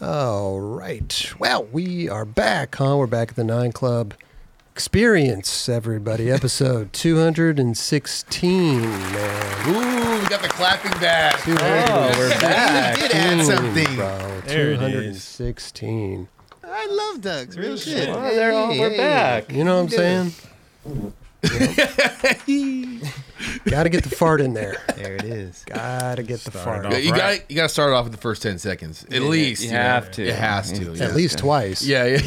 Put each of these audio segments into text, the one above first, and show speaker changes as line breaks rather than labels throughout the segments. All right. Well, we are back, huh? We're back at the Nine Club Experience, everybody. Episode 216, man.
Ooh, we got the clapping back.
Two hundred-
we're
Oh,
back.
We did add
Ooh,
something.
bro.
There it is.
216.
I love ducks. Real shit.
Oh, they're all, we're back.
You know what I'm saying? Got to get the fart in there.
There it is.
Got to get the
Start
fart.
it off.
you
Right.
got you got to start off with the first ten seconds at least.
you
know.
have to.
It has to. yeah.
At least twice.
Yeah,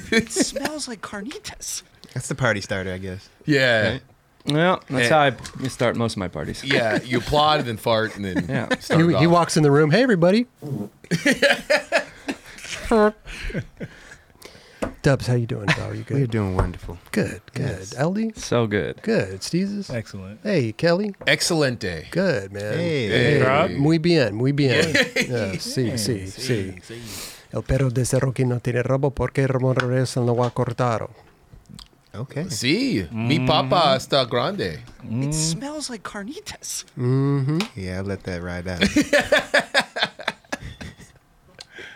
yeah,
smells like carnitas.
That's the party starter, I guess.
yeah,
Right.
Well, that's
Eh.
how I p- start most of my parties.
yeah. You applaud and then fart and then
Yeah.
start
he,
it
he
off.
walks in the room. Hey, everybody. Dubs, how you doing? How are you
We're
good?
doing wonderful.
Good, good. Aldi,
So good.
good. Steezes.
Excellent.
Hey, Kelly.
Excelente.
Good, man.
Hey.
Rob?
Muy bien, muy bien. Yeah, sí, sí, sí. El perro de cerro que no tiene robo porque Ramón se lo va a cortar.
Okay.
See, mi papa está grande.
It smells like carnitas.
Mm-hmm.
Yeah, I'll let that ride out.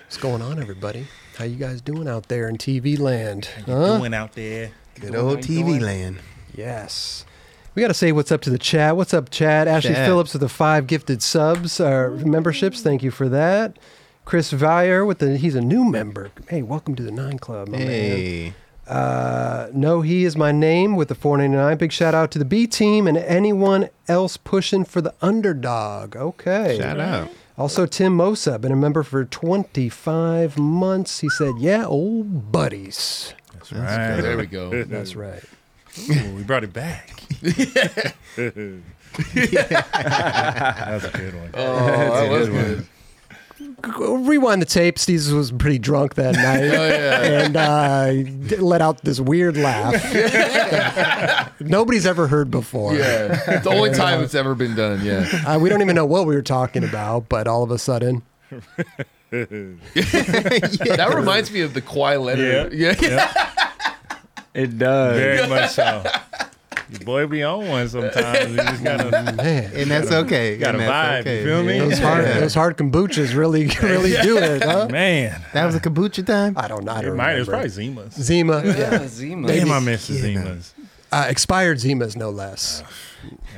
What's going on, everybody? How you guys doing out there in TV land?
Huh?
Huh?
Doing out there.
Good old TV land.
Yes. We got to say what's up to the chat. What's up, Chad? Ashley
Chad.
Phillips with the five gifted subs or memberships. Thank you for that. Chris Vire with the he's a new member. Hey, welcome to the Nine Club, my man.
Hey.
Uh, no, he is my name with the 499. Big shout out to the B team and anyone else pushing for the underdog. Okay.
Shout out.
Also, Tim Mosa, been a member for 25 months. He said, Yeah, old buddies.
That's right.
There we go.
That's right.
Ooh, we brought it back. That's a good one.
Oh, that was good.
rewind the tape. Steve was pretty drunk that night. And uh, d- let out this weird laugh. Nobody's ever heard before.
Yeah, it's the only time it's ever been done. Yeah,
Uh, we don't even know what we were talking about, but all of a sudden,
that reminds me of the Kawhi Leonard. Yeah, yeah.
It does.
Very much so. Your boy be on one sometimes. You just gotta,
man,
And that's okay.
gotta
and that's
vibe. You feel me?
those hard, those hard kombuchas really, really do it, huh?
Man.
That was a kombucha time?
I don't know. I
It
don't
might. It was
remember.
probably Zima's.
Zima. Yeah.
Yeah, Zima.
Damn, I miss the Zima's.
Uh, expired Zimas, no less.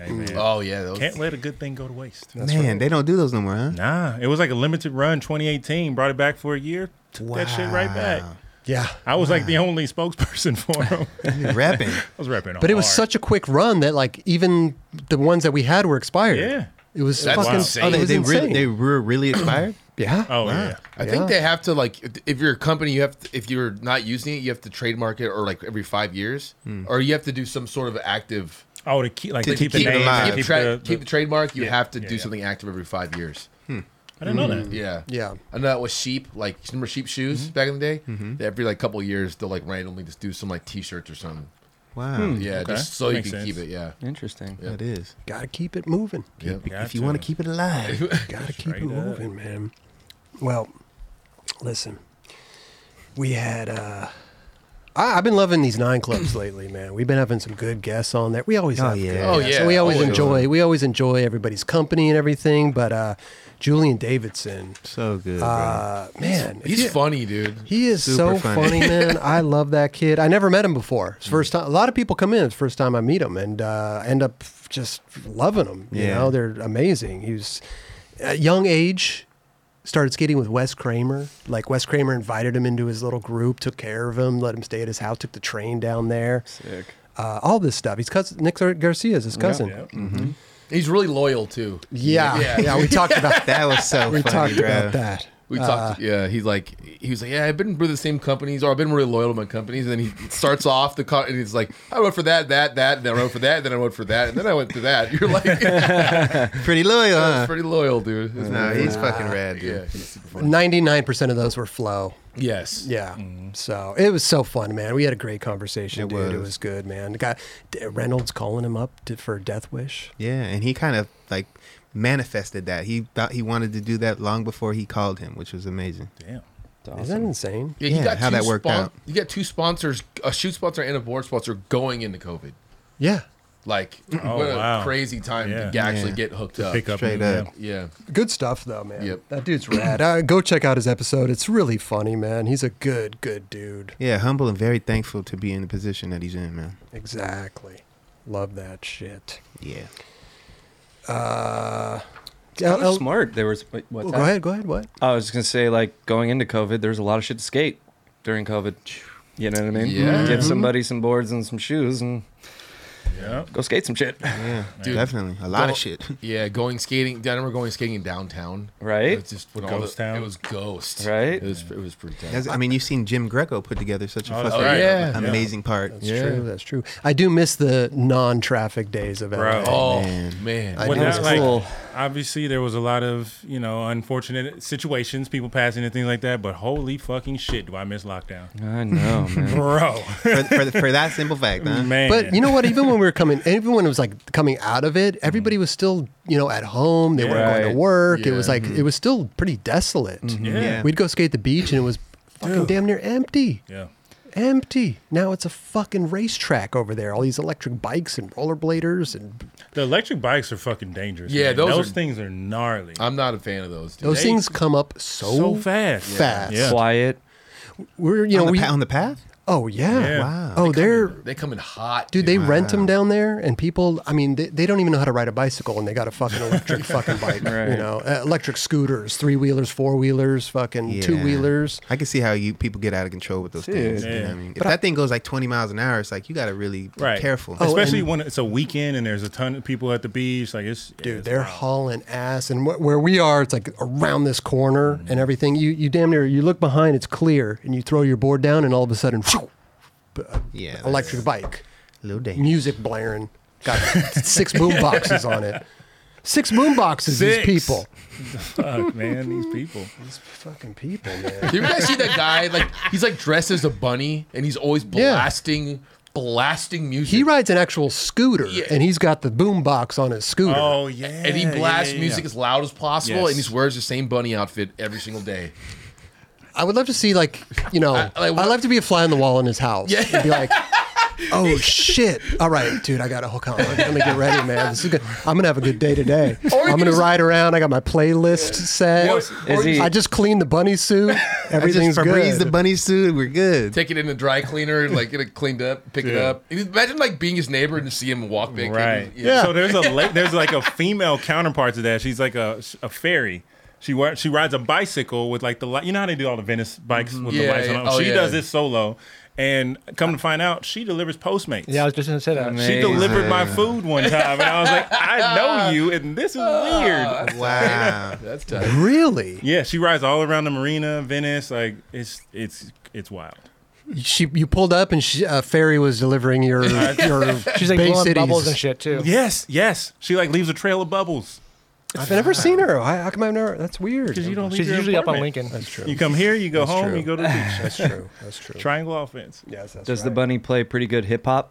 Hey, man.
Oh yeah, that was,
Can't let a good thing go to waste.
Man, they don't do those no more, huh?
Nah, it was like a limited run 2018. Brought it back for a year. Took that shit right back.
Wow.
Yeah.
I was like the only spokesperson for him. I
You're rapping.
was repping
But it was
hard.
such a quick run that, like, even the ones that we had were expired.
Yeah.
It was
That's
fucking.
insane.
Oh,
it
they,
was
they,
insane.
really, they were really expired?
yeah.
Oh,
Wow.
yeah.
I
Yeah.
think they have to like if- if you're a company, you have to, if you're not using it, you have to trademark it or like every five years, or you have to do some sort of active
Oh, to keep, like, Hmm. to keep,
keep
the
it
name.
alive.
and
Keep, tra-
the-
keep the trademark. You
Yeah,
have to
yeah,
do
yeah.
something active every five years.
I didn't know that.
Yeah,
Yeah.
I know that was sheep. Like remember sheep shoes
Mm-hmm.
back in the day. That Every like couple of years, they'll like randomly just do some like T-shirts or something. Yeah,
Wow.
Mm-hmm. Okay.
just so
Makes
you can keep it.
sense.
Hmm. Yeah.
Interesting.
That is.
Gotta keep it moving.
Yep.
If you want to keep it alive.
Gotta keep it
Straight up.
moving, man. Well, listen, we had. uh I, I've been loving these nine clubs lately, man. We've been having some good guests on there. We always
Oh,
have
yeah.
good
Oh,
guests,
yeah,
and we always,
always.
enjoy. We always enjoy everybody's company and everything. But uh Julian Davidson,
So good, bro.
uh, man,
He's funny, dude.
He is
Super
so funny,
funny.
man. I love that kid. I never met him before. It's first time. A lot of people come in. It's first time I meet him, and uh, end up just loving him. You
Yeah.
know, they're amazing. He was at young age started skating with Wes Kramer. Like Wes Kramer invited him into his little group, took care of him, let him stay at his house, took the train down there.
Sick.
Uh, all this stuff. He's cousin Nick Garcia is his cousin.
Yeah.
He's really loyal too.
Yeah, yeah. We talked about that.
That was so
We
funny,
talked
bro.
about that.
We
Uh.
talked. Yeah, he's like, he was like, yeah, I've been with the same companies, or I've been really loyal to my companies. And then he starts off the car, and he's like, I wrote for that, that, that, and then I wrote for that, then I wrote for that, and then I went to that. You're like,
Pretty loyal,
that's
huh?
pretty loyal, dude. Isn't
No,
that-
he's fucking rad, dude.
yeah, he's super funny.
Ninety-nine percent of those were flow.
Yes.
Yeah. So it was so fun, man. We had a great conversation,
It
dude. Mm-hmm. It
was.
was good, man. The guy D- Reynolds calling him up to, for Death Wish.
Yeah, and he kind of like manifested that. He thought he wanted to do that long before he called him, which was amazing.
Damn.
It's awesome.
Is that insane?
Yeah, you
Yeah,
got
how
two
that worked
spon-
out.
You got two sponsors, a shoot sponsor and a board sponsor, going into COVID.
Yeah.
Like,
Oh,
what a
wow.
crazy time
Yeah.
to g- actually
Yeah.
get hooked up.
Pick up
Straight
and-
up.
Yeah.
Good stuff, though, man.
Yep.
That dude's rad. Uh, go check out his episode. It's really funny, man. He's a good, good dude.
Yeah, humble and very thankful to be in the position that he's in, man.
Exactly. Love that shit.
Yeah.
Uh,
That
L- L-
was smart. There was wait, what's
Oh,
that?
go ahead. Go ahead. What?
I was gonna say like going into COVID, there was a lot of shit to skate during COVID. You know what I mean?
Yeah.
Give somebody some boards and some shoes and
Yeah.
go skate some shit.
Yeah,
Dude,
definitely. A lot
Well,
of shit.
Yeah, going skating. I remember going skating downtown.
Right?
It was just when all
Ghost
the,
town.
It was ghost.
Right?
It was it was pretty tough.
That's- I mean, you've seen Jim Greco put together such a
Oh, that's
fucking
right. Yeah.
amazing part.
That's
Yeah.
true. That's true. I do miss the non-traffic days of
Bro.
LA.
oh man.
man.
I
Well,
know
now,
it's
like,
cool.
Obviously, there was a lot of you know unfortunate situations, people passing and things like that. But holy fucking shit, do I miss lockdown,
I know, man.
bro?
for, for, the- for that simple fact, huh?
Man,
But you know what? Even when we were coming, even when it was like coming out of it, everybody was still, you know, at home. They weren't going
Right.
to work. It was
Yeah.
like it was still pretty desolate.
yeah, yeah.
Yeah.
We'd go skate the beach, and it was fucking damn near empty. Empty. Now it's a fucking racetrack over there. All these electric bikes and rollerbladers, and
The electric bikes are fucking dangerous.
Yeah,
man.
those
those,
are-
things are gnarly.
I'm not a fan of those. Dude.
those
They-
things come up so,
so fast.
fast.
Yeah.
Quiet.
We're you know
on, the
we
pa- on the path?
oh yeah,
Yeah.
Wow.
oh they're
They come in hot.
Dude,
dude.
they rent them down there, and people. I mean, they, they don't even know how to ride a bicycle, and they got a fucking electric fucking bike. You
Right.
know, uh, electric scooters, three wheelers, four wheelers, fucking
Yeah.
two wheelers.
I can see how you people get out of control with those things.
Dude.
you know what
Yeah.
I mean? If that thing goes like 20 miles an hour, it's like you got to really be
Right.
careful.
Oh,
Especially
and-
when it's a weekend and there's a ton of people at the beach. Like it's
Dude,
it's
they're
wild.
hauling ass, and wh- where we are, it's like around this corner and everything. You you damn near you look behind, it's clear, and you throw your board down, and all of a sudden,
yeah. that's
electric bike,
a Little day.
music blaring, got six boom boxes on it. Six boom boxes.
Six.
These people,
Fuck, man, these people.
these fucking people, man.
Did you guys see that guy? Like he's like dressed as a bunny, and he's always
Yeah.
blasting, blasting music.
He rides an actual scooter,
Yeah.
and he's got the boom box on his scooter.
Oh yeah,
and he
yeah,
blasts
yeah, yeah.
music as loud as possible,
Yes.
and he wears the same bunny outfit every single day.
I would love to see, like, you know, I,
I- like,
would love to be a fly on the wall in his house. Yeah. And be like, oh, shit. All right, dude, I got to hook on. Let me get ready, man. This is good. I'm going to have a good day today.
Or you
I'm
can
going to
just-
ride around. I got my playlist set.
Or-
Is he-
I just cleaned the bunny suit. Everything's
I just Febreze
good.
the bunny suit. We're good.
Take it in the dry cleaner, like get it cleaned up, pick it
Yeah.
up. Imagine like being his neighbor and just see him walk back.
Right.
Yeah.
So there's a la- there's like a female counterpart to that. She's like a a fairy. She wa- she rides a bicycle with like the li- you know how they do all the Venice bikes with the
Yeah,
lights
yeah.
on.
Oh,
she
yeah.
does this solo, and come to find out, she delivers Postmates.
Yeah, I was just gonna say that.
She delivered my food one time, and I was like, "I know you, and this is
Ah.
weird."
Wow.
That's tough.
Really?
Yeah, she rides all around the marina, Venice. Like it's it's it's wild.
She, you pulled up and she, uh, Fairy was delivering your your
She's like
Bay
blowing
Cities.
bubbles and shit too.
Yes, yes. She like leves a trail of bubbles
I've never seen her. How how come I've never? That's weird.
because you don't. leave
She's
your
usually up on
apartment.
Lincoln.
That's true.
You come here, you go
That's
home,
true.
you go to the beach.
That's true. That's true.
Triangle offense.
Yes, that's
Does the
right.
bunny play pretty good hip hop?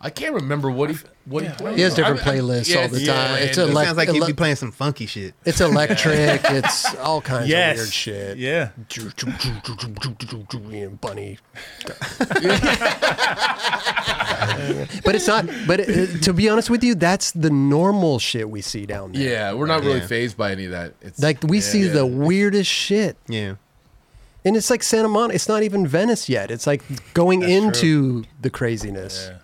I can't remember what he what he played.
He has different playlists all the
it's-
time.
yeah,
It's
it
a
It
does.
Elec-
sounds like you'd be
elec-
playing some funky shit.
It's electric. it's all kinds
Yes.
of weird shit.
Yeah.
You know, Bunny. but it's not. But it, to be honest with you, that's the normal shit we see down there.
yeah, we're not really
Yeah.
phased by any of that. It's
Like we see
yeah.
the weirdest shit,
Yeah.
and it's like Santa Monica. It's not even Venice yet. It's like going into the craziness.
Yeah.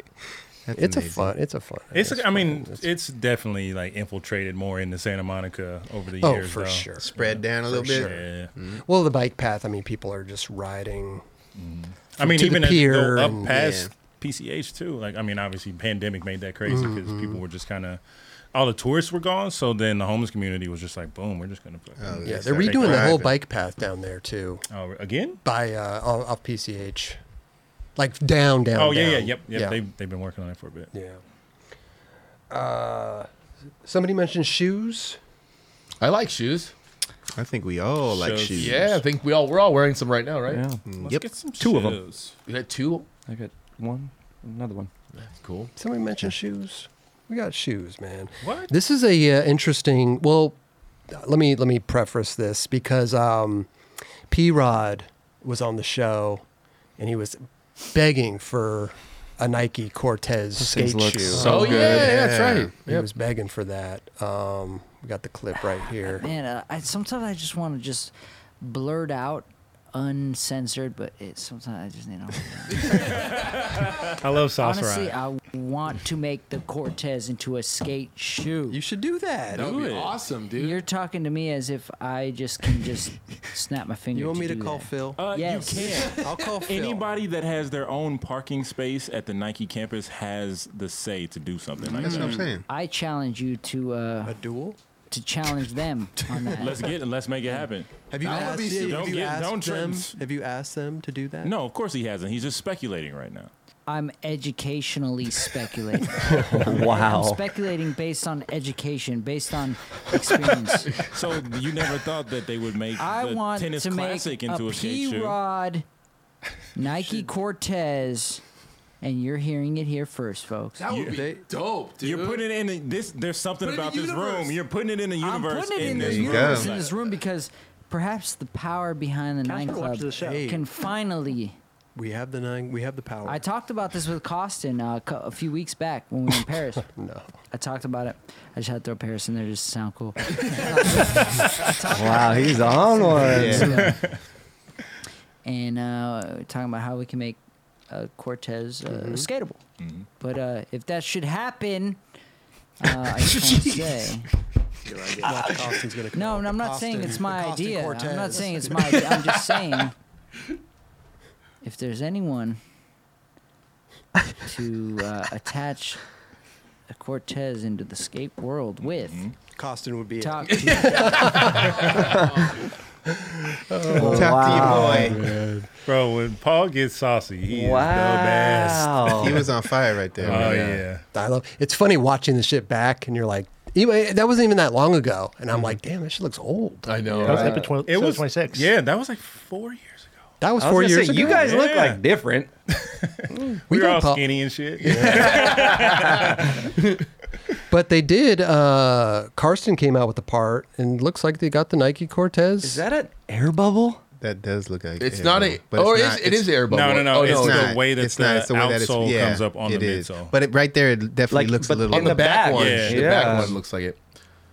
That's
It's a
amazing.
fun. It's a fun.
It's, I mean,
fun. It's-
it's definitely like infiltrated more into Santa Monica over the
oh,
years.
for
though.
sure. Mm.
Spread down a little bit.
Yeah.
Well, the bike path. I mean, people are just riding.
I mean,
To the
even as you
pier
go up
and-
past
Yeah.
PCH too. Like, I mean, obviously, pandemic made that crazy because
Mm-hmm.
people were just kind of all the tourists were gone. So then the homeless community was just like, boom, we're just gonna. Fucking,
Oh,
Yeah,
yeah,
they're
sorry.
redoing the whole
Right.
bike path down there too,
oh, again?
by uh, off off PCH, like down, down.
Oh yeah, yeah,
down.
yep, yep.
yeah.
They they've been working on it for a bit.
Yeah. Uh, somebody mentioned shoes.
I like shoes.
I think we all like
Shows.
shoes.
Yeah, I think we all we're all wearing some right now, right?
Yeah.
Let's
Yep.
get some
Two of 'em.
shows.
You got two.
I got one, another one.
That's cool.
Somebody mentioned shoes. We got shoes, man.
What?
This is a uh, interesting. Well, let me let me preface this because um, P Rod was on the show, and he was begging for a Nike Cortez
things
skate
look
shoe.
so-
Oh,
Oh,
yeah,
good.
yeah, that's
Yeah.
right.
he
Yep.
was begging for that. Um, we got the clip right here.
Man, uh, I sometimes I just want to just blurt out uncensored, but it sometimes I just you know.
I love Sauce
honestly,
Riot.
I want to make the Cortez into a skate shoe.
You should do that.
That would be awesome, dude.
You're talking to me as if I just can just snap my finger.
You want me to
do
call
that.
Phil?
Uh,
Yes.
You can.
I'll call Phil.
Anybody that has their own parking space at the Nike campus has the say to do something like
That's what I'm
that.
saying.
I challenge you to uh,
A duel?
to challenge them on that.
Let's get it. Let's make it happen.
Have you
That would
asked,
be
have
sick.
you
Don't get-
asked
don't
them?
trans-
Have you asked them to do that?
No, of course he hasn't. He's just speculating right now.
I'm educationally speculating. I'm
Wow.
speculating based on education, based on experience.
So you never thought that they would make
I
the
want
tennis
to make
classic into a,
a
skate
P
shoe.
Rod Nike Cortez, and you're hearing it here first, folks.
that would be
They-
dope, dude.
You're putting it in the, this. There's something
Put it in
about
the
this
universe.
room. You're putting it in the
I'm
universe.
putting it in the
this
you
room.
go.
universe in this room because perhaps the power behind the
Casper
nightclub
watches the show.
Hey.
can finally.
We have the nine. We have the power.
I talked about this with Costin uh, co- a few weeks back when we were in Paris.
no.
I talked about it. I just had to throw Paris in there just to sound cool.
Wow, he's on one.
and uh, talking about how we can make uh, Cortez uh, skatable. But uh, if that should happen, uh, I just want to say
Austin's gonna come
no.
out
no,
with
I'm
the
not
Austin-
saying it's my
Austin
idea. I'm not
Cortez.
saying it's my. idea. I'm just saying if there's anyone to uh, attach a Cortez into the skate world with,
Costin would be it.
talk
Talk to you, boy.
Bro, when Paul gets saucy, he
Wow.
He was on fire right there.
is the best. Oh yeah.
I love. It's funny watching the shit back, and you're like, anyway, that wasn't even that long ago, and
Mm.
I'm like, damn, that shit looks old.
I know.
That was
right?
episode 20,
It was
26.
Yeah, that was like four years ago.
That was
I was
four
gonna
years
say,
ago.
You guys look
Yeah.
like different.
We, were
did
all
Paul-
skinny and shit.
but they did. Uh, Karsten came out with the part, and looks like they got the Nike Cortez.
Is that an air bubble?
That does look like
It's
air
not
bubble,
a. Or it's,
not.
it is air bubble.
No, no, no,
Oh,
it's
no,
not.
no.
the way that the outsole comes up on
it
the
is.
midsole.
But it, right there, it definitely
Like,
looks a
but
little.
on
On the back
back.
one.
Yeah.
The back
Yeah.
one looks like it.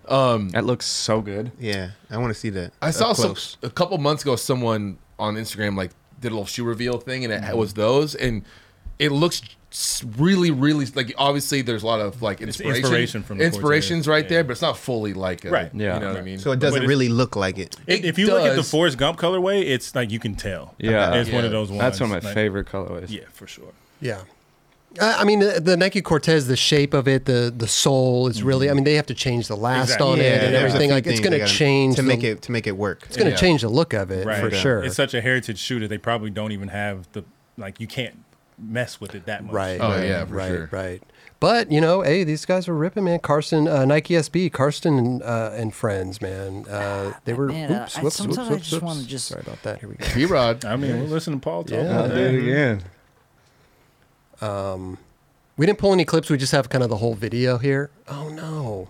That looks so good.
yeah, I want to see that.
I
up
saw some
close.
a couple months ago. Someone on Instagram like did a little shoe reveal thing, and it
Mm-hmm.
was those, and it looks s- really, really like obviously there's a lot of like inspiration,
inspiration from the
inspirations
Cortez,
right
yeah.
there, but it's not fully like a,
Right.
You
Yeah.
know what I
Right.
mean?
So
So
it doesn't
it's-
really look like it.
It
if you look at the
does.
Forrest Gump colorway, it's like you can tell.
Yeah.
it's one of
Yeah.
those ones.
That's one of my
like-
favorite colorways.
Yeah, for sure.
Yeah. I I mean, the, the Nike Cortez, the shape of it, the the sole is really. I mean, they have to change the last
Exactly.
on
yeah,
it and
there's a
everything.
few
Like it's
things they
going to
gotta-
change
to
the-
make it to make it work.
It's going to
Yeah.
change the look of it
Right.
for sure.
It's such a heritage shoe that they probably don't even have the like. You can't mess with it that much.
right.
Oh,
right,
yeah, for
right,
sure.
Right. But you know, hey, these guys were ripping, man. Carson, uh, Nike SB, Carson and uh, and friends, man. Uh, they were.
Ah, Man, I-
oops,
I-
whoops,
sometimes
whoops,
I
whoops,
just
whoops.
wanna just-
Sorry about that. Here we go.
P Rod,
I mean, we'll listen to Paul talk
Yeah.
about
I'll do
that.
it again.
We didn't pull any clips. We just have kind of the whole video here. Oh no.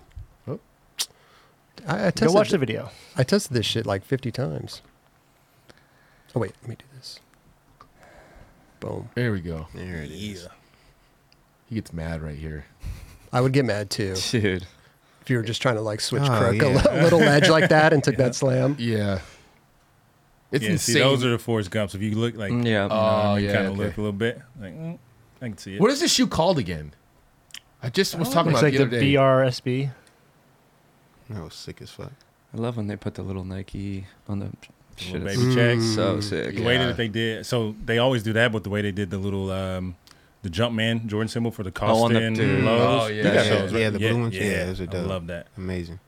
I, I tested,
Go watch the video.
I tested this shit like 50 times. Oh wait, let me do this. Boom.
there we go.
There it is.
He gets mad right here.
I would get mad too
Dude.
if you were just trying to like switch
Oh,
crook a
yeah.
li- little ledge like that and took that slam.
Yeah, it's
Yeah,
insane.
see, those are the Forrest Gumps. If you look like, uh, you
Yeah.
know,
Oh,
you
yeah,
kind of
okay.
look a little bit like, mm, I can see it.
what is this shoe called again? I just
Oh,
was talking
Looks
about
like
it
the
the other day.
BRSB.
That was sick as fuck.
I love when they put the little Nike on the shit.
Little
it's
baby checks. Mm-hmm.
So sick.
The way
Yeah.
that they did, so they always do that, but the way they did the little, um, the Jumpman Jordan symbol for the
on
Costin
the-
and
dude.
lows.
Oh, yeah.
You
Yeah,
got
yeah,
those, right?
the blue ones. Yeah, those are
I
dope.
love that.
Amazing.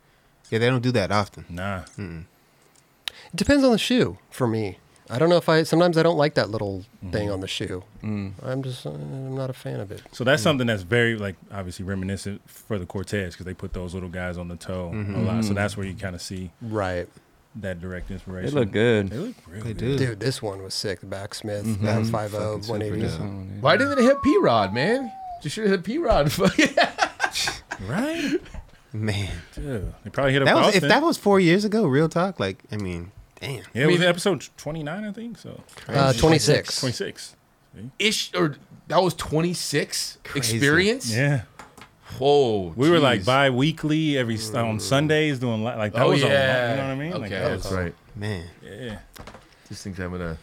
Yeah, they don't do that often.
Nah,
It depends on the shoe for me. I don't know if I sometimes I don't like that little thing on the shoe.
Mm.
I'm just uh, I'm not a fan of it.
so that's something that's very like obviously reminiscent for the Cortez because they put those little guys on the toe a lot. So that's where you kind of see
Right.
that direct inspiration.
They look good.
They look real
They do.
good.
Dude, this one was sick. The backsmith, that oh, 50,
Fucking super
180.
dope.
Why didn't it hit P Rod, man? You should have hit P Rod.
right?
Man,
Dude, they probably hit up
that was
Austin.
if that was four years ago. Real talk. Like, I mean, damn.
yeah, it was episode twenty nine, I think. So
Uh, 26.
26.
ish or that was 26 experience.
Yeah.
Whoa.
We were like
jeez.
bi-weekly every s- on Sundays doing li- like that
oh
was
yeah.
a lot, you know what I mean?
Okay,
Like, that
that's
was-
right.
Man,
Yeah.
Just think I'm gonna.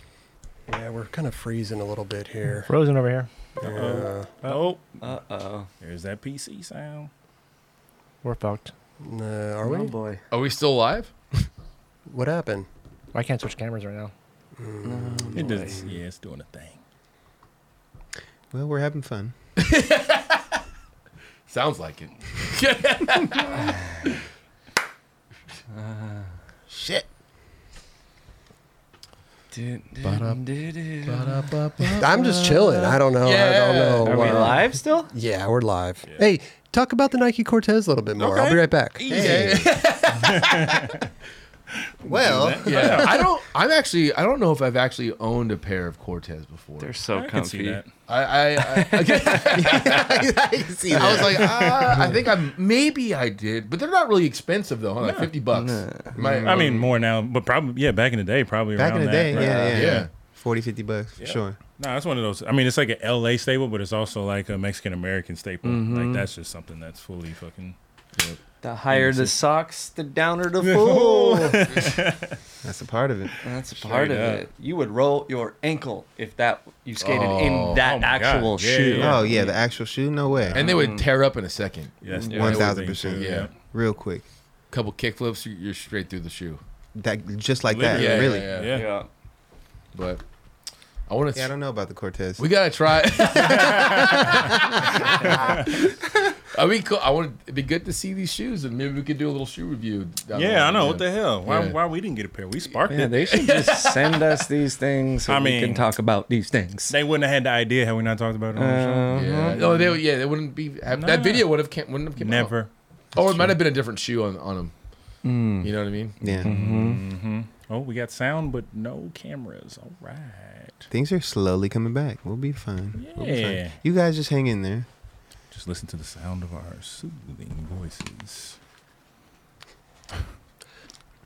Yeah, we're kind of freezing a little bit here.
Frozen over here.
Yeah.
Oh,
Uh oh.
there's that PC sound.
We're fucked.
No, are
Oh
we?
boy.
Are we still live?
What happened?
I can't switch cameras right now.
It does. Yeah, it's doing a thing.
well, we're having fun.
Sounds like it.
Shit.
I'm just chilling. I don't know. I don't know.
Are we
Uh,
live still?
Yeah, we're live. Hey, talk about the Nike Cortez a little bit more. I'll be right back.
Yeah.
Well,
yeah. I don't. I'm actually. I don't know if I've actually owned a pair of Cortez before.
They're so
I
comfy.
can see that.
I. I, I, I was like, ah, I think I'm. Maybe I did, but they're not really expensive though. Huh? Like fifty bucks. My-
I mean, more now, but probably yeah. Back in the day, probably
back
around
in the
that,
day,
right?
yeah, yeah,
Yeah.
yeah. Forty, fifty 40, 50 bucks, for sure.
No, that's one of those. I mean, it's like an LA staple, but it's also like a Mexican American staple.
Mm-hmm.
Like that's just something that's fully fucking.
The higher the socks, the downer the fool.
That's a part of it.
That's part of
up.
it. You would roll your ankle if that you skated
Oh.
in that
Oh my God.
actual
Yeah,
shoe.
yeah.
Oh yeah, the actual shoe, no way.
and they would tear up in a second.
Yes,
One thousand percent.
Yeah.
Real quick,
Couple kickflips, you- you're straight through the shoe.
that just like that.
Yeah,
really.
yeah,
Yeah.
yeah. But I want to.
Yeah, I don't know about the Cortez.
We gotta try. I mean, cool. I want it'd be good to see these shoes, and maybe we could do a little shoe review. down the
Yeah,
line,
I know.
man.
What the hell? Why?
Yeah.
Why we didn't get a pair? We sparked
Yeah,
it.
they should just send us these things so
I
we can
mean-
talk about these things.
They wouldn't have had the idea had we not talked about it on the
Uh,
Yeah, no, they yeah, they wouldn't be have, that
Mm-hmm. Nah.
video would have came, wouldn't have
show.
came out.
Never.
Oh, it might have been a different shoe on on them.
Mm.
You know what I mean?
yeah,
Mm-hmm.
Mm-hmm.
Oh, we got sound, but no cameras. All right.
things are slowly coming back. We'll be fine. We'll be fine.
Yeah.
You guys just hang in there.
Just listen to the sound of our soothing voices.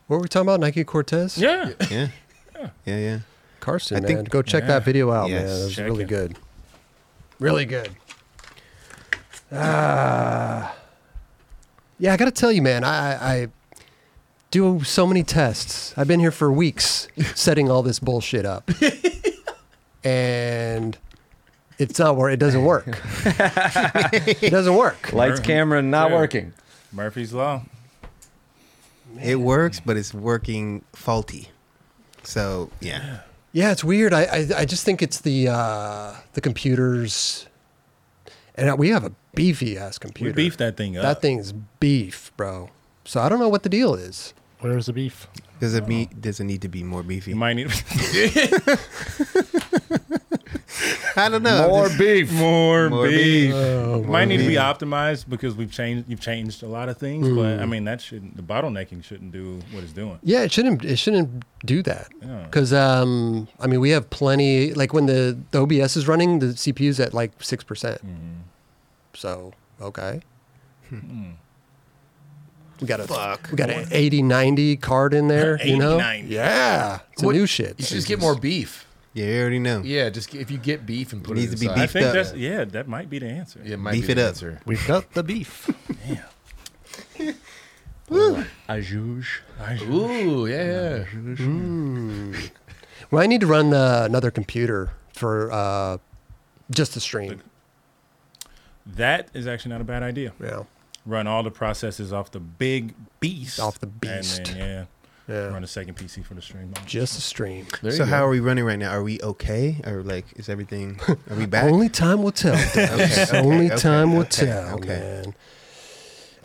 What were we talking about? Nike Cortez?
Yeah.
Yeah. Yeah, yeah.
Carson,
I
man.
think-
Go check
Yeah.
that video out,
Yes,
man. That was
check
really
it.
good. Really good. Ah. yeah, I got to tell you, man, I, I I do so many tests. I've been here for weeks setting all this bullshit up. and it's not where it doesn't work. it doesn't work.
Lights,
Sure.
camera, not
Yeah.
working.
Murphy's Law.
It works, but it's working faulty. So yeah,
Yeah, it's weird. I, I, I just think it's the uh, the computers, and we have a beefy ass
We
computer.
beefed that thing up.
That thing's beef, bro. So I don't know what the deal is.
Where's the beef?
does it be, does it need to be more beefy?
You might need
I don't know. I'm
More
just-
beef.
more,
More
beef.
Oh,
Might need to be optimized because we've changed. You've changed a lot of things, but I
Mm.
mean that shouldn't. The bottlenecking shouldn't do what it's doing.
Yeah, it shouldn't. It shouldn't do that.
Yeah.
Because um, I mean, we have plenty. Like when the, the OBS is running, the CPU's at like six percent.
Mm-hmm.
So okay.
Hmm.
We got a we got an eighty ninety card in there. you know,
8090.
yeah, it's a
What-
new shit.
You should just get more beef.
Yeah, you already know.
Yeah, just get- if you get beef and put it,
Needs to be
inside.
I
beefed
think
up.
that's yeah. That might be the answer.
Yeah, it might
Beef
be
it
the
up.
answer.
We've got the beef.
Ooh, yeah, yeah.
Mm. Well, I need to run uh, another computer for uh, just the stream.
That is actually not a bad idea.
Yeah,
Run all the processes off the big beast.
Off the beast.
And then, yeah,
Yeah.
Run a second PC for the stream.
just the stream.
There
so
you
how
go.
are we running right now? Are we okay? Or like, is everything? Are we back?
Only time will tell.
Okay, okay,
Only
okay,
time will
okay,
tell,
okay.
man.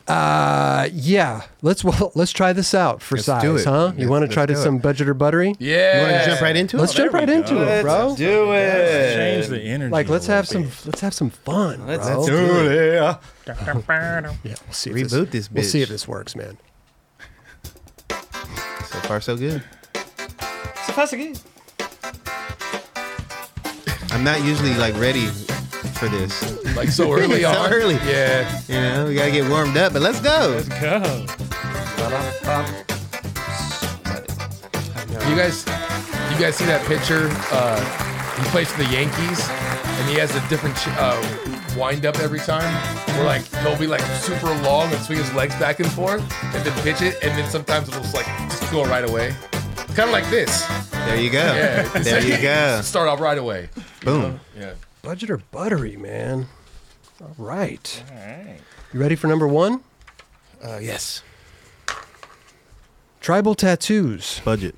Uh, yeah. Let's well, let's try this out for
Let's
size,
do it.
huh? You want
Let's-
to
let's
try to
do it.
some budget or buttery?
Yeah.
You want to jump right into
Let's
it?
jump right into it, bro.
do it.
Change the energy.
Like, let's
a little
have some let's have some fun,
Let's
bro.
do it.
Yeah, we'll see. if
Reboot this
We'll see
bitch.
if this works, man.
So far, so good.
So fast again.
I'm not usually like ready for this.
Like so early
So
on.
early.
Yeah.
You know, we gotta get warmed up. But let's go.
go.
You guys, you guys see that picture? Uh, He plays for the Yankees, and he has a different ch- uh, wind up every time. Where like he'll be like super long and swing his legs back and forth, and then pitch it, and then sometimes it'll just like just go right away. Kind of like this.
There you go.
Yeah.
There you go.
Start off right away.
Boom.
Yeah.
Budget or buttery, man. All right. All right. You ready for number one?
Uh, yes.
Tribal tattoos.
Budget.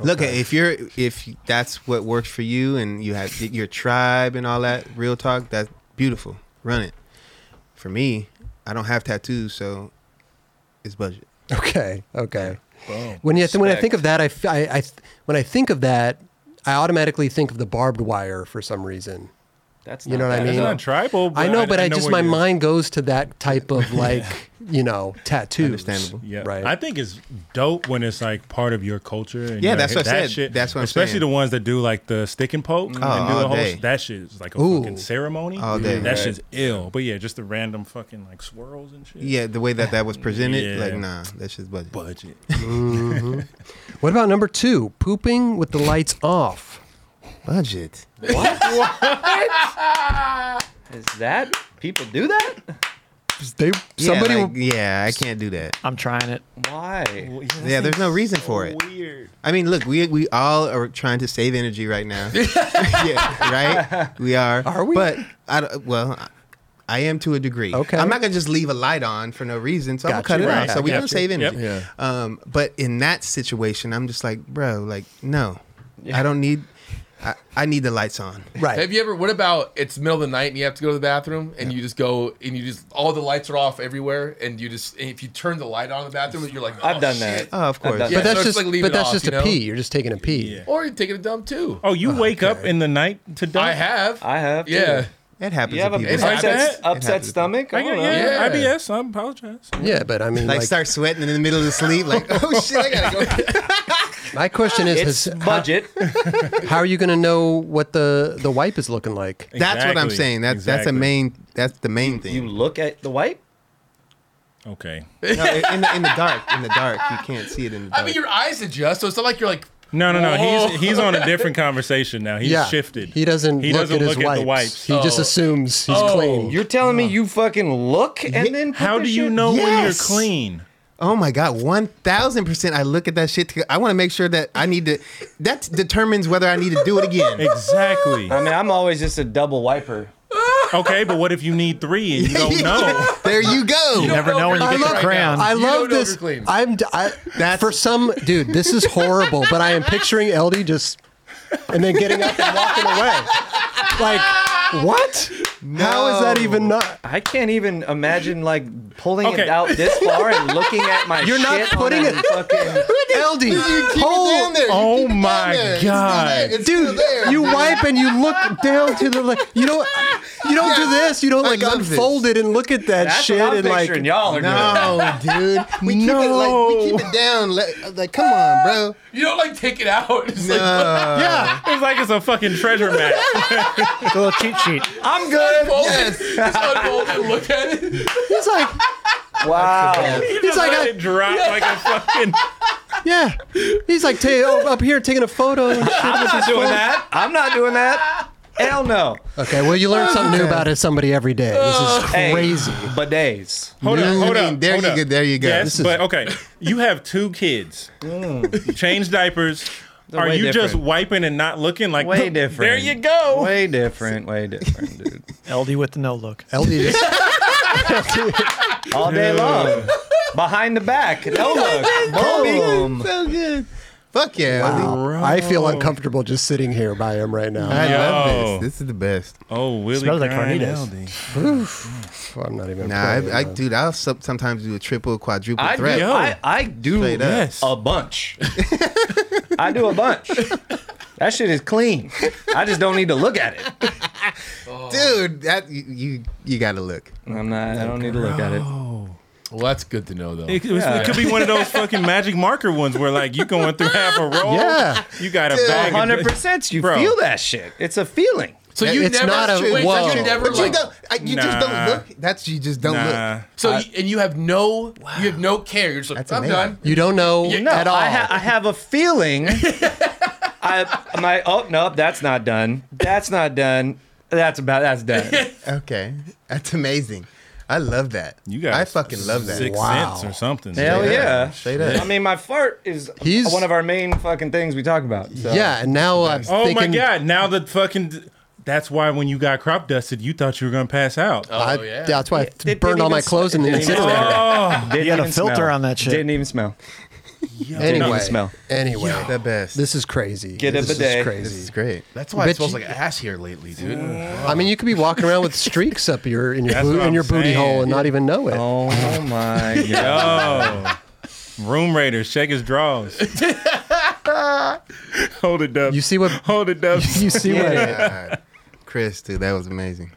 Look, if you're if that's what works for you and you have your tribe and all that real talk, that's beautiful. Run it. For me, I don't have tattoos, so it's budget.
Okay. Okay.
Boom.
When you when I
Respect.
think of that, I, f- I- I th- when I think of that, I automatically think of the barbed wire for some reason.
That's
You know what I
bad.
mean?
It's
Yeah.
not tribal. But
I know, but I, just
where
my
you-
mind goes to that type of like you know tattoos.
Understandable.
Yeah,
Right.
I think it's dope when it's like part of your culture. And
Yeah,
you know,
that's what I
that
said.
Shit,
That's what I'm
especially
saying. Mm. Oh,
the ones that do like the stick and poke and do
all
the whole
day.
that shit is like a
Ooh.
fucking ceremony.
All day.
That
Right.
shit's ill. But yeah, just the random fucking like swirls and shit.
Yeah, the way that that was presented,
Yeah.
like nah, that's just budget.
budget.
What about number two? Pooping with the lights off.
Budget.
Is that people do that?
They
Yeah,
somebody
like, yeah, I Oh, can't do that.
I'm trying it.
Why?
Yeah, there's no reason for it.
Weird.
I mean, look, we we all are trying to save energy right now. yeah, right. We are.
Are we?
But I don't- well, I- I am to a degree.
Okay.
I'm not gonna just leave a light on for no reason, so I'm gonna
Got
cut
you.
it
Right.
off. So we're
Got
gonna
you.
save energy.
Yep.
Um, but in that situation, I'm just like, bro, like no, I don't need. I, I need the lights on.
right.
Have you ever? What about it's middle of the night and you have to go to the bathroom and you just go and you just all the lights are off everywhere and you just and if you turn the light on in the bathroom you're like
I've
"Oh,
done that.
shit."
Oh, of course.
I've done
Yeah,
that.
but that's
so it's
just
like leave
but
it
that's
off,
just
you
a
know?
pee. You're just taking a pee.
Yeah.
Or you're taking a dump too.
Oh, you wake up in the night to dump?
I have.
I have, too.
Yeah.
It happens.
You have
to
a
people.
It's like
upset,
It happens to
upset
people.
stomach?
I
I
got,
don't know.
yeah,
Yeah.
IBS. I apologize.
Yeah, but I mean,
Like,
like,
start sweating in the middle of the sleep. Like, oh shit, I gotta go.
my question is,
It's
has-
budget.
how, how are you going to know what the the wipe is looking like?
That's what I'm
Exactly.
saying. That's that's a
Exactly.
main. That's the main thing.
you look at the wipe?
Okay.
No, i- in the, in the dark, in the dark, you can't see it in the dark.
I mean your eyes adjust, so it's not like you're like
No, no, no.
Whoa.
He's he's on a different conversation now. He's
yeah,
shifted.
He doesn't.
He
look
doesn't
at his
look at
wipes.
the wipes.
He just
Oh.
assumes he's
Oh.
clean.
You're telling me you fucking look and then put
How
the
do you
shit-
know when you're
Yes.
clean?
oh my god, one thousand percent. I look at that shit. To, I want to make sure that I need to. That determines whether I need to do it again.
Exactly.
I mean, I'm always just a double wiper.
Okay, but what if you need three and you don't know?
there you go.
You don't
never know when you
if
get
you're
your
clean
crayon.
now.
I
You
love
don't know if
this.
you're clean.
I'm. d- I,
That's-
for some dude. This is horrible. but I am picturing LD just and then getting up and walking away. Like what? How is that
No.
even not?
I can't even imagine like pulling it
Okay.
out this far and looking at my
You're
shit
not putting
on a
it-
fucking
LD, hold,
Oh my god.
dude. You wipe and you look down to the like. You don't. You don't do this. You don't
I
like
love this.
unfold it and look at that
That's
shit
what I'm
and like.
picturing. Y'all are doing.
No, dude. We keep it like we keep it down. Like, like come on, bro. Uh,
You don't like take it out. It's like,
No.
Yeah,
It's like it's a fucking treasure map.
It's a little cheat sheet.
I'm good.
unfold it. Just unfold it, look at it.
he's like,
Wow.
He
He's
just
like,
let
I-
it drop like a fucking.
yeah, he's like ta- oh, up here taking a photo. And shit.
I'm not doing that. I'm not doing that. Hell no.
Okay, well, you learn something new about somebody every day. This is
Hey.
crazy.
Bidets.
Hold
You know
up,
what I
hold
mean?
up.
There
hold
you
up.
go. There you go.
Yes,
This is- Mm.
but okay. You have two kids. Change diapers. Are
way
you just
different.
wiping and not looking like
Way different.
There you go.
Way different. Way different, dude.
LD with the no look.
LD just
All day long. Behind the back. No look. Boom.
so good. Fuck yeah.
I feel uncomfortable just sitting here by him right now.
I
Yo.
love this. This is the best.
Oh, Willie
Smells like
Grind
carnitas.
Aldi.
Well, I'm not even.
Nah,
playing,
I, I,
uh,
dude, I'll sub- sometimes do a triple, quadruple
I do,
threat.
I, I do
Straight up.
Yes.
a bunch. I do a bunch. That shit is clean. I just don't need to look at it.
dude that you you, you gotta look
I'm not. I don't need to look at it.
Well, that's good to know though.
It, it was- it could be one of those fucking magic marker ones where like you going through half a roll.
Yeah.
You got a bag. of-
Hundred percent. You
Bro.
feel that shit. It's a feeling.
so you
it's
never
not a-
wait,
whoa.
so you never
but you
like
don't I, you just don't
Nah.
look that's you just don't
Nah.
look
so you, and you have no you have no care. You're just like
That's
I'm
amazing.
done.
You don't know
Yeah,
at all.
I, ha- I have a feeling. I my oh no, that's not done. That's not done. That's about that's done.
Okay, that's amazing. I love that.
You guys,
I fucking love that.
Six
wow.
cents or something.
Hell
Straight up.
yeah.
Straight up.
I mean, my fart is
He's-
one of our main fucking things we talk about. So.
yeah, and now I'm
Oh
thinking,
my god! Now the fucking. That's why when you got crop dusted, you thought you were gonna pass out.
Oh,
I,
yeah.
That's why I
They
burned
didn't
all my
even-
clothes in the
they didn't even
incinerator.
Oh,
Didn't
You had a
even
filter
smell.
on that shit.
Didn't even smell.
Anyway,
even smell.
anyway,
The best.
this is crazy.
Get a
this
bidet.
Is
This
crazy.
is great.
That's why it
Bitch.
smells like ass here lately, dude.
I mean, you could be walking around with streaks up your in your
That's
boot,
what
in
I'm
your booty
saying.
hole and not even know it.
Um,
Oh my god.
yo. Room Raider, shake his drawers. Hold it, Dubs.
You see what
Hold it, Dubs.
you see what
God. Chris, dude, that was amazing.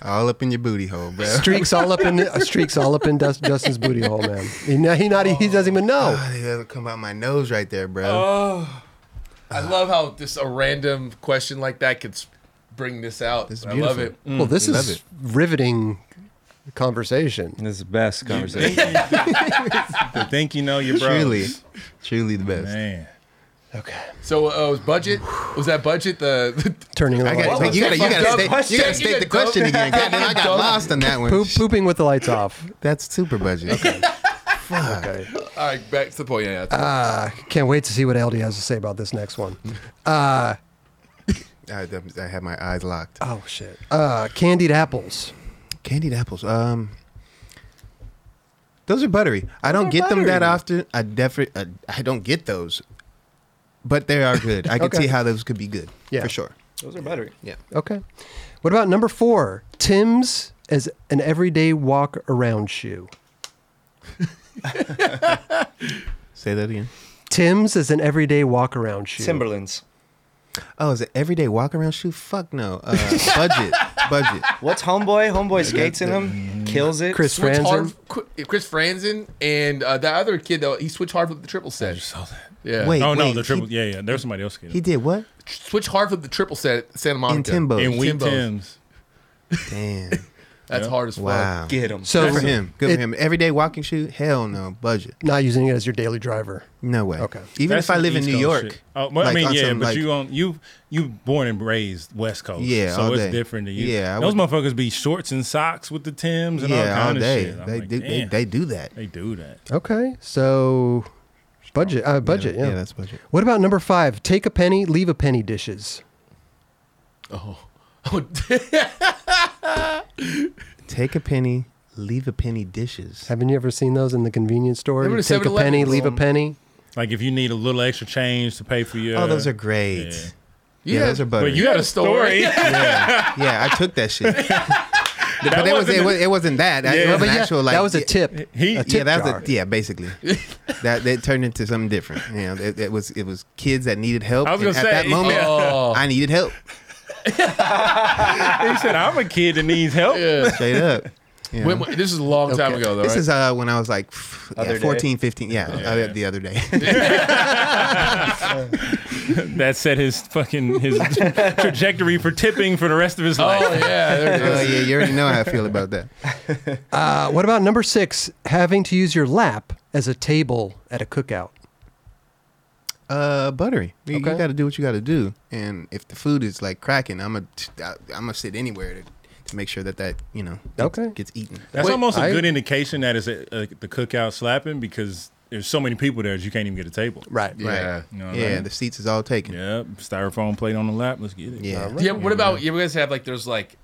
All up in your booty hole, bro.
streaks all up in uh, streaks all up in Dust, Justin's booty hole, man. He not, he not he doesn't even know.
Oh, it doesn't come out my nose right there, bro.
Oh, I love how just a random question like that could s- bring this out.
This is
I love
beautiful.
it.
well, this
Mm, love
is
it.
riveting conversation.
This is the best conversation.
You think you know your bro?
Truly, truly the best.
Man.
So, uh, was budget? Was that budget the?
Turning the
I
lights
got
off.
you. Gotta, you,
fucked up
gotta state, you
question?
gotta state the question again. God damn, I got lost on that one.
Poop, pooping with the lights off.
That's super budget.
Okay.
all right, back to the point. Yeah, yeah.
Uh, can't wait to see what LD has to say about this next one.
I, I had my eyes locked.
Oh shit. Uh, candied apples.
Candied apples. Um, those are buttery. I don't get them that often. I definitely, uh, I don't get those, but they are good. I can
Okay.
see how those could be good.
Yeah.
for sure.
Those are buttery.
Okay. What about number four? Tim's as an everyday walk around shoe.
Say that again.
Tim's as an everyday walk around shoe.
Timberlands.
Oh, is it everyday walk around shoe? Fuck no. Uh, budget, budget.
What's homeboy? Homeboy skates in them, kills it.
Chris
Switch
Franzen.
hard, Qu- Chris Franzen and uh, that other kid though he switched hard flip the triple set.
Saw that.
Yeah,
Wait,
Oh no,
wait,
the triple.
He,
yeah, yeah. There's somebody else.
he did what?
switch hard flip the triple set at Santa Monica.
Timbo.
in wheat
Timbo's.
Tim's.
Damn.
That's
Yeah.
hard as fuck.
Wow.
Get him.
So
Good for him. Good
it-
for him. Everyday walking shoe? Hell no. Budget.
Not using it as your daily driver.
No way.
Okay.
Even
That's
if I
some
live in
East
New
Coast
York.
shit. Oh, well,
like,
I mean,
on
yeah,
some,
but
like-
you on you you born and raised West Coast.
Yeah,
so
all
it's
day.
different to you.
Yeah, I
those
would-
motherfuckers be shorts and socks with the Tims and all
yeah, all,
kind
day.
of shit. I'm
They,
like,
do, they,
damn,
they do that.
they do that.
Okay. So budget. Uh, budget. Yeah.
yeah, that's budget.
What about number five? Take a penny, leave a penny dishes.
Take a penny, leave a penny dishes.
Haven't you ever seen those in the convenience store?
Remember
You
the
Take a
7-Eleven
penny, leave a
room?
penny.
Like if you need a little extra change to pay for your.
oh, those are great.
yeah.
Yeah, those are
But
buttery.
you got a story.
yeah, I took that shit. but that was,
wasn't
it,
a-
was, it wasn't that. Yeah. It
Yeah,
was
but
an
yeah,
actual, like,
that was a
yeah,
tip.
He-
a
Yeah,
tip
Yeah, that
jar.
was a, yeah, basically. that that turned into something different. You know, it, it was it was kids that needed help.
I was
and
gonna
at that
say,
moment,
oh.
I needed help.
he said, "I'm a kid that needs help."
Yeah.
Straight up. You know?
When- when- this is a long time ago though.
This
right?
is uh, when I was like f- yeah,
Other day.
14, 15. Yeah,
Yeah.
other- the other day.
That set his fucking his trajectory for tipping for the rest of his life.
oh yeah, there it is.
oh, yeah, you already know how I feel about that.
Uh, what about number six? Having to use your lap as a table at a cookout.
Uh, buttery. You,
Okay.
got to do what you got to do, and if the food is like cracking, I'm a I'm gonna sit anywhere to, to make sure that that you know gets,
Okay.
gets eaten.
That's
Wait,
almost a
I-
good indication that is a, a, the cookout slapping because there's so many people there that you can't even get a table.
Right.
Yeah.
Right.
You know what I
yeah,
mean?
the seats is all taken. Yeah.
Yep. Styrofoam plate on the lap. Let's get it.
Yeah. What about you guys have like there's like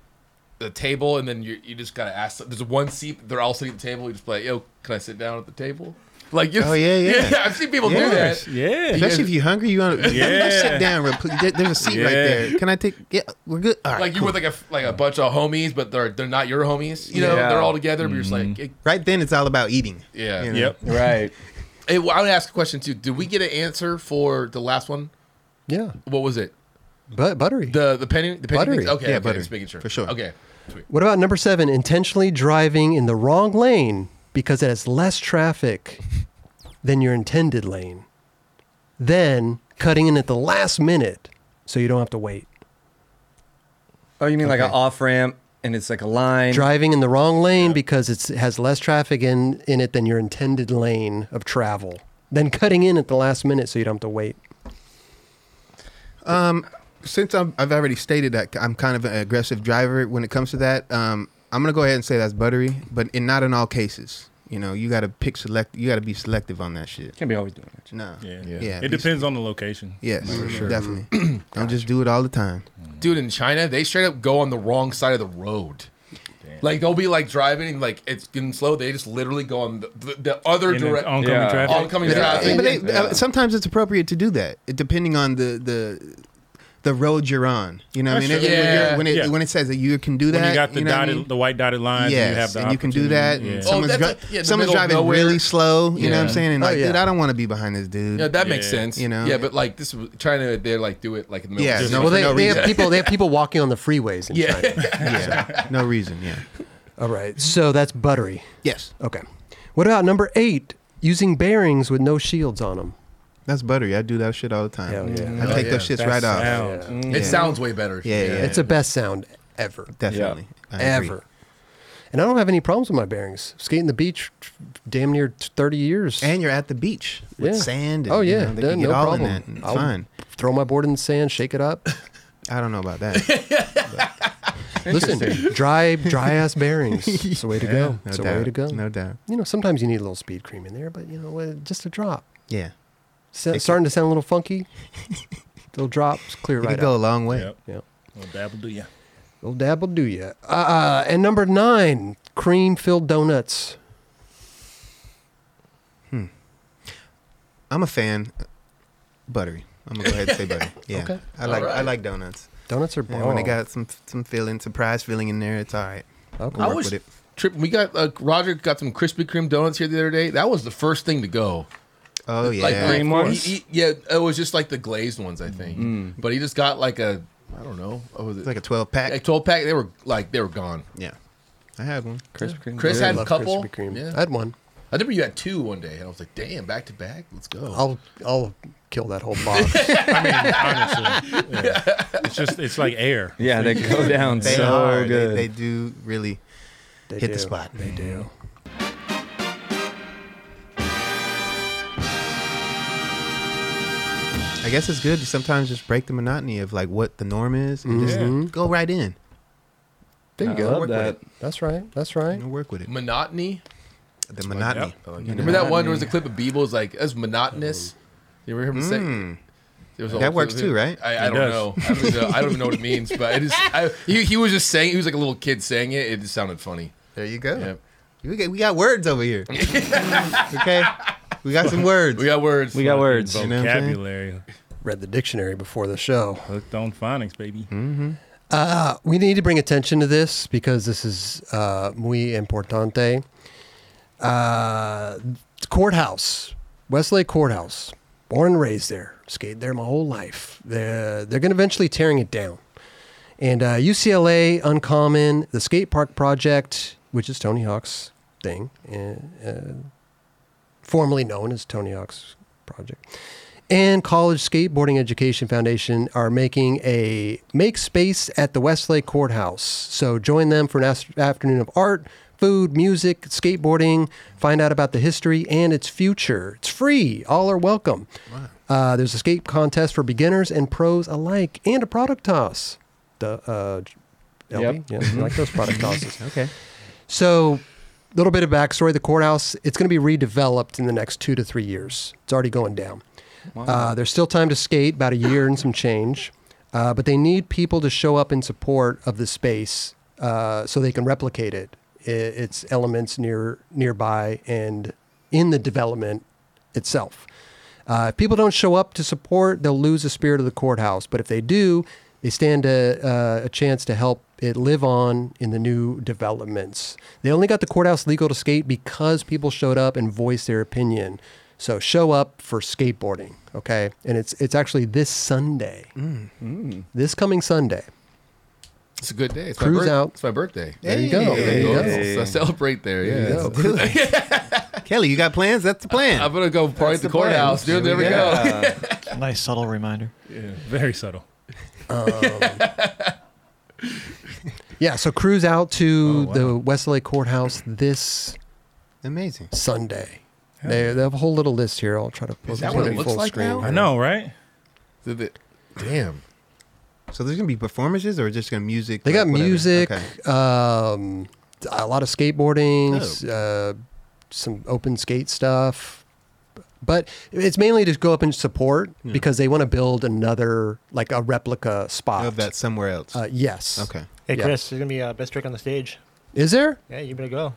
the table and then you you just gotta ask. There's one seat. They're all sitting at the table. You just play. Yo, can I sit down at the table? Like you-
Oh, yeah, yeah.
I've seen people do
Yeah.
that.
Yeah.
Especially if you're hungry, you want to
Yeah.
sit down. Real, quick. There- there's a seat right
Yeah.
there. Can I take? Yeah, we're good. All right,
Like you
cool.
with like a like a bunch of homies, but they're they're not your homies. You know,
Yeah.
they're all together. But you're just
Mm-hmm.
like, it-
right then, it's all about eating.
Yeah.
you know?
Yep.
Right.
it- well, I would ask a question too. Did we get an answer for the last one?
Yeah.
What was it?
But buttery.
The the penny the penny
Buttery.
things? Okay,
Yeah,
okay,
buttery.
just making sure
For sure.
Okay, sweet.
what about number seven? Intentionally driving in the wrong lane because it has less traffic than your intended lane. Then cutting in at the last minute so you don't have to wait.
Oh, you mean like an
Okay.
off ramp and it's like a line?
Driving in the wrong lane because it's, it has less traffic in, in it than your intended lane of travel. Then cutting in at the last minute so you don't have to wait.
since I'm, I've already stated that I'm kind of an aggressive driver when it comes to that, um, I'm gonna go ahead and say that's buttery, but in not in all cases. You know, you gotta pick select. You gotta be selective on that shit.
Can't be always doing that.
No.
Yeah.
Yeah.
It
be-
depends on the location.
Yes, definitely.
Mm-hmm.
Don't just do it all the time.
dude in China, they straight up go on the wrong side of the road. Like they'll be like driving, and, like it's getting slow. They just literally go on the, the, the other
In the
direction.
oncoming
Yeah.
traffic.
Oncoming
But
traffic.
they, uh, sometimes it's appropriate to do that, it- depending on the the the road you're on. You know, what I mean,
That's
It-
true.
when,
Yeah.
you're- when it
Yeah.
when it says that you can do that,
when you got the
know what I
dotted,
mean?
the white dotted lines, and you have
Yes,
the
and you can do that.
opportunity.
And
Yeah.
someone's,
Oh, that's
dri-
a- yeah, the
someone's
middle of
driving
nowhere.
really slow. You know what I'm
Yeah.
saying? And
Oh,
like,
yeah.
dude, I don't want to be behind this dude.
yeah, that makes
Yeah.
sense.
You know?
yeah, but like this was China, they like do it like in the middle.
Yeah,
of the
no,
city.
well, they,
no
they have
reason.
people. They have people walking on the freeways in
Yeah.
China.
yeah, no reason. Yeah.
All right, so that's buttery.
Yes,
Okay. What about number eight? Using bearings with no shields on them.
that's buttery. I do that shit all the time.
Hell yeah.
I
Oh,
take
yeah.
those shits
That
right off.
sound. Mm.
it sounds way better.
Yeah, yeah.
It's the best sound ever.
Definitely. I agree.
ever. And I don't have any problems with my bearings. Skating the beach, t- damn near t- thirty years.
And you're at the beach with
Yeah.
sand. And,
Oh, yeah.
you know, they
Yeah,
can get
no
all
problem.
in that. and it's
I'll-
fine.
Throw my board in the sand, shake it up.
I don't know about that.
Listen, dry, dry ass bearings. It's the way to go.
No
it's the
doubt.
way to go.
No doubt.
You know, sometimes you need a little speed cream in there, but you know, what, just a drop.
Yeah,
Sa- starting to sound a little funky. little drops, clear
you
right
could go
out.
a long way.
Yep.
Yeah.
Well, that'll do ya.
Little dab will do ya. Uh, and number nine, cream filled donuts.
I'm a fan. Buttery. I'm gonna go ahead and say buttery. Yeah,
Okay. Oh.
I like I
Alright.
like donuts.
Donuts are bomb.
And when they got some some feeling, surprise feeling in there, it's all right.
Okay.
We'll
I
work
was
with it.
tripping. We got uh, Roger got some Krispy Kreme donuts here the other day. That was the first thing to go.
Oh yeah,
Like
cream
like,
ones?
he- he- yeah, it was just like the glazed ones, I think. But he just got like a, I don't know, what was it?
it's like a 12 pack.
like twelve pack. They were like they were gone.
yeah, I had one.
Krispy Kreme.
Chris
I
had a
love
couple.
Krispy Kreme.
Yeah.
I had one.
I remember you had two one day, and I was like, "Damn, back to back, let's go."
Oh.
I'll I'll kill that whole box.
Honestly, yeah. it's just it's like air.
Yeah, they go down
They
so
are. they-
good.
They, do really
They
hit
do.
the spot.
They do.
I guess it's good to sometimes just break the monotony of like what the norm is and
Mhm.
Mm-hmm.
just go right in
There you
I
go.
love
Work with
that.
it. That's right. That's right.
and work with it.
monotony.
The monotony.
I like
you
Remember
know?
that one? There was a clip of Beebles like that's monotonous. You remember him saying? There was a
Mm. That
whole clip
works
of
too,
him-
right?
I, I
It
don't
does.
know. I don't, know. I don't even know what it means, but it is. I, he, he was just saying. He was like a little kid saying it. It just sounded funny.
There you go.
Yep.
We, got, we got words over here. okay, we got some words.
We got words.
we got words.
know what I'm saying?
Vocabulary
Read the dictionary before the show.
hooked on phonics, baby.
Hmm?
Uh, we need to bring attention to this because this is uh, muy importante. Uh, courthouse, Wesley Courthouse, born and raised there, skated there my whole life. They're, they're going to eventually tearing it down. And uh, UCLA, Uncommon, the skate park project, which is Tony Hawk's thing, uh, uh, formerly known as Tony Hawk's project and College Skateboarding Education Foundation are making a make space at the Westlake Courthouse. So join them for an as- afternoon of art, food, music, skateboarding. Find out about the history and its future. It's free. All are welcome. Uh, there's a skate contest for beginners and pros alike, and a product toss. The uh,
Yep.
LB, yeah, you like those product tosses.
Okay.
So, a little bit of backstory: the courthouse it's going to be redeveloped in the next two to three years. It's already going down. Uh, there's still time to skate, about a year and some change, uh, but they need people to show up in support of the space uh, so they can replicate it, i- its elements near nearby and in the development itself. Uh, if people don't show up to support, they'll lose the spirit of the courthouse. But if they do, they stand a, uh, a chance to help it live on in the new developments. They only got the courthouse legal to skate because people showed up and voiced their opinion. So show up for skateboarding, okay? And it's it's actually this Sunday, this coming Sunday.
It's a good day. It's
Cruise
my birth-
out.
It's my birthday.
There you
Oh,
go. There you go.
So I celebrate there. Yeah.
There you go.
Kelly, you got plans? That's the plan.
I'm gonna go party at the, courthouse, dude. There we go.
Nice subtle reminder.
Very subtle.
Yeah, so cruise out to the Westlake Courthouse this
Amazing.
Sunday. They, they have a whole little list here. I'll try to put
that
it
what
in
it looks
full
like
screen.
now?
I know, right?
Did the- Damn.
So there's gonna be performances or just gonna music?
They got
like, whatever?
music,
Okay.
um, a lot of skateboarding, s- uh, some open skate stuff. But it's mainly to go up and support because they want to build another, like a replica spot.
Of that somewhere else.
Uh, yes.
okay.
Hey,
Yeah.
Chris, there's gonna be
uh,
a best trick on the stage.
Is there?
Yeah, you better go.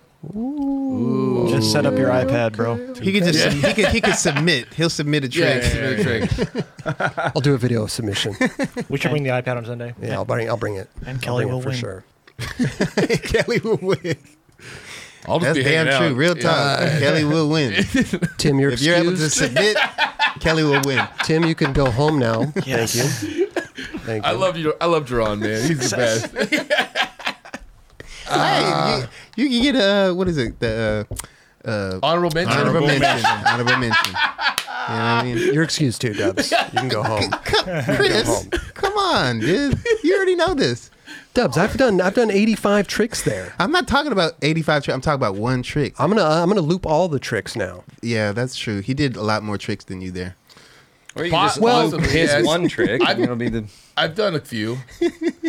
Just set up your iPad, bro.
He could just he could he could submit. He'll submit a
Yeah,
trick.
it's really trick.
I'll do a video submission.
We should bring the iPad on Sunday.
Yeah, I'll bring. I'll bring it.
And
I'll
Kelly
bring it
will
for
win.
sure.
Kelly will win.
I'll just
That's
be hanging
damn true.
out.
Real
Yeah.
talk. Kelly will win.
Tim, you're
if you're able to
excused.
submit, Kelly will win.
Tim, you can go home now.
Yes.
Thank you.
I love you. I love Jerron, man. He's the best.
hey, you, you can get uh, what is it? The uh, uh,
Honorable mention.
honorable, mention. honorable mention. You know what I mean?
You're excused too, Dubs. You can go home.
Chris, come on, dude. You already know this.
Dubs, I've done. I've done 85 tricks there.
I'm not talking about 85 tricks. I'm talking about one trick.
I'm gonna. I'm gonna loop all the tricks now.
Yeah, that's true. He did a lot more tricks than you there.
Or you
Pot-
just
well,
well, his
yes.
one trick,
I've-
and it'll be the.
I've done a few,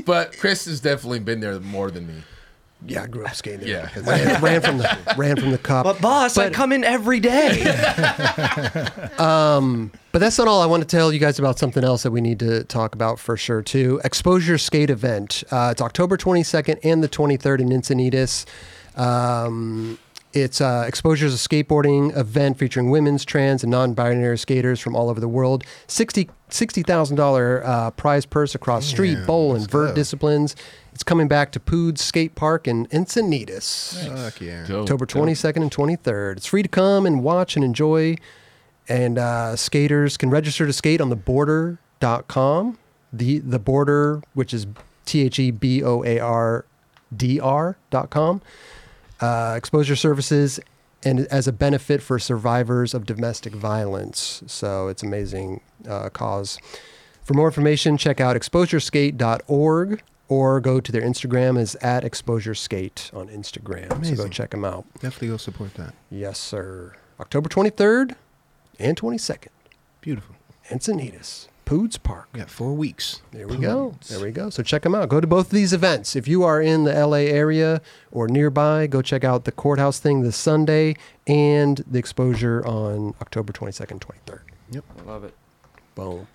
but Chris has definitely been there more than me.
Yeah, I grew up skating.
Yeah.
ran, ran from the ran from the cop. But,
boss, I come in every day.
that's not all. I want to tell you guys about something else that we need to talk about for sure too. Exposure Skate Event. Uh, it's October 22nd and the 23rd in Encinitas. Um, it's uh, Exposure is a skateboarding event featuring women's, trans, and non-binary skaters from all over the world. 60 $60,000 uh, prize purse across street, bowl, and vert disciplines. It's coming back to Pood's Skate Park in Encinitas.
Fuck Oh, yeah.
October 22nd and 23rd. It's free to come and watch and enjoy. And uh, skaters can register to skate on theborder.com. The the border, which is T H E B O A R D R dot com. Uh, exposure services and as a benefit for survivors of domestic violence. So it's amazing uh, cause. For more information, check out exposureskate.org or go to their Instagram is at exposureskate on Instagram. So go
Amazing.
check them out.
Definitely go support that.
Yes, sir. October 23rd and 22nd,
Beautiful.
Encinitas, Poods Park.
We got four weeks.
There we go. There we go. So check them out. Go to both of these events. If you are in the LA area or nearby, go check out the courthouse thing this Sunday and the exposure on October 22nd, 23rd.
I love it.
Boom.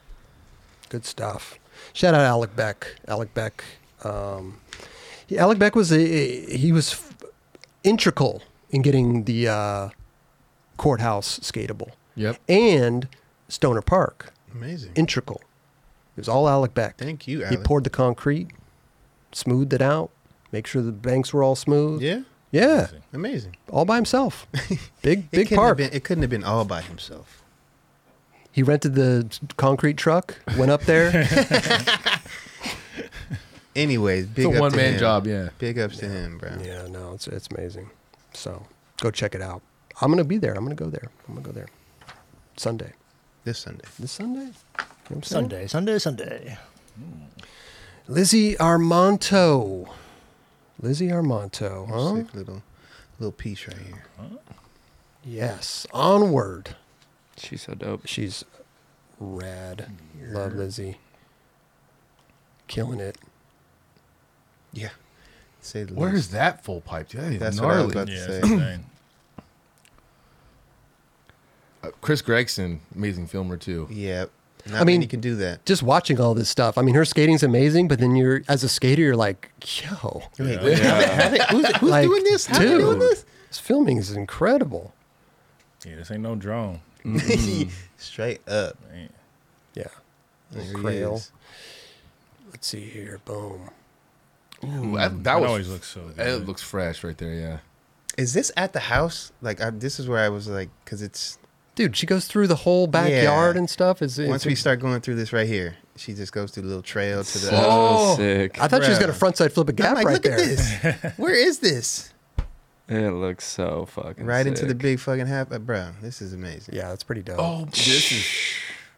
Good stuff. Shout out Alec Beck. Alec Beck. Um, he- Alec Beck was a, he was f- integral in getting the uh, courthouse skatable
Yep.
and Stoner Park
Amazing.
integral. It was all Alec Beck.
Thank you,
He
Alec.
poured the concrete, smoothed it out, make sure the banks were all smooth.
yeah.
Yeah,
Amazing.
all by himself. Big
it
big
couldn't
park.
Have been, it couldn't have been all by himself.
He rented the concrete truck, went up there,
Anyways, big
It's
up
a one
to
man
him.
job, yeah.
Big ups to him, bro.
Yeah, no, it's it's amazing. So go check it out. I'm gonna be there. I'm gonna go there. I'm gonna go there. Sunday.
This Sunday.
This Sunday. You know what I'm
Sunday,
saying?
Sunday, Sunday.
Lizzie Armanto. Lizzie Armanto, huh?
Sick little little piece right here.
Yes. Onward.
She's so dope.
She's rad.
Mm-hmm.
Love Lizzie. Killing it.
Yeah. Say the
Where
least.
is that full pipe? dude? That is
That's what I was
gnarly.
about
Yeah,
to
it's
say.
insane.
Uh, Chris Gregson, amazing filmer too.
yeah. Not
I mean-
many can do that.
Just watching all this stuff. I mean, her skating's amazing, but then you're as a skater, you're like, yo,
How they- who's who's
Like,
doing this? How they
dude.
doing this?
this filming is incredible.
Yeah, this ain't no drone.
Straight up.
Oh,
Yeah.
There he
Crail.
is.
Let's see here. Boom.
Ooh, that,
That
that was.
always looks so good.
It looks fresh right there. Yeah.
Is this at the house? Like, I, this is where I was like, because it's
Dude, she goes through the whole backyard
Yeah.
and stuff. Is
once we start going through this right here, she just goes through a little trail to the.
So sick.
I thought she was
Bruh.
gonna frontside flip a
I'm
gap
like,
right
look
there.
at this. Where is this?
It looks so fucking.
Right into the
sick.
big fucking half, uh, bro. This is amazing.
Yeah, that's pretty dope.
Oh, this is.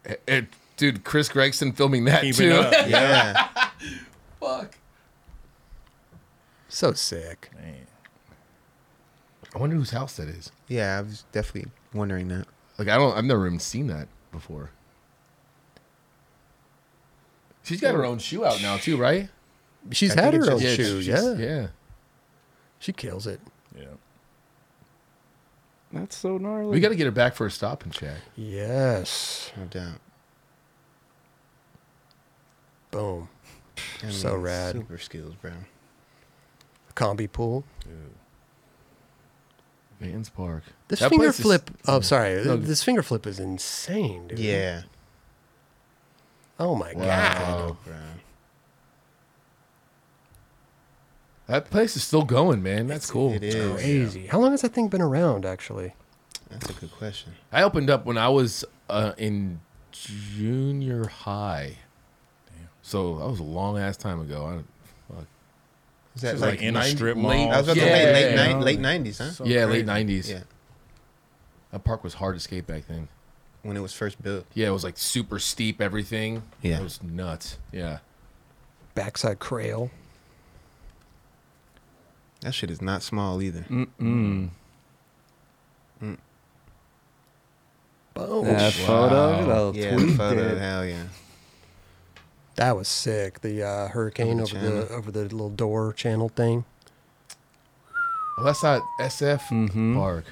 it- it- dude, Chris Gregson filming that
Keeping
too.
up.
Yeah,
Fuck.
So sick.
Man.
I wonder whose house that is.
yeah. I was definitely wondering that.
Like I don't. I've never even seen that before. She's got her own shoe out now too, right?
She's
I think
had
it's
her own
just- yeah,
shoe.
she's-
Yeah.
yeah.
She kills it.
Yeah.
That's so gnarly.
We got to get her back for a stop and check.
Yes.
No doubt.
Boom.
I
So
mean,
rad.
Super skills, bro.
Combi pool.
Vans Park.
This
That
finger
place is-
flip. oh, sorry.
No.
This finger flip is insane, dude.
Yeah.
Oh my god.
Bro.
That place is still going, man. That's cool.
It is.
Crazy. How long has that thing been around, actually?
That's a good question.
I opened up when I was uh, in junior high. So that was a long ass time ago. I don't, fuck.
Is that
It's
like,
like in a
nine-
strip
late-
mall.
I was about to
Yeah.
say late
Yeah.
night, late nineties, huh?
So
yeah,
crazy.
late nineties.
Yeah.
That park was hard to skate back then.
When it was first built.
Yeah, it was like super steep. Everything.
Yeah.
it was nuts. Yeah,
Backside crail.
That shit is not small either.
Boom.
That photo,
Yeah,
yeah,
the
tweet
photo,
it.
hell yeah.
That was sick. The uh, hurricane
Over
over
the
the over the little door channel thing.
well, that's not SF Park.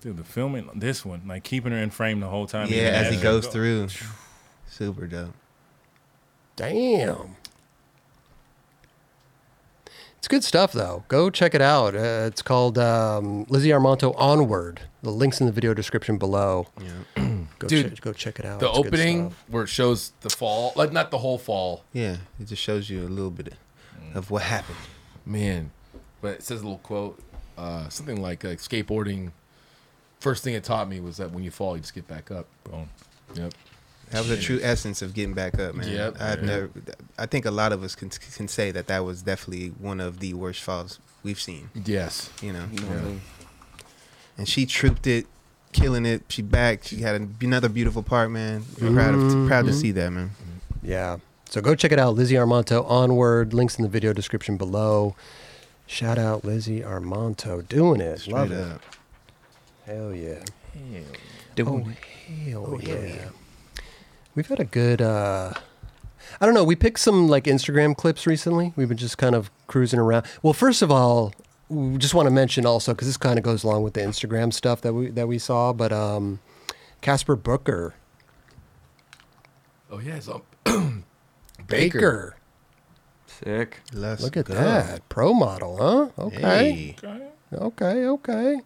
Dude, the filming this one, like keeping her in frame the whole time.
yeah,
even
as he
she
goes
go-
through. Super dope.
Damn. It's good stuff, though. Go check it out. Uh, it's called um, Lizzie Armanto Onward. The link's in the video description below. go
Dude,
check, go check it out.
The
It's good
opening
stuff.
where it shows the fall, like not the whole fall,
Yeah, it just shows you a little bit of, of what happened.
man. But it says a little quote, uh, something like uh, skateboarding. First thing it taught me was that when you fall, you just get back up.
Boom.
Yep.
That was the true essence of getting back up, man.
Yep.
I've
Yeah.
never. I think a lot of us can can say that that was definitely one of the worst falls we've seen.
Yes.
You know,
Yeah.
and she trooped it, killing it. She back. She had another beautiful part, man. Proud of, proud to see that, man.
Yeah. So go check it out. Lizzie Armanto Onward. Links in the video description below. Shout out Lizzie Armanto. Doing it. Love
Straight
it.
up.
Hell yeah.
Doing
Oh, hell yeah. We've had a good. Uh, I don't know. We picked some like Instagram clips recently. We've been just kind of cruising around. Well, first of all, we just want to mention also because this kind of goes along with the Instagram stuff that we that we saw. But um, Casper Booker
Oh yeah. So
Baker,
Sick.
Let's
look at
go.
that pro model, huh? Okay,
Hey.
Okay.
okay, okay.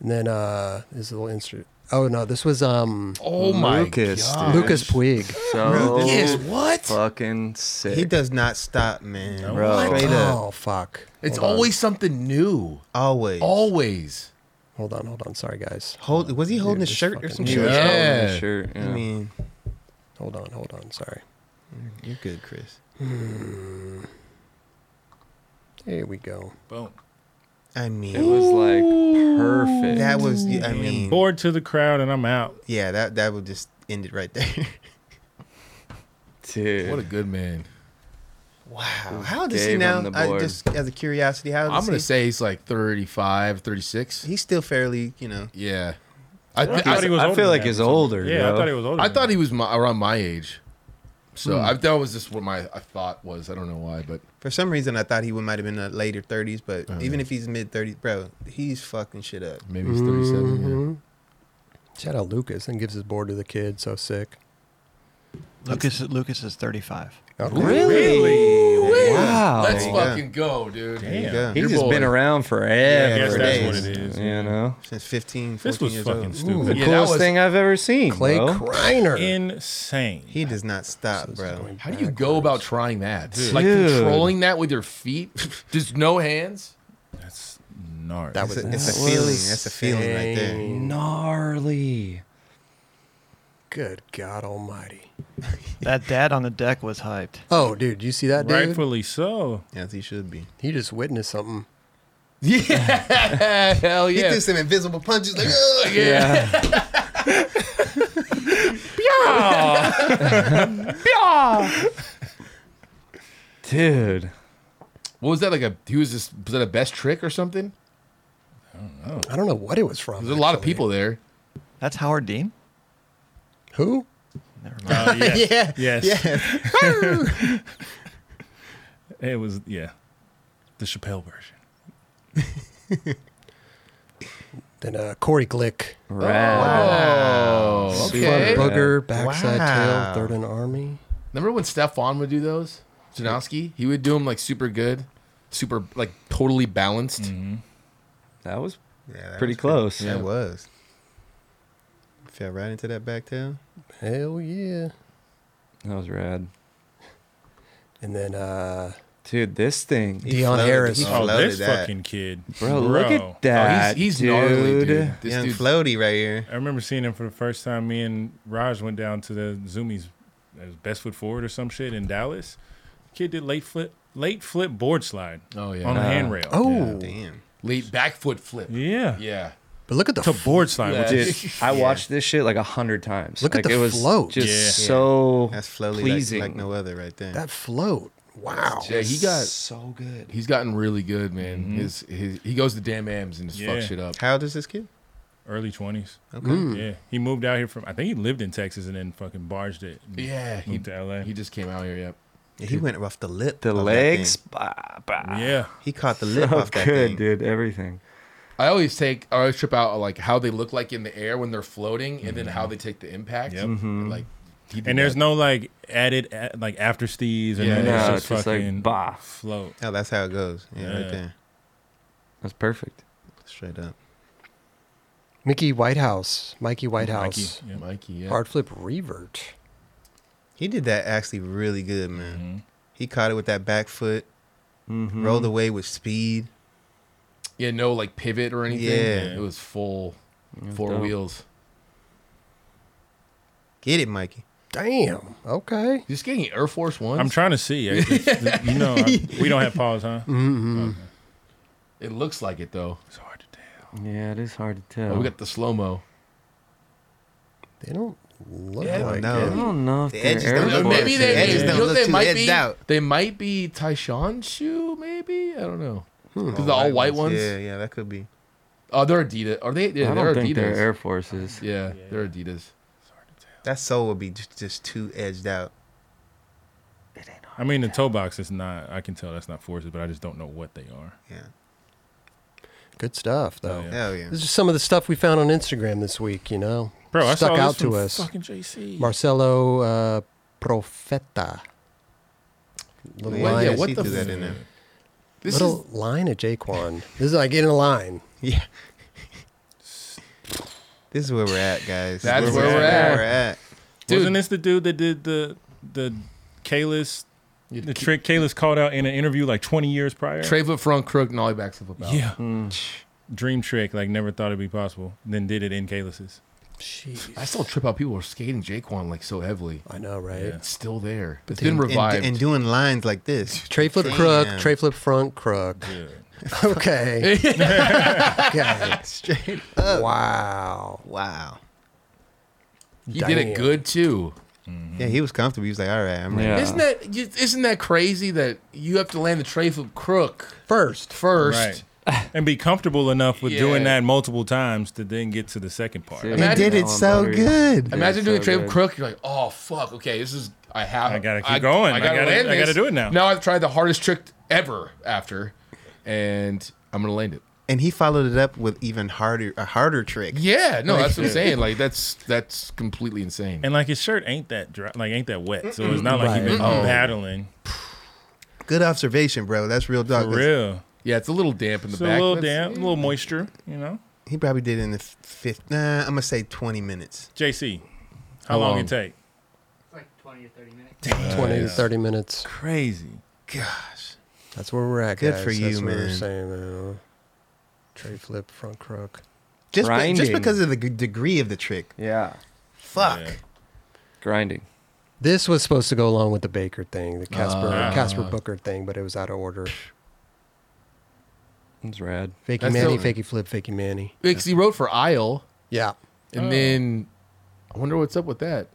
And then uh, this little Insta. Oh no, this was um
Oh my
Lucas,
god.
dude.
Lucas Puig.
So
Bro,
Yes. What?
fucking sick.
He does not stop, man.
Bro.
Straight up,
Oh fuck!
It's
Hold on.
always something new.
always.
Always.
Hold on, hold on. Sorry guys.
Hold, was he holding
Dude,
his
this
shirt or
fucking
some
He
shit?
was holding
Yeah.
his shirt.
I
yeah.
mean,
Hold on, hold on. Sorry.
you're good, Chris.
Here we go.
Boom.
I
it
mean,
was like perfect.
that was. I
And
mean,
bored to the crowd, and I'm out.
yeah, that that would just end it right there.
Dude.
What a good man.
Wow. How does he
gave
now?
him the
I,
board.
just as a curiosity, how does
I'm going to
he?
say he's like 35, 36.
He's still fairly, you know.
Yeah. I,
I, thought he was
I
older
feel
than
like
that
he's
for some
older,
reason. Yeah,
yo.
I thought he was older. Hmm.
I
than
thought
that.
he was my, around my age. So I, that was just what my I thought was. I don't know why, but
For some reason, I thought he would might have been in the later 30s, but
Oh,
even
yeah.
if he's mid 30s, bro, he's fucking shit up.
maybe he's 37. yeah.
Mm-hmm.
Shout out Lucas and gives his board to the kid. So sick.
Lucas, Lucas is 35.
really? Wow.
Let's
you go.
fucking go, dude.
Oh, Damn.
There you go.
He's
Your
just
boy.
been around
I
I guess
for
forever.
that's
days.
what it is.
You know,
Since 15, 14
This was
years
fucking
old.
stupid.
Yeah, that
coolest
was
thing I've ever seen.
Clay
bro.
Kreiner.
Insane.
He does not stop, bro.
How do you go about trying that?
Dude.
Like
Dude.
controlling that with your feet, just no hands.
That's gnarly.
That
It's
was
a, it's a
that was
feeling. That's a feeling right there.
insane.
gnarly.
Good God Almighty.
That dad on the deck was hyped.
Oh, dude, you see that dude?
Rightfully so.
As he should be.
He just witnessed something.
Yeah, hell
He
yeah.
threw some invisible punches. Like, "Ugh."
Yeah. Dude.
What was that like? A he was just was that a best trick or something?
I don't know what it was from.
There's a lot of
actually.
people there.
That's Howard Dean.
Who?
Never
Uh,
mind.
yes.
Yeah.
Yes.
Yeah.
it was yeah, the Chappelle version.
Then uh, Corey Glick.
Oh. Wow.
Wow.
Okay.
Booger, backside tail,
Wow.
third in army.
Remember when Stefan would do those? Janowski? He would do them like super good, super like totally balanced.
Mm.
That was
Yeah, that
pretty
was
close.
That was. Fell right into that back tail.
Hell yeah.
That was rad,
And then uh,
dude. This thing,
He
Deion
floated-
Harris.
He
Oh,
floated
this
that.
fucking kid,
bro. Look at
Oh,
that.
he's, he's
dude.
gnarly, dude. This
Young
dude.
floaty right here.
I remember seeing him for the first time. Me and Raj went down to the Zoomies, it was Best Foot Forward or some shit in Dallas. Kid did late flip, late flip board slide
oh yeah.
on the
Ah.
handrail.
oh,
Damn.
Late back foot flip.
yeah,
Yeah.
but look at the
to
f-
board slide,
Yeah.
which
Dude,
is
I watched this shit like a hundred times.
Look at
like,
the
it was
float.
Just
Yeah.
so
That's floaty like,
pleasing.
like no other right there.
that float. Wow.
Yeah, he got
so good.
he's gotten really good, man. His his he goes to damn AMs and just
Mm-hmm. Yeah.
fucks shit up.
How old is this kid?
early twenties.
Okay.
Yeah, he moved out here from. I think he lived in Texas and then fucking barged it. and
Yeah, he
moved to LA.
he just came out here, yep.
Yeah, he went off the lip.
The
of that
legs,
thing.
bah, bah.
yeah,
He caught the lip
so
off that
good,
thing.
dude. Everything.
I always take I always trip out like how they look like in the air when they're floating and then how they take the impact.
Mm-hmm. Yep.
And, like he did
and there's
that.
no like added a- like after stees or
Yeah.
nothing.
No,
it's just,
it's just like,
fucking
bah.
float.
Oh, that's how it goes. Yeah,
Yeah.
right there.
That's perfect.
Straight up.
Mickey Whitehouse, Mikey Whitehouse,
Mikey, yeah.
Mikey, yeah.
hard flip revert.
He did that actually really good, man.
Mm-hmm.
He caught it with that back foot,
Mm-hmm.
rolled away with speed.
Yeah, no like pivot or anything.
Yeah.
It was full four
dope.
wheels.
Get it, Mikey.
Damn. Okay.
Just getting Air Force One.
I'm trying to see. I- it's- you know, I- we don't have pause, huh?
It looks like it though.
It's hard to tell.
Yeah, it is hard to tell.
Oh, we got the slow mo.
They don't look
Yeah,
like
Oh, no.
I
it.
don't know if
The
they're
edges don't
airborne.
look
Maybe they,
edges
you
don't
know,
look
they
too
might
edged
be.
out.
They might be Tyshawn shoe. Maybe I don't know. Because the
All
all white ones.
Hmm. Oh, Yeah, yeah, that could be.
Oh, they're Adidas. Are they? Yeah,
I
they're
don't
Adidas.
think they're Air Forces.
yeah, they're Adidas.
That sole would be just, just too edged out.
I mean, the toe box is not. I can tell that's not forces, but I just don't know what they are.
Yeah.
Good stuff, though.
Oh, yeah.
Hell yeah.
This is some of the stuff we found on Instagram this week. You know,
Bro, I
stuck
saw
out
this from
to us.
Fucking JC.
Marcelo uh, Profeta. Little
Why
line,
did
yeah, what
she
the
do that
f-
in there?
This
little line of Jaquan. This is like in a line.
Yeah. this is where we're at, guys.
That's
This is
where we're at. Dude.
Wasn't this the dude that did the the Kalis
is
the trick Kalis called out in an interview like 20 years prior?
Trade foot front crook nollie back flip about.
Yeah. Mm. Dream trick, like never thought it'd be possible. Then did it in Kalis's.
Jeez.
I still trip out. People are skating Jaquan like so heavily.
I know, right?
It's still there. It's
And-
been
and-
revived.
And, doing lines like this.
Tray flip crook,
Damn.
tray flip front crook. Okay. okay.
Straight.
Wow.
Wow.
he did it
Damn.
good too. Mm-hmm.
Yeah, he was comfortable. He was like, all right, I'm ready.
Yeah.
Isn't that you- isn't that crazy that you have to land the tray flip crook first? First.
Right. and be comfortable enough with doing
Yeah.
that multiple times to then get to the second part.
Dude,
Imagine-
He did
that
it
one
so
buttery.
good.
Imagine
so
doing a tray
good.
flip crook. You're like, oh fuck. Okay, this is I have.
I gotta keep going. I gotta- I gotta
this.
do it now.
Now I've tried the hardest trick ever after, and I'm gonna land it.
And he followed it up with even harder, a harder trick.
Yeah. No, that's what I'm saying. Like that's that's completely insane.
And like his shirt ain't that dry, like ain't that wet, so it's not like he been battling
Good observation, bro. That's real
for
dog. That's-
real.
yeah, it's a little damp in the
So a
back.
little
but it's-
damp, a little moisture, you know.
He probably did it in the f- fifth. Nah, I'm gonna say 20 minutes.
JC, how,
How
long,
long?
it take?
Like 20 or 30 minutes.
20 to 30 minutes.
Crazy.
Gosh,
That's where we're at,
Good
guys.
for
That's
you,
what We're
man.
saying, uh, tray flip front crook.
just be, just
Grinding.
because of the g- degree of the trick.
Yeah.
Fuck.
Yeah.
Grinding.
This was supposed to go along with the Baker thing, the Casper
Ah.
Casper Booker thing, but it was out of order.
It's rad.
Fakey
That's
Manny,
dope.
fakey flip, fakey Manny.
Because he wrote for Isle,
Yeah.
and
Oh.
then I wonder what's up with that.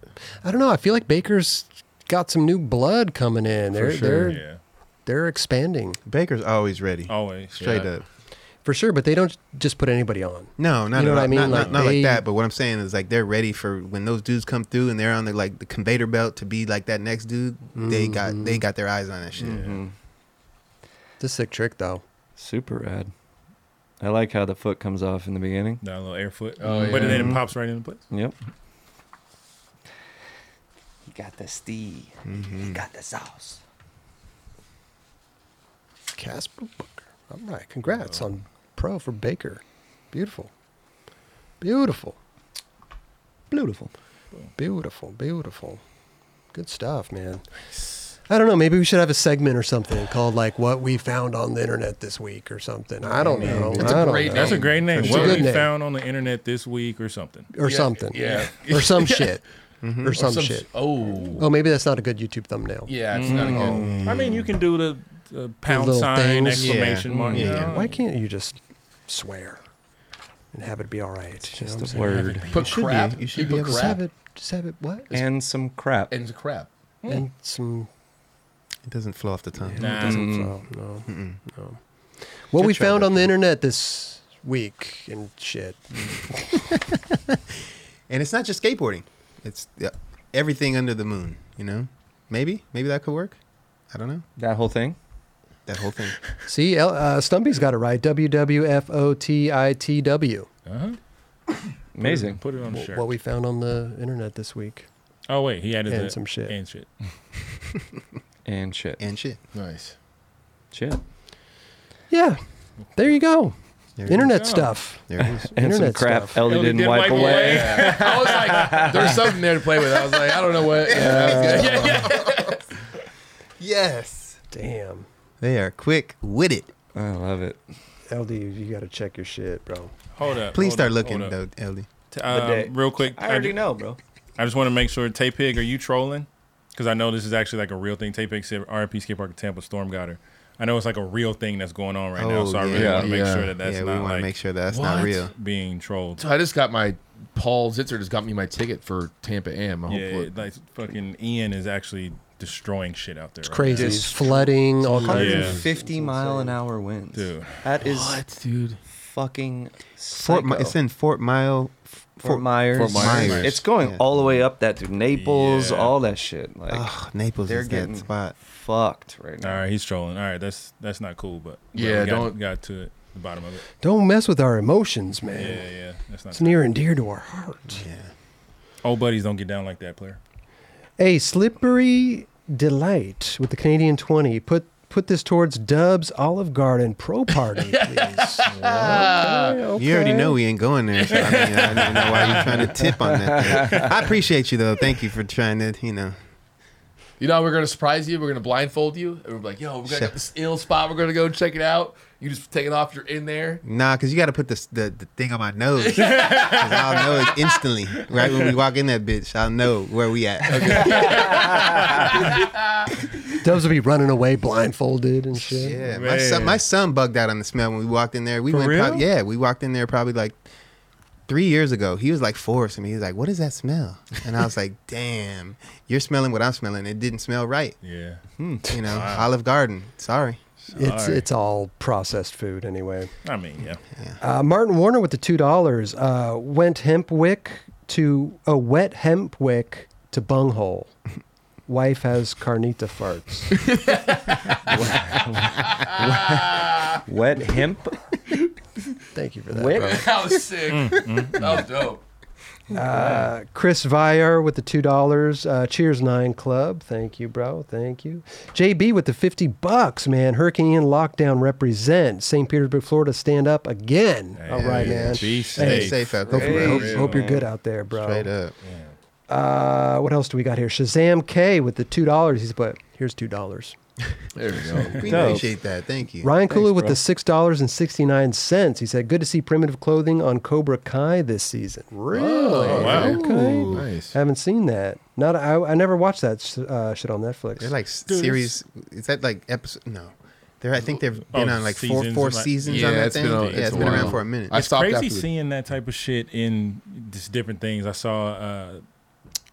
I don't know. I feel like Baker's got some new blood coming in. They're
sure.
they're
Yeah.
they're expanding.
Baker's always ready.
Always.
Straight
Oh, Yeah.
up.
for sure, but they don't just put anybody on.
No, not
you know
at
what
all.
I mean.
Not,
like
not, not
they-
like that. But what I'm saying is like they're ready for when those dudes come through and they're on the like the conveyor belt to be like that next dude. They got they got their eyes on that shit.
Mm-hmm.
It's a sick trick though.
Super rad. I like how the foot comes off in the beginning.
That little air foot.
Oh,
But
yeah.
then it pops right into place.
Yep.
He got the steam. He got the sauce.
Casper Booker. All right, congrats on pro for Baker. Beautiful, beautiful,
beautiful,
beautiful, beautiful. Good stuff, man. I don't know. Maybe we should have a segment or something called like "What We Found on the Internet This Week" or something. I don't know.
That's
I don't know.
That's a great name.
It's a
What
good
we
name.
found on the internet this week or something.
or something. Or some shit.
Mm-hmm.
Or some, shit.
Oh.
Oh, maybe that's not a good YouTube thumbnail.
Yeah, it's not a good-
I mean, you can do the, the pound
little
sign,
things.
exclamation mark. you know?
Why can't you just swear and have it be all right? It's
just a word.
Put
should
crap.
be.
You should
You
put
just
crap.
have it. Just have it. What?
And some crap.
And crap.
And some.
It doesn't flow off the
Uh-huh.
tongue.
Nah. It doesn't
Mm.
flow. No. No. What we found on the internet this week and shit.
And it's not just skateboarding. It's yeah, everything under the moon. You know, maybe maybe that could work. I don't know.
That whole thing.
That whole thing.
See, El- uh, Stumpy's got it right. W W F O T I T W.
Uh-huh.
Amazing.
Put it on the shirt.
What we found on the internet this week.
Oh, wait. He added
and
the-
some shit.
And shit.
And shit.
And shit.
Nice.
Shit.
Yeah. There you go.
There it
internet
is.
stuff.
There it is. And some crap Ellie didn't wipe away.
Yeah. I was like, there's something there to play with. I was like, I don't know what. Yeah, that was good. yeah, yeah.
Yes.
Damn.
They are quick with it.
I love it.
LD, you got to check your shit, bro.
Hold up.
Please
hold
start
up,
looking
hold
though,
up.
Ellie.
T- um, real quick.
I already
ju-
know, bro.
I just want to make sure, Tay Pig, are you trolling? Because I know this is actually like a real thing. Tay Pig said RP Skate Park in Tampa Storm got her. I know it's like a real thing that's going on right now,
Oh,
so I really
yeah.
want to make
Yeah.
sure that that's
Yeah, we
not
wanna
like
make sure that's not What? real.
being trolled.
So I just got my Paul Zitzer just got me my ticket for Tampa Am. I hope
Yeah, like fucking Ian is actually destroying shit out there. It's
crazy. It's flooding, all kinds of-
150 mile an hour winds.
Dude.
That is
What, dude?
fucking
Fort, Mi-
psycho.
it's in Fort Mile. F-
Fort Myers.
Fort Myers.
It's going all the way up that through Naples, all that shit. Like
Ugh, Naples
they're
is that
getting
spot.
fucked right now.
All right, he's trolling. All right, that's that's not cool, but but
Yeah,
we got,
don't-
got to the bottom of it.
Don't mess with our emotions, man.
Yeah, yeah, that's not
It's near and dear to our heart.
Yeah.
Old buddies don't get down like that, player.
A slippery delight with the Canadian twenty. Put put this towards Dub's Olive Garden Pro Party, please.
You already know we ain't going there. So I mean, I don't even know why you're trying to tip on that. Thing. I appreciate you though. Thank you for trying to, you know.
You know, we're gonna surprise you. We're gonna blindfold you, and we're like, "Yo, we
Shut-
got this ill spot. We're gonna go check it out." You just take it off. You're in there.
Nah, cause you got to put this, the the thing on my nose. 'Cause I'll know it instantly, right when we walk in that bitch. I'll know where we at.
Dubs will be running away blindfolded and shit.
Yeah, my son, my son bugged out on the smell when we walked in there. We
For
went, prob-
real?
yeah, we walked in there probably like three years ago. He was like four or something. He was like, "What is that smell?" And I was like, "Damn, you're smelling what I'm smelling. It didn't smell right."
Yeah,
Hmm, you know, Olive Garden. Sorry.
It's it's all processed food anyway.
I mean, yeah.
Uh, Martin Warner with the two dollars uh, went Hempwick to a wet Hempwick to bunghole. Wife has carnita farts.
Wet hemp.
Thank you for that.
Wick?
bro.
that was sick. that was dope.
Uh, Chris Viar with the two dollars. Uh, Cheers Nine Club. Thank you, bro. Thank you. JB with the fifty bucks, man. Hurricane Ian lockdown represent St. Petersburg, Florida. Stand up again. All right,
yeah.
man.
Be safe. Stay safe out
hope,
there,
you-
bro.
hope-
Real,
hope you're
man.
good out there, bro.
Straight up.
Uh, what else do we got here? Shazam K with the two dollars. He's put here's two dollars.
There we
go. We appreciate that. Thank you.
Ryan Kulu
Thanks,
with
bro.
the six dollars and sixty nine cents. He said, "Good to see primitive clothing on Cobra Kai this season." Really?
Oh, wow.
Okay.
Ooh,
nice.
Haven't seen that. Not. I, I never watched that uh, shit on Netflix.
They're like s-
Dude,
series. Is that like episode? No. They're, I think they've
Oh,
been on like four,
seasons
four
and, like-
seasons on that thing. yeah, it's been around for a minute.
it's crazy seeing that type of shit in just different things. I saw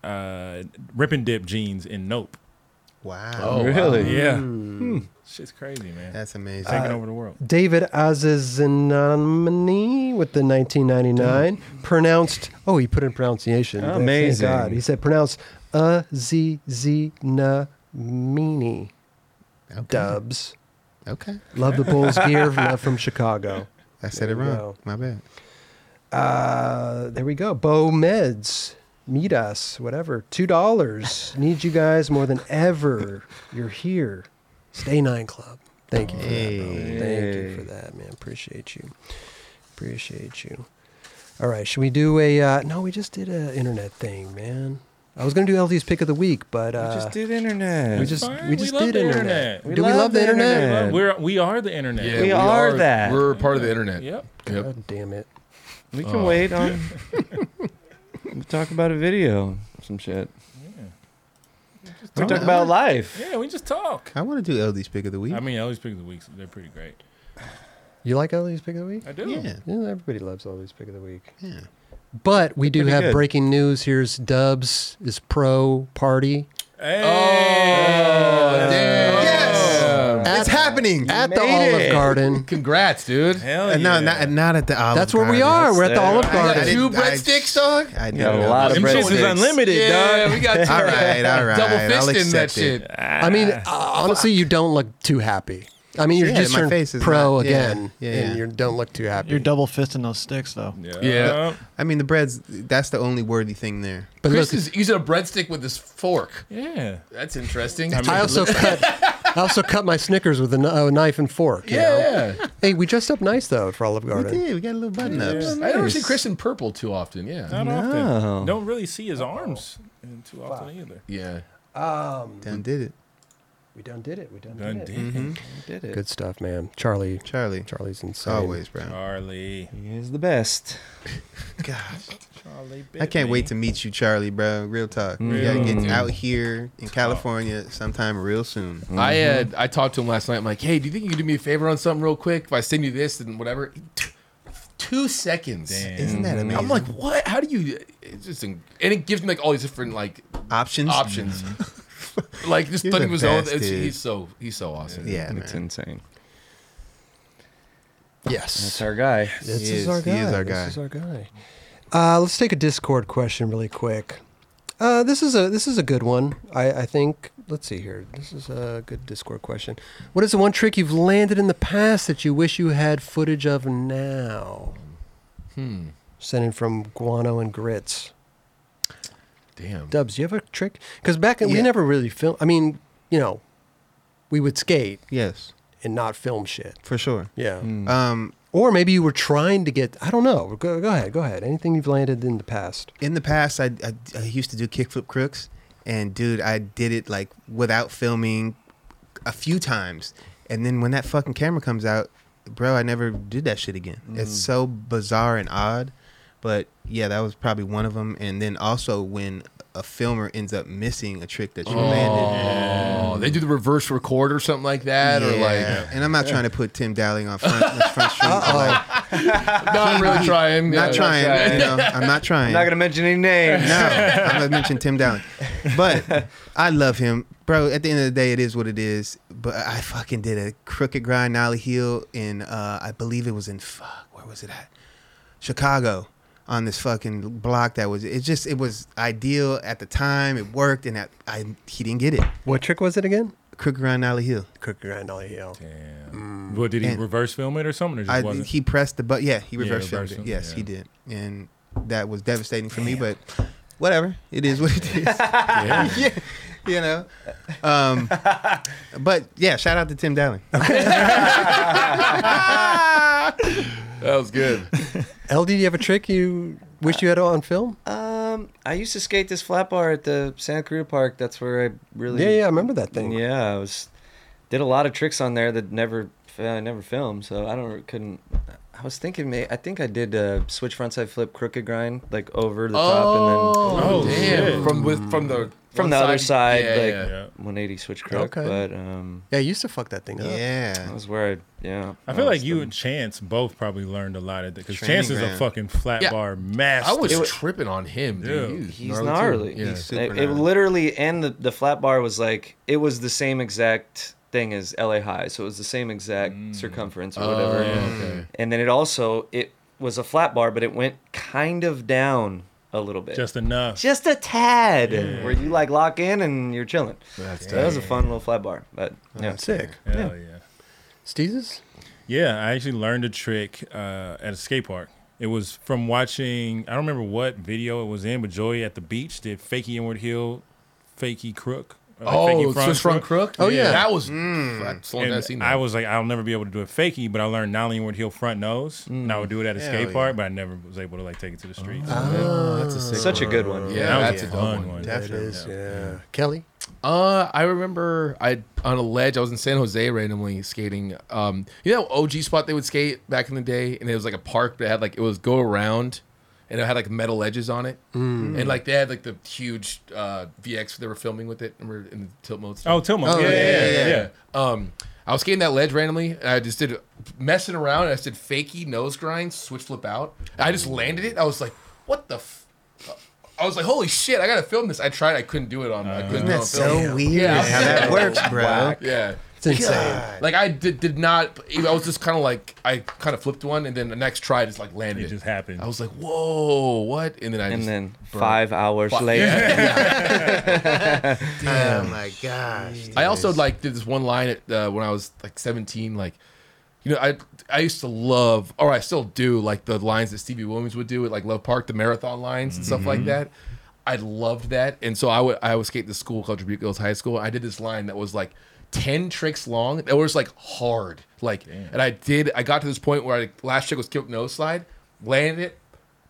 uh, uh, Rip and Dip jeans in Nope.
Wow.
Oh, wow. Really?
Yeah.
Mm.
Shit's crazy, man.
That's amazing.
Taking over the world.
David Azizanomini with the 1999 pronounced. Oh, he put in pronunciation. Thank
Amazing.
God. He said pronounced Azizanomini. Dubs.
Okay.
Love the Bulls gear. Love from Chicago.
I said it wrong. My bad.
Uh, there we go. Bo Meds. Meet us, whatever. Two dollars. Need you guys more than ever. You're here. Stay Nine Club. Thank you for that, bro. Thank you for that, man. Appreciate you. Appreciate you. All right, should we do a? Uh, no, we just did a internet thing, man. I was gonna do LD's pick of the week, but uh,
just did internet.
We
It's
just
fine.
we
We
just
love
did
the
internet.
internet. We
do we
love
love the
the
internet?
internet.
Well, We're we are the internet.
Yeah, we are that. we're part of the internet.
Yep.
Yep.
God damn it.
We can
Oh.
wait on. we talk about a video, some shit. We talk about life.
Yeah, we just talk.
I want to do LD's pick of the week.
I mean, I always pick the weeks. They're pretty great.
You like LD's pick of the week?
I do.
Yeah.
everybody loves LD's pick of the week.
Yeah.
But we do
Pretty
have
good.
breaking news. Here's Dubs is pro party.
Oh,
Hey.
Yes. it's happening.
at the Olive Garden.
Congrats, dude.
Hell
Uh, no, not, not at the Olive
That's where we
Garden.
are. We're at the Olive
I got
Garden.
Two
I-
breadsticks, dog.
I did
got a lot of
Them shits is
breadsticks.
unlimited,
Yeah,
dog.
we got
All right, all right.
double
I'll
fist in that
accept it.
shit.
I mean, uh, honestly, you don't look too happy. I mean, you're
Yeah,
just
my
turned
face is
pro
not- yeah,
again,
yeah, yeah.
and you don't look too happy.
You're double fisting those sticks, though.
Yeah.
I mean, the bread's that's the only worthy thing there.
but
Chris
look,
is using a breadstick with his fork.
Yeah.
That's interesting.
I also cut. I also cut my Snickers with a kn- a knife and fork. you know?
yeah.
Hey, we dressed up nice though for Olive Garden.
Yeah, we got a little button ups.
I never see Chris in purple too often. Yeah.
Not
No.
often. Don't really see his arms too often either.
Yeah.
Done did it,
We done did it. We done,
Done
did it.
did it.
Did it.
Good stuff, man. Charlie.
Charlie.
Charlie's insane.
Always, bro.
Charlie.
He is the best.
God,
Charlie.
I can't wait to meet you, Charlie, bro. Real talk. We gotta get
Mm.
out here in California sometime real soon.
I uh, I talked to him last night. I'm like, hey, do you think you can do me a favor on something real quick? If I send you this and whatever, T- two seconds.
Isn't that amazing?
I'm like, what? How do you? It's just, and it gives me like all these different like
options.
options. like just
You're
putting
the
his own.
best,
It's,
dude.
he's so he's so awesome.
Yeah, man.
it's insane.
Yes.
That's our guy.
This
He
is,
is-
our
he
guy.
is our
This
guy.
is our guy. Uh, let's take a Discord question really quick. Uh, this is a this is a good one. I, I think. Let's see here. This is a good Discord question. What is the one trick you've landed in the past that you wish you had footage of now?
Hmm.
Sent in from Guano and Grits.
Damn.
Dubs, do you have a trick? Because back in, we
Yeah.
never really film. I mean, you know, we would skate
Yes,
and not film shit.
for sure.
Yeah.
Um,
Or maybe you were trying to get. I don't know. Go, go ahead. Go ahead. Anything you've landed in the past.
in the past, I, I, I used to do kickflip crooks, and dude, I did it like without filming a few times, and then when that fucking camera comes out, bro, I never did that shit again. It's so bizarre and odd, but yeah, that was probably one of them. And then also when a filmer ends up missing a trick that you landed.
Oh, they do the reverse record or something like that, or
Yeah. and I'm not trying to put Tim Dowling on front, front street. but, like,
like not really trying.
not
Yeah.
trying, you know. I'm not trying.
I'm not gonna mention any names.
No, I'm gonna mention Tim Dowling, but I love him, bro. At the end of the day, it is what it is. But I fucking did a crooked grind nollie heel in, uh, I believe it was in fuck, where was it at? Chicago, on this fucking block that was. It just it was ideal at the time. It worked, and I, I he didn't get it.
What trick was it again?
Crooked grind nollie heel.
Cook grind all heel.
Damn. Well, did he
And-
reverse film it or something, or just
I,
wasn't?
he pressed the button. Yeah, he
Yeah,
reversed filmed
reversed
it.
it,
Yes,
yeah.
he did, and that was devastating for me. But whatever, it is what it is.
Yeah.
yeah, you know. Um, but yeah, shout out to Tim Dowling.
That was good.
LD, do you have a trick you wish you had on film?
Um, I used to skate this flat bar at the Santa Cruz Park. That's where I really
Yeah, yeah. I remember that thing.
Yeah, I was did a lot of tricks on there that never I never filmed. So I don't couldn't. I was thinking, may I think I did uh, switch frontside flip crooked grind like over the top and then
Oh,
Oh,
damn!
shit.
From with from the
from
one
the other side
Yeah,
like
yeah.
yeah.
180 switch crook.
Okay.
But um,
Yeah, you used to fuck that thing up.
that
Yeah,
was where I yeah.
I feel
that
like
was
you
the-
and Chance both probably learned a lot of that because
Training
Chance is a
ground.
fucking flat
Yeah.
bar master.
I was
It wa-
tripping on him, dude.
Yeah.
was
He's
gnarly, too.
gnarly.
Yeah.
He's super
it, it
gnarly.
literally and the, the flat bar was like it was the same exact thing as LA High, so it was the same exact circumference or
Oh,
whatever.
okay.
And then it also it was a flat bar, but it went kind of down a little bit.
Just enough.
Just a tad
Yeah.
where you like lock in and you're chilling.
That's
So that was a
tight.
fun little flat bar, but yeah.
sick.
Hell yeah.
Steezes?
Yeah, I actually learned a trick uh, at a skate park. It was from watching, I don't remember what video it was in, but Joey at the beach did fakie inward heel, fakie crook. uh, or like
Oh,
fakie
Swiss front crook? Oh, yeah. That was- that's the one
And
that I seen that.
I was like, I'll never be able to do a fakie, but I learned not only inward heel front nose, and I would do it at a
Hell
skate
yeah.
park, but I never was able to like take it to the streets.
Oh, that's a sick
Such a good one.
Yeah,
That was
that's
a
a
fun
fun one.
one.
Definitely.
That is, yeah. Kelly?
Uh, I remember I on a ledge. I was in San Jose randomly skating. Um, you know, OG spot they would skate back in the day, and it was like a park that had like it was go around, and it had like metal ledges on it,
Mm.
and like they had like the huge uh, VX they were filming with it, and we're in the tilt mode.
Oh, tilt mode. Yeah, yeah, yeah, yeah.
Um, I was skating that ledge randomly, and I just did messing around. And I just did fakey nose grind, switch flip out. I just landed it. I was like, what the. F- I was like, "Holy shit! I gotta film this." I tried. I couldn't do it on. I couldn't
Isn't
do it
that
on
so
film.
weird how that works, bro?
Whack. Yeah,
It's insane.
God. Like I did, did not. I was just kind of like I kind of flipped one, and then the next try just like landed. It
just happened.
I was like, "Whoa, what?" And then I
And
just
then
burnt.
five hours later.
Yeah.
Damn. Oh my gosh,
I also like did this one line at, uh, when I was like 17. Like, you know, I I used to love, or I still do, like the lines that Stevie Williams would do at like Love Park, the marathon lines and stuff like
Mhm.
that. I loved that, and so I would I would skate the school called Dubuque Hills High School. I did this line that was like. 10 tricks long that was like hard like and i did i got to this point where i last trick was kick nose slide landed it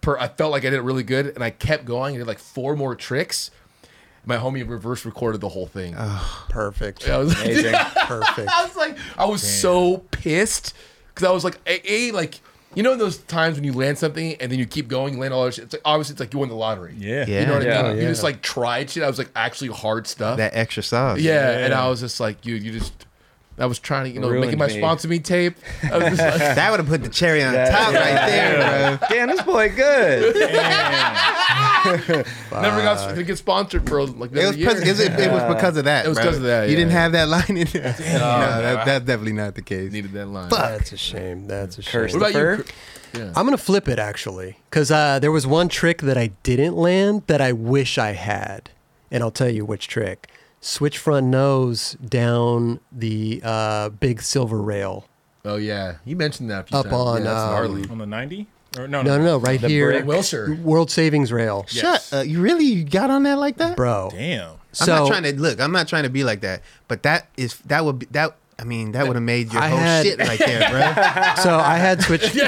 per i felt like i did it really good and i kept going i did like four more tricks my homie reverse recorded the whole thing
Perfect.
I was
Amazing.
Perfect. I was like, I was so pissed because I was like, a, a like. You know those times when you land something and then you keep going, you land all that shit. It's like obviously it's like you won the lottery.
Yeah.
you know what
Yeah.
I mean.
Yeah.
You just like tried shit. I was like actually hard stuff.
that extra sauce.
yeah, and I was just like, you, you just. I was trying to, you know, making my sponsor me tape. I was just like,
that would have put the cherry on
That-
top right there, bro.
Damn, this boy good.
never got to get sponsored for like
It was,
another year.
pres- it, was- it was because of that.
It was
bro.
because of that.
You didn't
yeah.
have that line in there.
Damn.
no,
Yeah.
that, that's definitely not the case.
Needed that line.
That's a shame. That's a shame.
Curse What the about you,
I'm gonna flip it actually, because uh, there was one trick that I didn't land that I wish I had, and I'll tell you which trick. Switch front nose down the uh, big silver rail.
Oh yeah, you mentioned that a few
Up
times.
on,
yeah, that's
um,
gnarly.
On the 90? Or
No, no, no, right here,
uh,
World Savings Rail.
Shut. Uh, you really got on that like that,
bro?
Damn.
I'm
So-
not trying to look. I'm not trying to be like that. But that is that would be that. I mean, that would have made your
I
whole
had-
shit right there, bro.
So I had switch.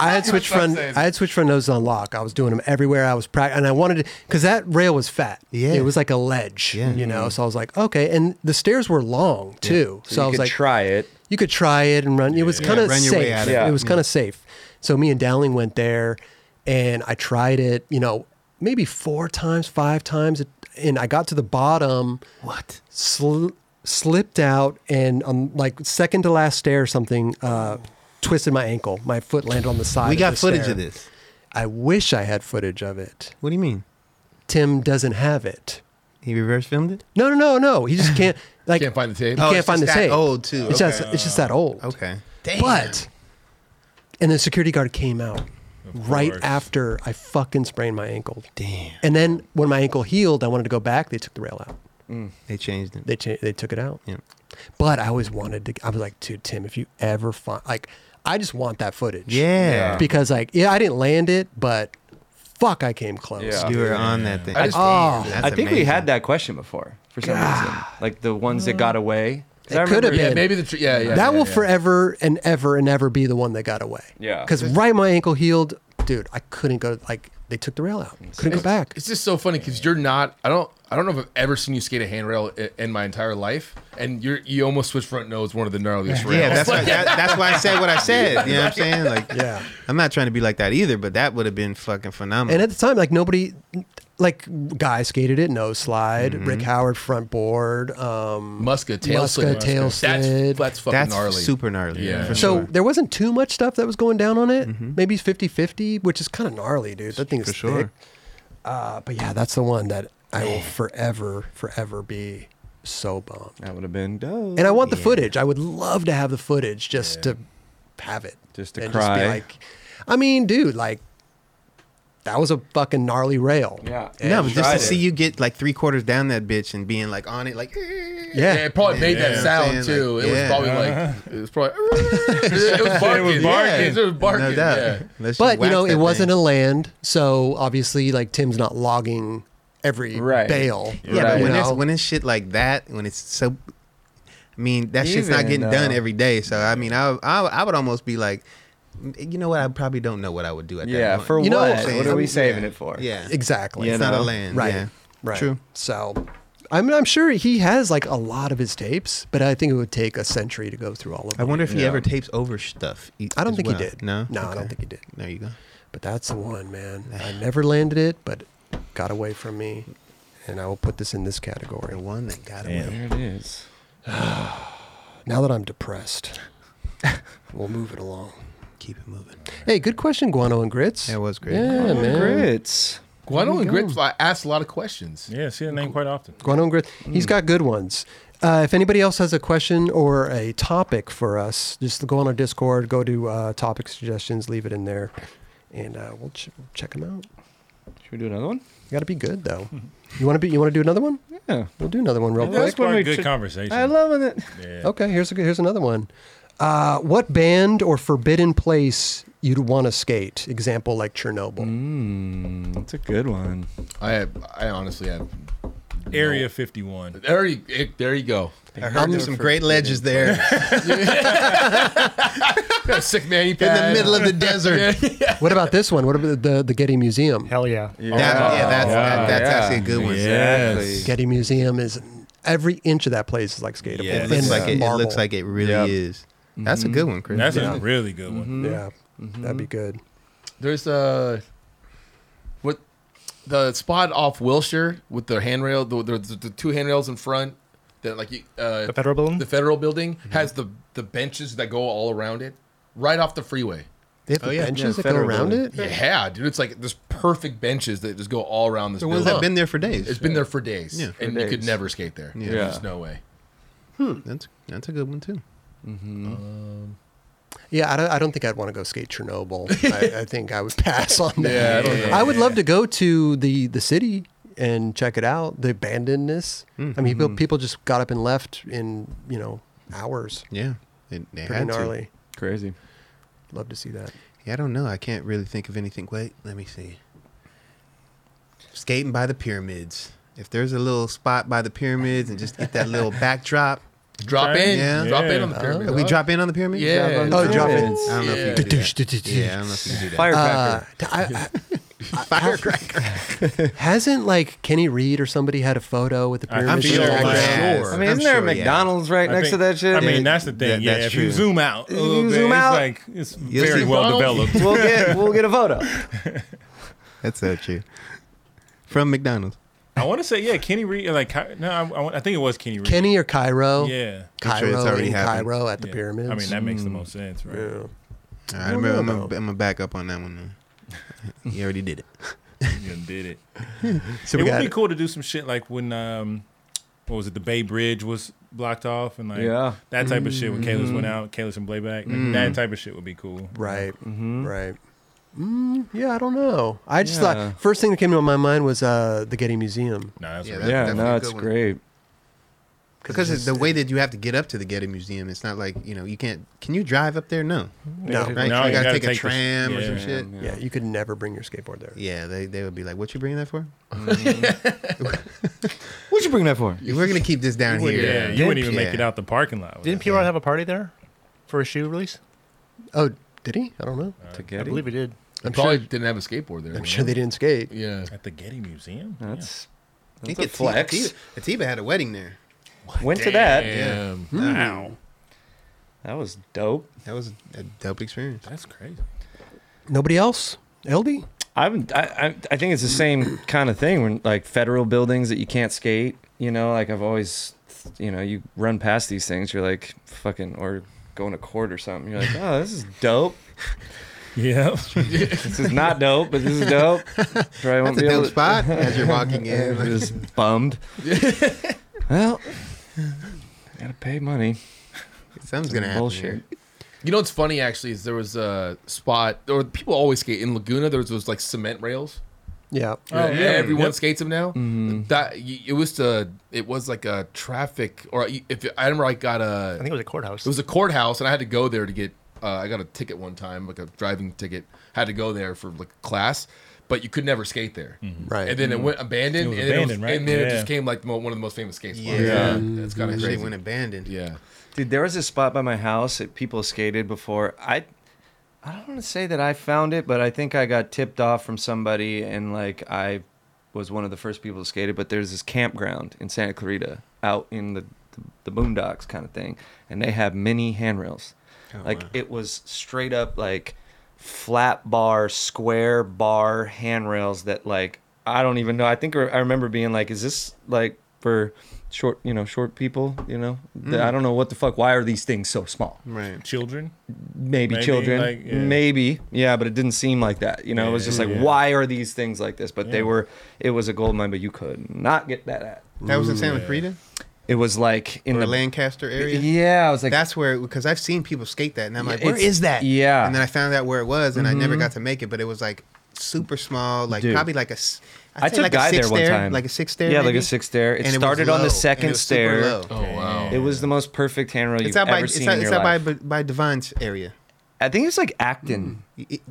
I had switch
what I'm
front.
saying.
I had switch front noses on lock. I was doing them everywhere. I was practicing, and I wanted to because that rail was fat.
Yeah.
it was like a ledge. you know. So I was like, okay, and the stairs were long too. So,
you
I was
could
like,
try it.
You could try it and run. It was
Yeah.
kind of
Run your way
safe.
out of it.
It was
Yeah.
Mm-hmm.
kind of safe. So me and Dowling went there, and I tried it. You know, maybe four times, five times, and I got to the bottom. What? Sl- slipped out, and on like second to last stair or something, uh, twisted my ankle. My foot landed on the side.
We
of
got
the
footage
stair.
of this.
I wish I had footage of it.
What do you mean?
Tim doesn't have it.
He reverse filmed it.
No, no, no, no. He just can't. Like can't
find the tape.
He
Oh,
can't
it's
find the
just that
tape.
old, too.
It's
Okay.
just it's just that old.
Okay.
But and the security guard came out right
course.
after I fucking sprained my ankle. Damn. And then when my ankle healed, I wanted to go back. They took the rail out.
They changed it.
They cha- they took it out.
Yeah.
But I always wanted to. I was like, dude, Tim, if you ever find like, I just want that footage.
Yeah.
Because like, yeah, I didn't land it, but fuck, I came close.
Yeah.
You were on that thing.
I just- Oh.
I
That's
think we
amazing.
had that question before for some reason. Like the ones that got away. 'Cause I
It could have
remember-
been. That will
yeah.
forever and ever and ever be the one that got away.
Yeah.
Because right my ankle healed, dude, I couldn't go. Like they took the rail out. Couldn't go back.
It's just so funny because you're not. I don't. I don't know if I've ever seen you skate a handrail i- in my entire life, and you're you almost switch front nose one of the gnarliest rails.
Yeah, that's why,
Like-
that, that's why I said what I said. You know what I'm saying? Like,
yeah,
I'm not trying to be like that either, but that would have been fucking
Mm-hmm.
phenomenal.
And at the time, like nobody, like guy skated it nose slide,
Mm-hmm.
Rick Howard front board, um,
Muska tail
Muska
slid.
tail
Muska. That's-
slid.
that's fucking That's gnarly. super gnarly, Yeah.
Mm-hmm.
for
So
sure.
there wasn't too much stuff that was going down on it. Maybe 50-50, which is kind of gnarly, dude. That thing is
sure.
thick. Uh, but yeah, that's the one that I will forever, forever be so bummed.
That would have been dope.
And I want the footage. I would love to have the footage just to have it.
Just to
and
cry.
like, I mean, dude, like that was a fucking gnarly rail.
Yeah.
no, but just to
Tried
see
it.
you get like three quarters down that bitch and being like on it, like
Yeah.
it probably made
Yeah.
that sound
Yeah.
too. It
Yeah.
was probably like it was probably it was barking.
It was barking.
Yeah, it was barking.
No doubt.
Yeah.
Unless
But you
whack
know,
that
it wasn't
thing.
a land, so obviously, like Tim's not logging every bail.
Yeah, but
you
when it's
know?
when it's shit like that, when it's so, I mean, that shit's not
Even,
getting done
uh,
every day. So I mean, I, I I would almost be like, you know what? I probably don't know what I would do at that.
Yeah,
point.
for
You know
what?
I'm
What,
saying?
are we
Yeah.
saving it for?
Yeah,
exactly,
It's not a land.
right?
yeah.
Right.
True.
So, I mean, I'm sure he has like a lot of his tapes, but I think it would take a century to go through all of
I
them.
wonder if he
Yeah.
ever tapes over stuff. e-
I don't
as
think
well.
he did.
No.
no, I
Okay.
don't think he did.
There you go.
But that's the one, man. I never landed it, but got away from me, and I will put this in this category.
The one that got
Damn.
away.
There it is.
Now that I'm depressed, we'll move it along.
Keep it moving.
Hey, good question, Guano and Grits.
That was great.
Yeah, man.
Grits.
Guano and Grits like, asked a lot of questions.
Yeah, I see that name quite often.
Guano and Grits. He's got good ones. Uh, if anybody else has a question or a topic for us, just go on our Discord, go to uh, topic suggestions, leave it in there, and uh, we'll ch- check them out.
Should we do another one?
You got to be good though. You want to be? You want to do another one?
Yeah.
We'll do another one real
That's
quick.
when
quite
we
good
should-
conversation.
I love it.
Yeah.
Okay, here's a, good- here's another one. Uh, what band or forbidden place you'd want to skate? Example like Chernobyl.
Mm, that's a good one.
I have, I honestly have.
Area 51.
There you, it, there you go.
I heard there's some great ledges there
Yeah, sick man. You
in the middle of the desert.
What about this one? What about the the Getty Museum?
Hell yeah.
That- yeah, that's,
yeah,
that, that's
yeah.
actually a good one.
Yes.
Getty Museum is every inch of that place is like skatable.
Yeah,
And
It
It
looks like it, it
marble.
looks like it really
Yep.
is. That's a good one, Chris.
That's a really good one.
Mm-hmm.
yeah,
Mm-hmm.
that'd be good.
There's uh, what the spot off Wilshire with the handrail, the, the, the two handrails in front that like you, uh,
The federal building?
the federal building
Mm-hmm.
has the the benches that go all around it, right off the freeway.
They have
Oh, yeah.
benches that go
Yeah, Federal
around
Building.
it.
Yeah, dude, it's like this perfect benches that just go all around this.
The ones
building.
that been there for days.
It's been there for days,
Yeah.
and
For
you could
days.
never skate there.
Yeah.
There's just no way.
That's that's a good one too.
Yeah, I don't, I don't think I'd want to go skate Chernobyl. I, I think I would pass on that.
Yeah, I don't know.
would love to go to the the city and check it out. The abandonedness. I mean,
Mm-hmm.
people, people just got up and left in you know hours.
Yeah, they, they
Pretty
had
gnarly.
Crazy.
Love to see that.
to. Yeah, I don't know. I can't really think of anything. Wait, let me see. Skating by the pyramids. If there's a little spot by the pyramids and just get that little backdrop,
Drop
Okay.
in,
Yeah.
drop in
Yeah.
on the pyramid.
Can we drop in on the pyramid.
Yeah.
Drop
Oh, drop it.
I don't know if you can do that. Yeah, I don't know if you can do that.
Firecracker.
Uh, I, I, Firecracker. Hasn't like Kenny Reed or somebody had a photo with the
I'm
pyramids?
I'm
in
sure.
the
sure.
background?
yeah.
I mean, isn't there a McDonald's right
I
next
think-
to that shit?
I mean, that's the
That-
thing. yeah,
that's
if
true.
you zoom out a
If
little
you
bit,
zoom
it's
out,
like it's
you'll
very
see
well
McDonald's.
developed.
we'll get we'll get a photo.
That's so true. From McDonald's.
I want to say, yeah, Kenny Reed. Like, Ky- no, I, I, want- I think it was Kenny Reed.
Kenny or Cairo?
yeah,
I'm sure it's
Cairo
already
in
happened.
Cairo at the
Yeah.
pyramids.
I mean, that makes the most sense, right?
Yeah.
All right,
know
I'm, gonna- I'm, gonna-
about-
I'm gonna back up on that one. Then. You already did it.
You done did it.
So we
it would
got
be cool to do some shit like when um, what was it? The Bay Bridge was blocked off, and like
Yeah. Mm-hmm.
that type of shit. When Kalis went
Mm-hmm.
out, Kalis and Blayback, like, that type of shit would be cool. Mm-hmm.
Right. Right. Mm, yeah, I don't know. I just
Yeah.
thought first thing that came to my mind was uh, the Getty Museum.
No, that's
Yeah,
right.
That's
yeah,
definitely a
no, it's
good one.
great.
Because it's the way that you have to get up to the Getty Museum, it's not like you know you can't. Can you drive up there? No,
No.
right?
Yeah,
you
No,
gotta,
you gotta
take,
take
a
the-
tram or
yeah.
some shit.
Yeah.
you could never bring your skateboard there.
Yeah, they, they would be like, "What you bringing that for?
What'd you bring that for?
We're gonna keep this down
Yeah,
here."
you wouldn't even
Yeah.
make it out the parking lot. with
Didn't
that.
P-Rod have a party there for a shoe release?
Oh, did he? I don't know.
To
I
get
believe he did.
i probably didn't have a skateboard there.
I'm sure they didn't skate.
Yeah.
at the Getty Museum? Yeah.
That's
I
that's
think
a
Atiba-
flex.
Atiba, Atiba had a wedding there.
Went to that.
Damn.
Wow,
That was dope.
that was a dope experience.
That's crazy.
Nobody else? LD?
I'm, I, I I think it's the same kind of thing when like federal buildings that you can't skate. You know, like I've always, you know, you run past these things, you're like fucking or going to court or something. You're like, oh, this is dope.
Yeah.
This is not dope, but this is dope. Probably won't
That's a
be able
dope
to-
spot as you're walking in.
just bummed. well, Gotta pay money.
Something's gonna happen here.
You know what's funny actually is there was a spot or people always skate in Laguna. There was those like cement rails.
Yeah.
Yeah,
Oh, yeah.
everyone
Yep.
skates them now.
Mm-hmm.
Mhm.
That y- it was the it was like a traffic or y- if I remember I got a I
think it was a courthouse.
It was a courthouse, and I had to go there to get uh, I got a ticket one time, like a driving ticket. Had to go there for like class, but you could never skate there.
Right.
And then it
Mhm.
went abandoned,
It was
and,
abandoned,
it
right?
and then it
Yeah.
just became like mo- one of the most famous skate spots.
Yeah.
That's kind of
Mhm.
crazy.
They went
abandoned.
Yeah.
Dude, there was a spot by my house that people skated before. I I don't want to say that I found it, but I think I got tipped off from somebody and like I was one of the first people to skate it, but there's this campground in Santa Clarita out in the the boondocks kind of thing, and they have mini handrails. like it was straight up like flat bar, square bar handrails that like I don't even know. I think I remember being like, is this like for short, you know, short people, you know?
Mm.
I don't know what the fuck. Why are these things so small?
Right.
Children.
Maybe,
Maybe,
children,
like, yeah.
maybe, yeah, but it didn't seem like that. You know, it was
Yeah.
just like,
Yeah.
why are these things like this? But
Yeah.
they were. It was a gold mine, but you could not get that at.
That was in Santa Clarita?
It was like in
or
the
Lancaster area.
Yeah, I was like,
that's where because I've seen people skate that, and I'm like,
Yeah,
where
it's-
is that?
yeah.
and then I found out where it was, and I never
Mhm.
got to make it, but it was like super small, like
Dude.
probably like a. s- I'd
I
say
took
like
guy
a six
there one
stair,
time.
like a six stair.
Yeah, like
maybe.
a six stair. It
And was
started on
low,
the
and it
second
was super
stair.
low.
Oh,
It was the most perfect handrail
It's
you've
out
ever
by it's
seen
out,
in
it's
your
out by
life.
by Divine's area.
I think it's like Acton.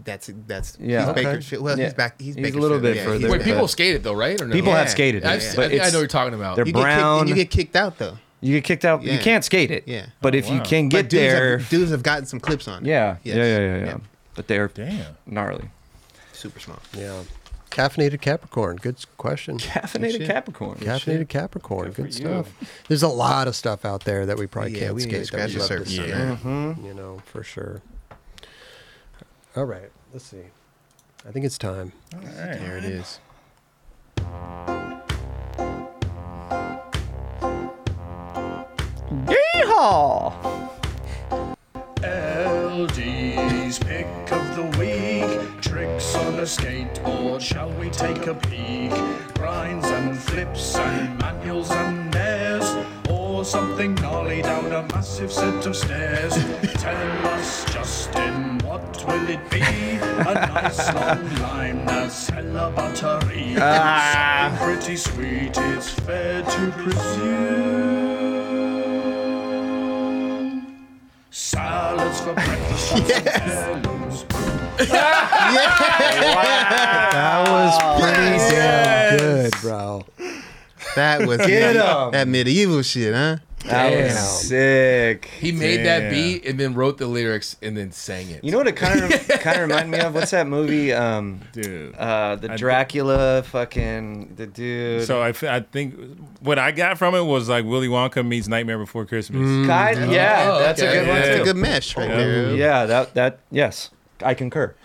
that's that's
Yeah.
he's
Okay.
Bakersfield. Well,
Yeah.
he's back. He's,
He's a little
Bakersfield,
bit
yeah,
further,
he's
Wait,
back.
people
People skated though, right? Or no?
People have skated it,
I've s-
but
I, think I
it's-
know what you're talking about.
they're
You get kicked- and you
brown.
get kicked out though.
You get kicked out. You
Yeah.
can't skate it.
Yeah.
But if you
Wow.
can
But
get
dudes have-
there,
dudes have gotten some clips on. it.
yeah.
Yes.
yeah, yeah, yeah, yeah,
Yeah.
But they're
Damn.
gnarly.
super small.
Yeah. Caffeinated Capricorn. Good s- question.
Caffeinated Good shit. Capricorn. Good
Caffeinated
shit.
Capricorn.
Good
Good,
for you.
stuff. There's a lot of stuff out there that we probably
Yeah,
can't
we need to
skate. that
scratch
we'd
the
love to
surface on
skate.
that.
You know, for sure. All right. Let's see. I think it's time. All
right.
There it is.
Yeehaw!
LD's pick of the week. Tricks on a skateboard, shall we take a peek? Grinds and flips and manuals and nares. Or something gnarly down a massive set of stairs. Tell us, Justin, what will it be? A nice long line that's hella buttery.
Ah.
Something pretty sweet, it's fair to presume. Salads for breakfast. yes.
That was pretty damn good, bro.
That was
Get
that,
'em.
medieval shit, huh?
That was Damn. sick.
He made that
Damn.
beat and then wrote the lyrics and then sang it.
You know what it kind of kind of remind me of? What's that movie? Um,
dude,
uh, the
I-
Dracula, fucking the dude.
So I, f- I think what I got from it was like Willy Wonka meets Nightmare Before Christmas.
Kind- yeah, that's a good one.
That's
too.
right there.
Yeah, that that yes, I concur.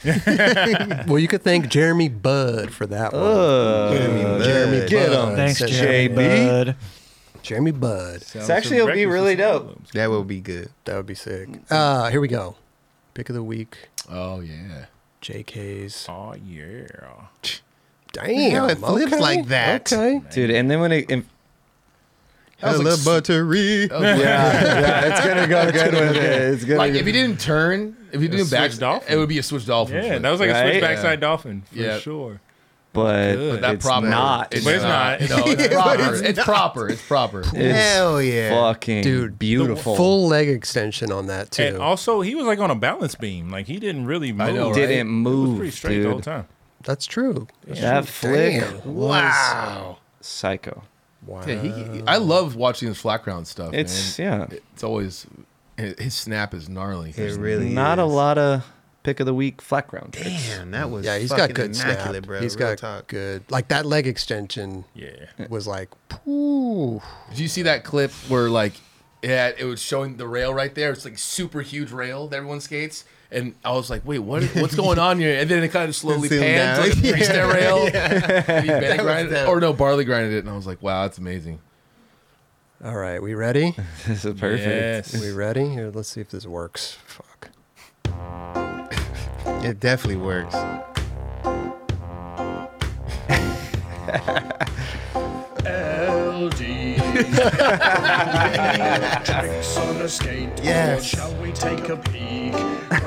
well, you could thank Jeremy Budd for that one.
Uh, Jeremy get
Uh,
him. Thanks,
said
Jeremy Budd.
Jeremy Budd.
It's actually it'll be really dope.
That would be good.
That would be sick. Uh, here we go. Pick of the week.
Oh yeah.
JK's.
Oh yeah.
Damn.
How it flips
okay,
like that.
Okay.
Dude, and then when it and,
I love buttery.
Yeah, yeah, it's gonna go
That's
good
gonna
with
be
it.
good.
It's gonna
like
be-
if he didn't turn, if he
A
didn't back
switch dolphin.
it would be a switch dolphin.
Yeah,
flip.
that was like a
Right?
switch
Yeah.
backside dolphin for
Yeah.
sure.
but,
Good.
But that
it's
proper-
not.
it's But it's not. not. No, it's proper. It's proper. It's proper.
It's
Hell yeah.
fucking
Dude,
beautiful.
Full leg extension on that too.
And also, he was like on a balance beam. Like he didn't really move.
I know, right? Didn't
It was
move,
pretty straight the
dude.
whole time.
That's true. That's
that
true.
flick
Damn.
was
Wow.
psycho.
Wow.
Yeah, he, I love watching his flat ground stuff.
It's-
man.
yeah.
It's always his snap is gnarly.
There's not a lot of pick of the week flat ground tricks.
Damn, that was
yeah, he's got
fucking
good snap.
immaculate, bro.
He's
Real
got
talk.
good. Like that leg extension.
Yeah.
Was like, ooh.
Did you see that clip where like yeah, it was showing the rail right there? It's like super huge rail that everyone skates. And I was like, wait, what, what's going on here? And then it kind of slowly
Zoom
pans
down.
like a three stair
Yeah.
rail.
Yeah.
And he
That
Benny
was
grinded it.
dope.
Or no, Barley grinded it. And I was like, wow, that's amazing.
All right, we ready?
this is perfect.
Yes.
We ready? Here, let's see if this works. Fuck.
It definitely works.
LD's Tricks on a skateboard.
Yes.
Shall we take a peek?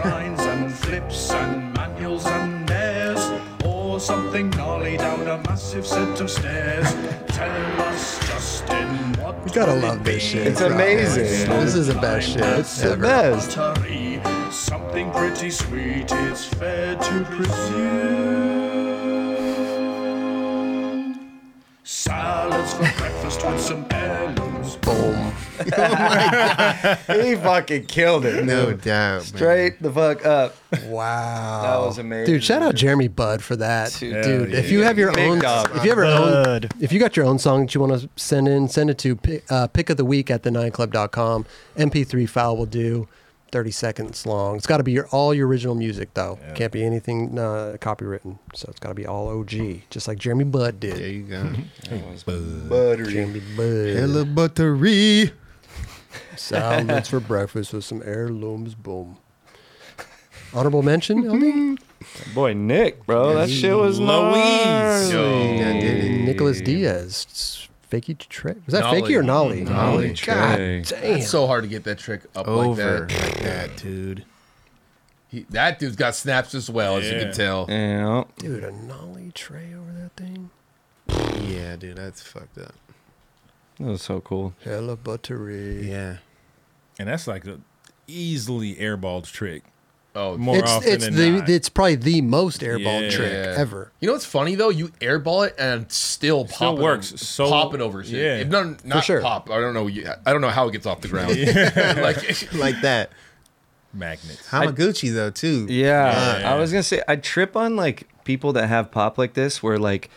Grinds and flips and manuals and airs. Or something gnarly down a massive set of stairs. Tell us, Justin, what
You gotta love this shit.
It's amazing.
This is the best shit.
It's the
ever.
best. Something pretty sweet, it's fair to presume. Salads for breakfast with some heirlooms. Boom.
he fucking killed it.
No
dude.
doubt, man.
Straight the fuck up.
Wow.
That was amazing.
Dude, shout out Jeremy Budd for that.
Dude,
Dude,
yeah,
if you
yeah.
have your
Big
own,
dog.
if you have your own,
Bud.
if you got your own song that you want to send in, send it to pi- uh, pick of the week at the nine club.com. MP3 file will do 30 seconds long. It's got to be your, all your original music though. Can't be anything uh, copywritten. So it's got to be all OG, just like Jeremy Budd did. There
you go.
Mm-hmm.
Buttery. Jeremy Budd.
Hella buttery.
Salads for breakfast with some heirlooms. Boom. Honorable mention, LD?
Boy, Nick, bro, that shit was Louise.
Nicholas Diaz. It's Fakey Trey. Was that Fakey or Nolly? God damn.
It's so hard to get that trick up
Over
like that.
like that, dude.
He, that dude's got snaps as well, as you
Yeah.
can tell.
Yeah.
Dude, a Nolly tray over that thing?
Yeah, dude, that's fucked up.
That was so cool.
Hella buttery.
Yeah.
And that's like a easily airballed trick.
Oh,
more
it's,
often
it's
than
the,
not.
It's probably the most airball
Yeah.
trick ever.
You know what's funny though? You airball it and still
Still
popping
works.
over-
So-
popping over shit.
yeah.
If not,
For
not
sure.
pop. I don't know. I don't know how it gets off the ground. like
like that.
Magnets.
Hamaguchi though too.
Yeah,
Yeah.
I was gonna say I trip on like people that have pop like this, where like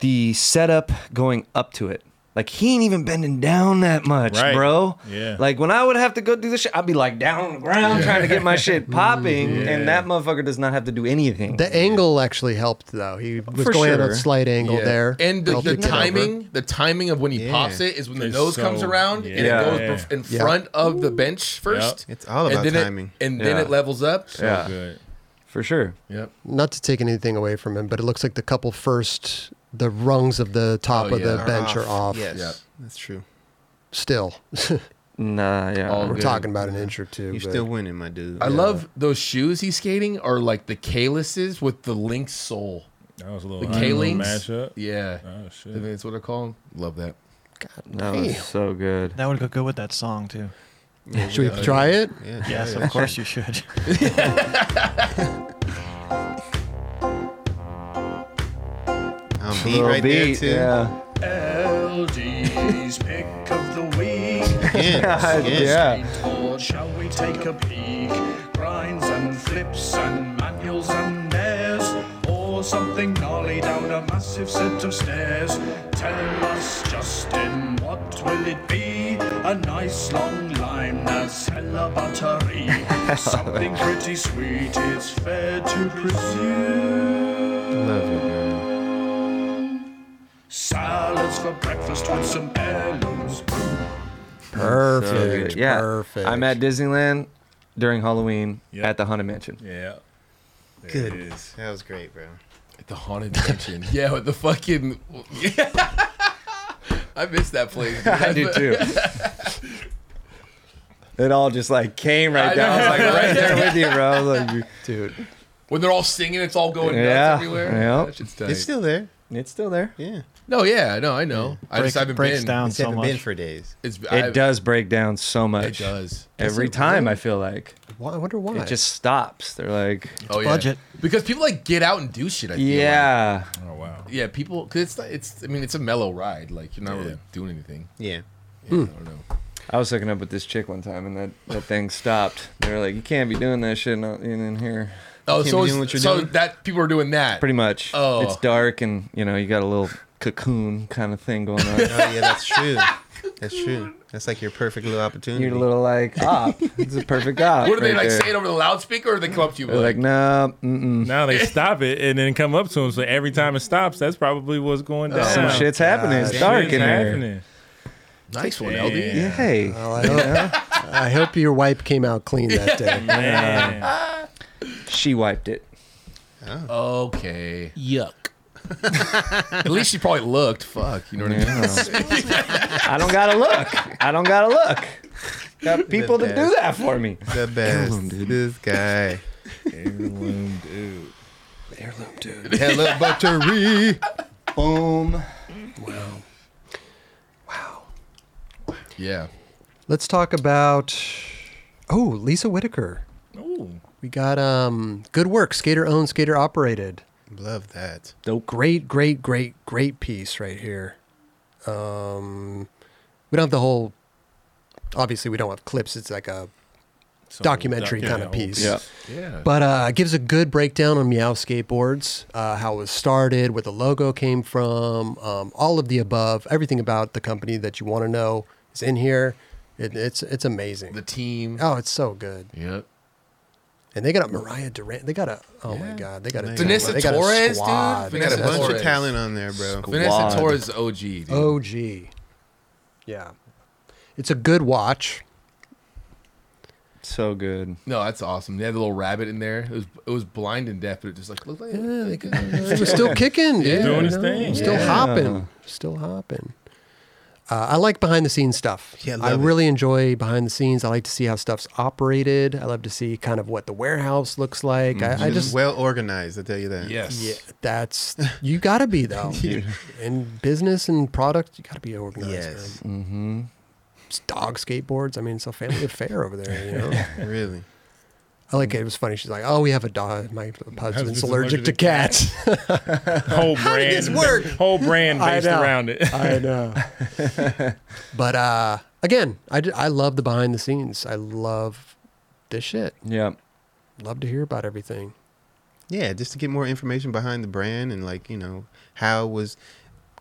the setup going up to it, like he ain't even bending down that much,
Right.
bro.
Yeah.
Like when I would have to go do this shit, I'd be like down on the ground trying to get my shit popping, and that motherfucker does not have to do anything.
The angle actually helped, though. He was
For
going at
sure.
a slight angle
Yeah.
there.
And the,
Helped
the
it get
timing,
over.
the timing of when he
Yeah.
pops it is when the
It's
nose
so-
comes around and it
yeah.
goes
Yeah.
bef- in
Yeah.
front of the bench first.
It's all
and
about
then it-
timing.
and then
Yeah.
it levels up.
So Yeah. good. for sure.
Yep.
Not to take anything away from him, but it looks like the couple first, the rungs of the top
Oh,
of
yeah.
the bench are off.
Yes, that's true.
Still.
Nah, yeah.
All
We're
good.
talking about an inch or two.
You're
but-
still winning, my dude.
I love those shoes he's skating are like the K-lisses with the Link sole.
That was a
The
little
K-links.
mashup.
Yeah.
Oh shit.
I think that's what they're called. Love that.
That was so good.
That would go good with that song too.
Yeah,
Should we definitely. try it? Yeah, try
yes,
it.
of course you should.
On beat
Little
right
beat,
there
yeah.
LD's pick of the week.
Yes, yes.
Skateboard, shall we take a peek? Grinds and flips and manuals and airs. Or something gnarly down a massive set of stairs. Tell us, Justin, what will it be? A nice long line that's hella buttery. something pretty sweet, it's fair to presume. Salads for breakfast with some heirlooms.
Perfect.
So good. Yeah.
Perfect.
I'm at Disneyland during Halloween
Yep.
at the Haunted Mansion.
Yeah. There it
Good.
is.
That was great, bro.
The haunted mansion. yeah, with the fucking. I miss that place. dude.
I do too. It all just like came right
I
down. I was like
know.
right there with you, bro. I was like, you-
Dude.
when they're all singing, it's all going
Yeah,
nuts everywhere.
yeah.
That shit's tight.
It's still there.
It's still there.
Yeah.
no, yeah, no, I know. I
Break-
just haven't
breaks
been.
down
It's
so
haven't been
much.
for days.
It's
it
I've-
does break down so much.
It does.
Every
Does it
time
really?
I feel like
Why- I wonder why.
it just stops. They're like,
Oh yeah.
budget.
Because people like get out and do shit. I feel like.
yeah,
Oh wow.
Yeah, people. Cause it's not- it's. I mean, it's a mellow ride. Like you're not really doing anything.
Yeah.
Yeah, I don't know.
I was hooking up with this chick one time, and that, that thing stopped. They were like, "You can't be doing that shit in, in here."
Oh,
Can't
so
be
it's,
doing what you're
so
doing?
that people are doing that.
Pretty much.
Oh.
It's dark, and you know you got a little cocoon kind of thing going on.
Oh yeah, that's true. That's true. That's like your perfect little opportunity.
You're a little like op. It's a perfect op.
What do they
right
like
there.
say it over the loudspeaker, or they come up to you?
They're like, no, mm-mm.
Now they stop it and then come up to him. So every time it stops, that's probably what's going down.
some shit's happening. It's dark
Oh, Shit's
in here.
happening.
nice one,
Yeah.
LD.
Yeah. Hey,
Well, I, hope, I hope your wipe came out clean that day.
Man.
she wiped it.
Okay.
Yuck.
At least she probably looked. Fuck, you know what I mean?
I don't gotta look. I don't gotta look. Got people to do
best.
that for me.
The best. This guy.
Heirloom dude.
Heirloom dude. Hello, buttery.
Boom.
Wow. Yeah.
Let's talk about oh Lisa Whitaker.
Ooh.
We got um good work. Skater owned, skater operated.
Love that.
Dope. Great, great, great, great piece right here. Um, we don't have the whole. Obviously, we don't have clips. It's like a documentary
doc- yeah,
kind of
whole
piece.
piece. Yeah.
But uh, it gives a good breakdown on Meow skateboards, uh, how it was started, where the logo came from, um, all of the above, everything about the company that you want to know is in here. It, it's it's amazing. The
team.
Oh, it's so good.
Yep.
And they got a Mariah Durant. They got a oh my god. They got a
Vanessa
they got a
Torres, dude.
squad.
They got a
Vanessa
bunch
Torres.
of talent on there, bro.
Vanessa Torres is OG. Dude.
OG. Yeah. It's a good watch.
So good.
No, that's awesome. They had the little rabbit in there. It was it was blind and deaf, but it just like looked like
yeah, they could, It was still kicking. dude, you know? Still hopping. Still hopping. Uh, I like behind the scenes stuff.
Yeah,
I
love it.
really enjoy behind the scenes. I like to see how stuff's operated. I love to see kind of what the warehouse looks like. I, I just
well organized. I tell you that.
Yeah, that's you got to be though.
Yeah.
In business and product, you got to be organized.
Yes.
Man. Mm-hmm. It's dog skateboards. I mean, it's a family affair over there. You know.
really.
I like it. It was funny. She's like, "Oh, we have a dog. My husband's
husband's
allergic
allergic
to
to
cats."
whole brand.
How did this work?
Whole brand
I
based
know.
around it.
I know. but uh, again, I, d- I love the behind the scenes. I love this shit.
Yeah.
Love to hear about everything.
Yeah, just to get more information behind the brand and like you know how it was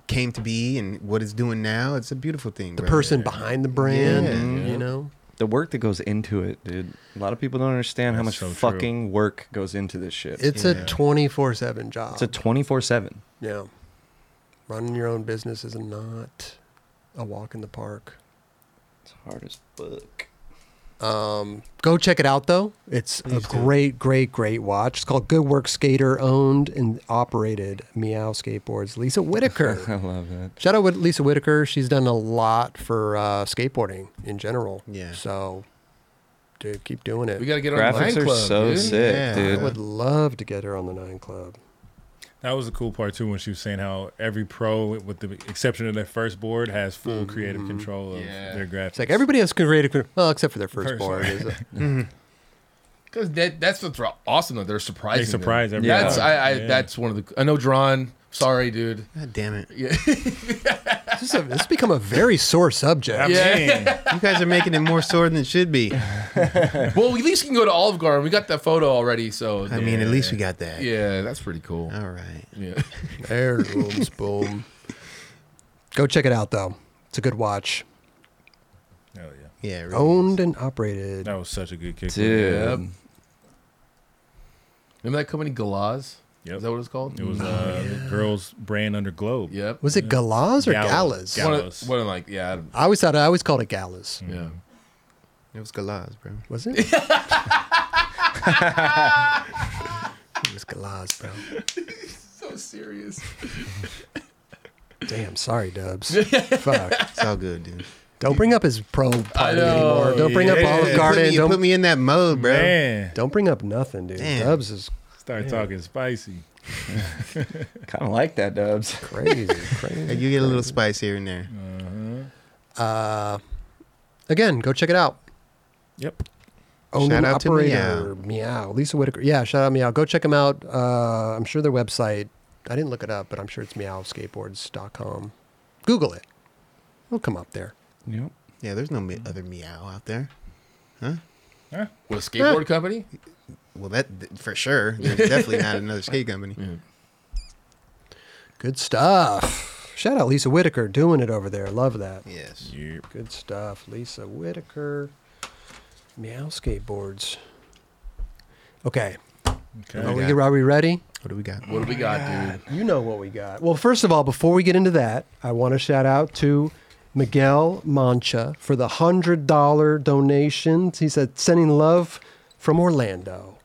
came to be and what it's doing now. It's a beautiful thing.
The
bro.
person behind the brand,
Yeah.
and,
Yeah.
you know.
The work that goes into it, dude. A lot of people don't understand how much
That's so true.
fucking work goes into this shit.
It's a 24 7 job.
It's a 24 7.
yeah. Running your own business is not a walk in the park.
It's hard as fuck.
Um, go check it out though. It's a
Please do.
great, great, great watch. It's called Good Work Skater, owned and operated Meow Skateboards. Lisa Whitaker.
I love that.
Shout out with Lisa Whitaker. She's done a lot for uh, skateboarding in general. Yeah. So, dude, keep doing it.
We gotta get her on
Graphics
the Nine
are
Club,
so
dude.
sick, dude.
I would love to get her on the Nine Club.
That was the cool part too when she was saying how every pro, with the exception of their first board, has full creative control of their graphics.
Mm-hmm. It's like everybody has creative, well, except for their first
First
board.
one.
is it?
Because that, that's what's ra- awesome though. They're surprising.
They surprise
them.
everybody.
That's I, I
Yeah.
that's one of the. I know, Drawn. Sorry, dude.
God damn it.
Yeah.
This, is a, this has become a very sore subject.
you guys are making it more sore than it should be.
well, at least you can go to Olive Garden. We got that photo already, so
I mean, at least we got that.
Yeah, that's pretty cool.
All right.
Yeah.
Heirlooms, boom. Go check it out though. It's a good watch.
Oh yeah.
Yeah.
Owned and operated.
That was such a good kick.
Dude.
Yep. Remember that company Galaz? Yep. Is that what it's called?
It was
oh,
uh, the girls brand under Globe.
Yep.
Was it Galaz or Galas?
One of, one of like yeah. I don't-
I always thought I always called it galas.
Yeah.
It was Galaz, bro.
Was it? it was galas, bro.
so serious.
Damn, sorry, Dubs. Fuck.
It's all good, dude.
Don't bring up his pro party
know,
anymore. Don't bring up
yeah.
Olive
Put me-
Garden.
you
don't
put me in that mode, bro.
Man.
Don't bring up nothing, dude.
Damn.
Dubs is
Start talking spicy.
kind of like that, Dubs.
crazy, crazy.
You get a little spice here and there.
Uh, again, go check it out.
Yep.
Owned
Shout
and
out to
operator, meow. Lisa Whitaker. Yeah, shout out meow. Go check them out. Uh, I'm sure their website. I didn't look it up, but I'm sure it's meowskateboards.com. Google it. It'll come up there.
Yep.
Yeah, there's no me- other meow out there, huh?
With a skateboard company?
Well, that th- for sure. There's definitely not another skate company.
Good stuff. Shout out Lisa Whitaker doing it over there. Love that.
Yes.
Yep.
Good stuff. Lisa Whitaker. Meow skateboards. Okay.
Okay.
Are,
we
we,
got?
are we ready?
What do we got?
What do we got, dude?
You know what we got. Well, first of all, before we get into that, I want to shout out to Miguel Mancha for the $100 donations. He said, sending love from Orlando.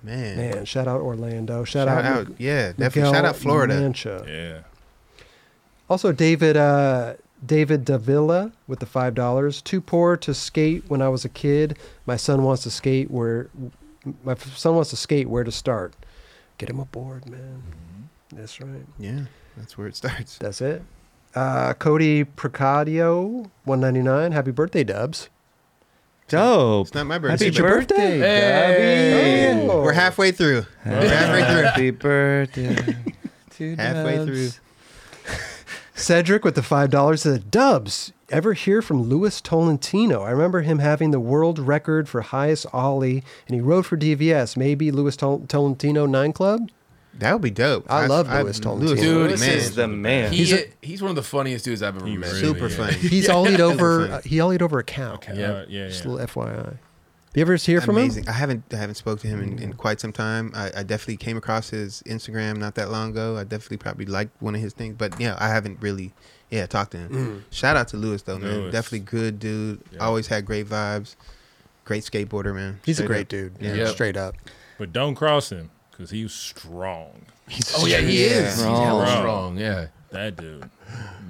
Man.
Man, shout out Orlando. Shout, out,
Shout out-
Mig-
yeah, definitely. Shout out Florida.
Mancha.
Yeah.
Also, David uh, David Davila with the five dollars. Too poor to skate when I was a kid. My son wants to skate. Where my f- son wants to skate. Where to start? Get him a board, man. That's right.
Yeah, that's where it starts.
That's it. Uh, Cody Precadio, one ninety nine. Happy birthday, Dubs.
Dope. It's
not my
birthday. It's your birthday,
Hey.
Gabby.
Oh.
We're halfway through. We're
Oh.
halfway through.
Happy birthday. to
Halfway through.
Dubs.
Cedric with the five dollars says, "Dubs, ever hear from Louis Tolentino? I remember him having the world record for highest ollie, and he rode for DVS. Maybe Louis Tol- Tolentino Nine Club.
That would be dope.
I, love
I-
Louis
Louis
Tolentino.
Louis man. is the man.
He,
He's
he's,
a-
one of the funniest dudes I've ever met.
Super funny.
He's ollied over. Uh, he ollied over a cow.
Yeah. Uh, yeah,
Just a
yeah.
little FYI. You ever hear from him?
Amazing. I haven't I haven't spoke to him in, in quite some time. I, I definitely came across his Instagram not that long ago. I definitely probably liked one of his things, but yeah, I haven't really yeah talked to him. Shout out to Mm. Lewis though, man.
Louis.
Definitely good dude. Always had great vibes. Great skateboarder, man.
He's a
Straight
great dude.
up. Yeah.
Yep.
Straight up.
But don't cross him because he's strong.
He's
Oh, yeah, he
Yeah.
is. He's hella
Bro.
strong. Yeah.
That dude,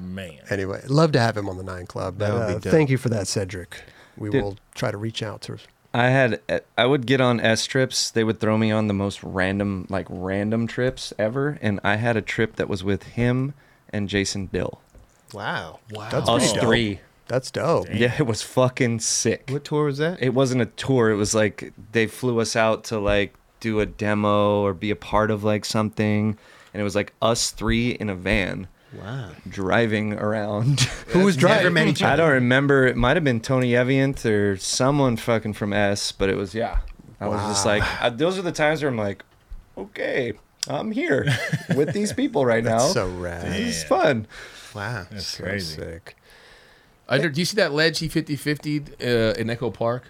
man.
Anyway, love to have him on the Nine Club. But,
That would be
uh,
dope.
thank you for that, Cedric. We
Dude.
will try to reach out to.
I had I would get on S trips. They would throw me on the most random like random trips ever, and I had a trip that was with him and Jason Dill.
Wow.
Wow.
That's
Us
pretty dope.
three.
That's dope.
Yeah, it was fucking sick.
What tour was that?
It wasn't a tour. It was like they flew us out to like do a demo or be a part of like something, and it was like us three in a van
Wow.
driving around.
Who was
Never
driving?
met each
I
other.
don't remember. It might have been Tony Eviant or someone fucking from S, but it was yeah. I was just like, I, those are the times where I'm like, okay, I'm here with these people right now.
So rad.
this is fun.
Wow.
That's
So
crazy.
sick.
I, do you see that ledge he 50 50 uh, in Echo Park?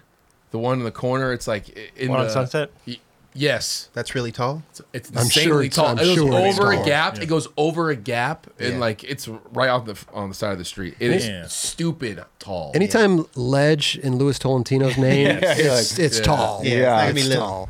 The one in the corner? It's like i- in
One on
the-
Sunset?
Y- yes.
That's really tall.
It's
I'm sure
insanely
it's-
tall.
I'm
it goes
sure it's
over
tall.
a gap.
Yeah.
It goes over a gap, and
Yeah.
like it's right off the on the side of the street. It is
Yeah.
stupid tall.
Anytime Ledge in Louis Tolentino's name, it's, it's
Yeah.
tall.
Yeah, it's not gonna be
it's
little.
tall.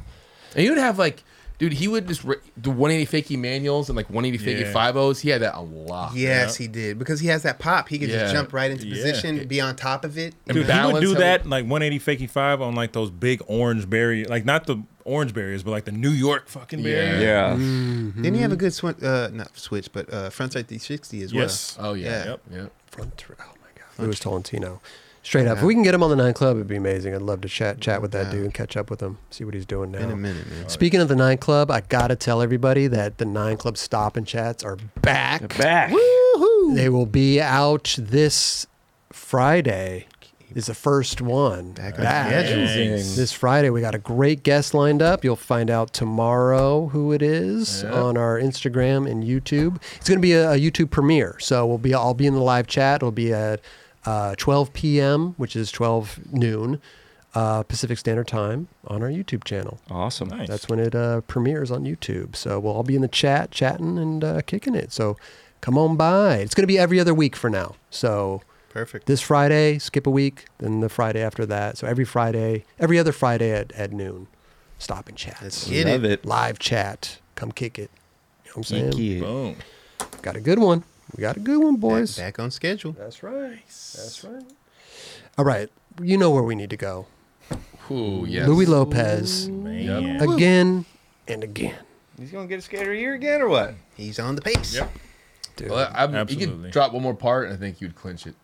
And he would have like, dude, he would just ra- do 180 fakie manuals and like 180 fakie
Yeah.
five O's. He had that a lot.
Yes, he did because he has that pop. He can
Yeah.
just jump right into
Yeah.
position, be on top of it.
And
Dude, he would
balance
do
how
that like 180 fakey five on like those big orange barrier, like not the orange barriers, but like the New York fucking
Yeah.
barrier.
Yeah.
Didn't he have a good swing? Uh, not switch, but uh, frontside 360 as
Yes.
well.
Oh yeah.
Yeah.
Yep. Yep.
Front row. Oh my God. Louis Tolentino. Straight up. If we can get him on the Nine Club, it'd be amazing. I'd love to chat chat with that dude and catch up with him, see what he's doing now.
In a minute, man.
Speaking of the Nine Club, I gotta tell everybody that the Nine Club stop and chats are back.
Back.
They will be out this Friday. Is the first one back.
on schedule.
Thanks.
This Friday, we got a great guest lined up. You'll find out tomorrow who it is on our Instagram and YouTube. It's going to be a, a YouTube premiere, so we'll be I'll be in the live chat. It'll be at uh, 12 p.m., which is 12 noon uh, Pacific Standard Time, on our YouTube channel.
Awesome.
Nice.
That's when it uh, premieres on YouTube. So we'll all be in the chat, chatting and uh, kicking it. So come on by. It's going to be every other week for now. So
Perfect.
this Friday, skip a week, then the Friday after that. So every Friday, every other Friday at, at noon, stop and chat.
Let's
Live
get
Love
it.
it.
Live chat. Come kick it. You know what I'm saying?
Thank you.
Boom.
Got a good one. We got a good one, boys.
Back, back on schedule.
That's right. That's right. All right. You know where we need to go.
Ooh, yes.
Louis Lopez
Yep.
again and again.
He's gonna get a skater year again or what?
He's on the pace.
Yep.
Dude.
Well, I'm- you
Absolutely.
could drop one more part, and I think you'd clinch it.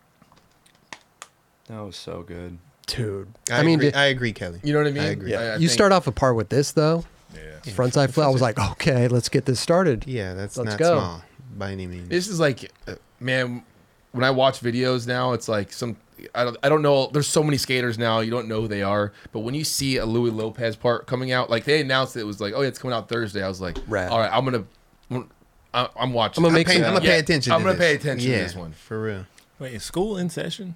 That was so good.
Dude.
I,
I, mean,
agree,
did-
I agree, Kelly.
You know what I mean?
I agree.
yeah.
I
you
think-
start off a part with this, though.
Yeah.
Frontside flip. I was like, okay, let's get this started.
Yeah, that's
Let's
not
go.
small by any means.
This is like, uh, man, when I watch videos now, it's like some. I don't, I don't know. There's so many skaters now. You don't know who they are. But when you see a Louis Lopez part coming out, like they announced it was like, oh, yeah, it's coming out Thursday. I was like,
Rad.
all right, I'm going to. I'm I'm watching.
I'm gonna
it.
make
Pay-
some-
I'm gonna
Yeah,
pay attention.
I'm
to
gonna
this.
pay attention to
Yeah,
this one.
for real.
Wait, is school in session?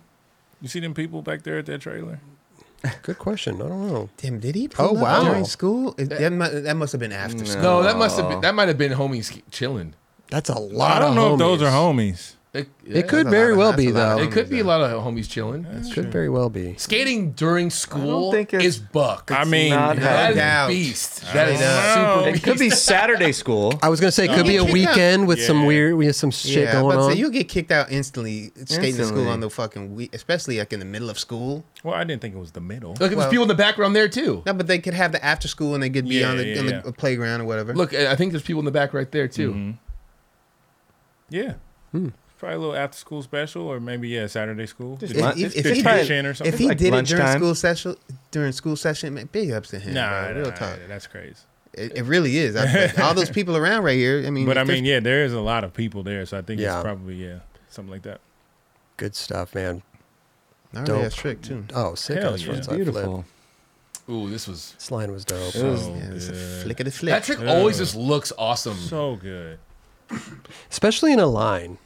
You see them people back there at that trailer?
Good question. I don't know.
Damn, did he?
Oh,
Pull oh wow!
wow.
During school, Is- that, mu- that must have been after
No.
school.
No, that must have been. That might have been homies chilling.
That's a lot.
I don't
of
know if
homies.
those are homies.
It,
It could That's a very lot of- well that's be, a lot of though.
It could be a lot of homies chilling.
Could very well be.
Skating during school is buck.
I mean,
that
Not
is
doubt.
beast. That is
Straight
super.
up. It could be
Saturday school.
I was gonna say it could be a weekend with some weird, we have some shit
yeah, I was
going
about to
on.
Say, you'll get kicked out instantly skating to
Instantly.
school on the fucking week, especially like in the middle of school.
Well, I didn't think it was the middle.
Look, there's people in the background there too.
No, but they could have the after school and they could be
Yeah,
on the,
yeah,
on
yeah.
the playground or whatever.
Look, I think there's people in the back right there too.
Yeah. Probably a little after school special, or maybe yeah, Saturday school.
If,
Just
if-
lun-
if
just
he
pitch
did,
in or something.
if he did it during school session, during school session, man, big ups to him.
Nah,
bro, real
nah,
talk.
that's crazy.
It, it really is. I, all those people around right here. I mean,
but I
if there's-
mean, yeah, there is a lot of people there, so I think
Yeah.
it's probably yeah, something like that.
Good stuff, man.
I already
Dope.
had Strick, too.
Oh, sick
Hell
ass
yeah.
ones I
Beautiful.
Ooh, this was
This line was dope.
It was- So yeah, it's a good. flick of the flick.
That trick always
Yeah.
just looks awesome.
So good.
especially in a line.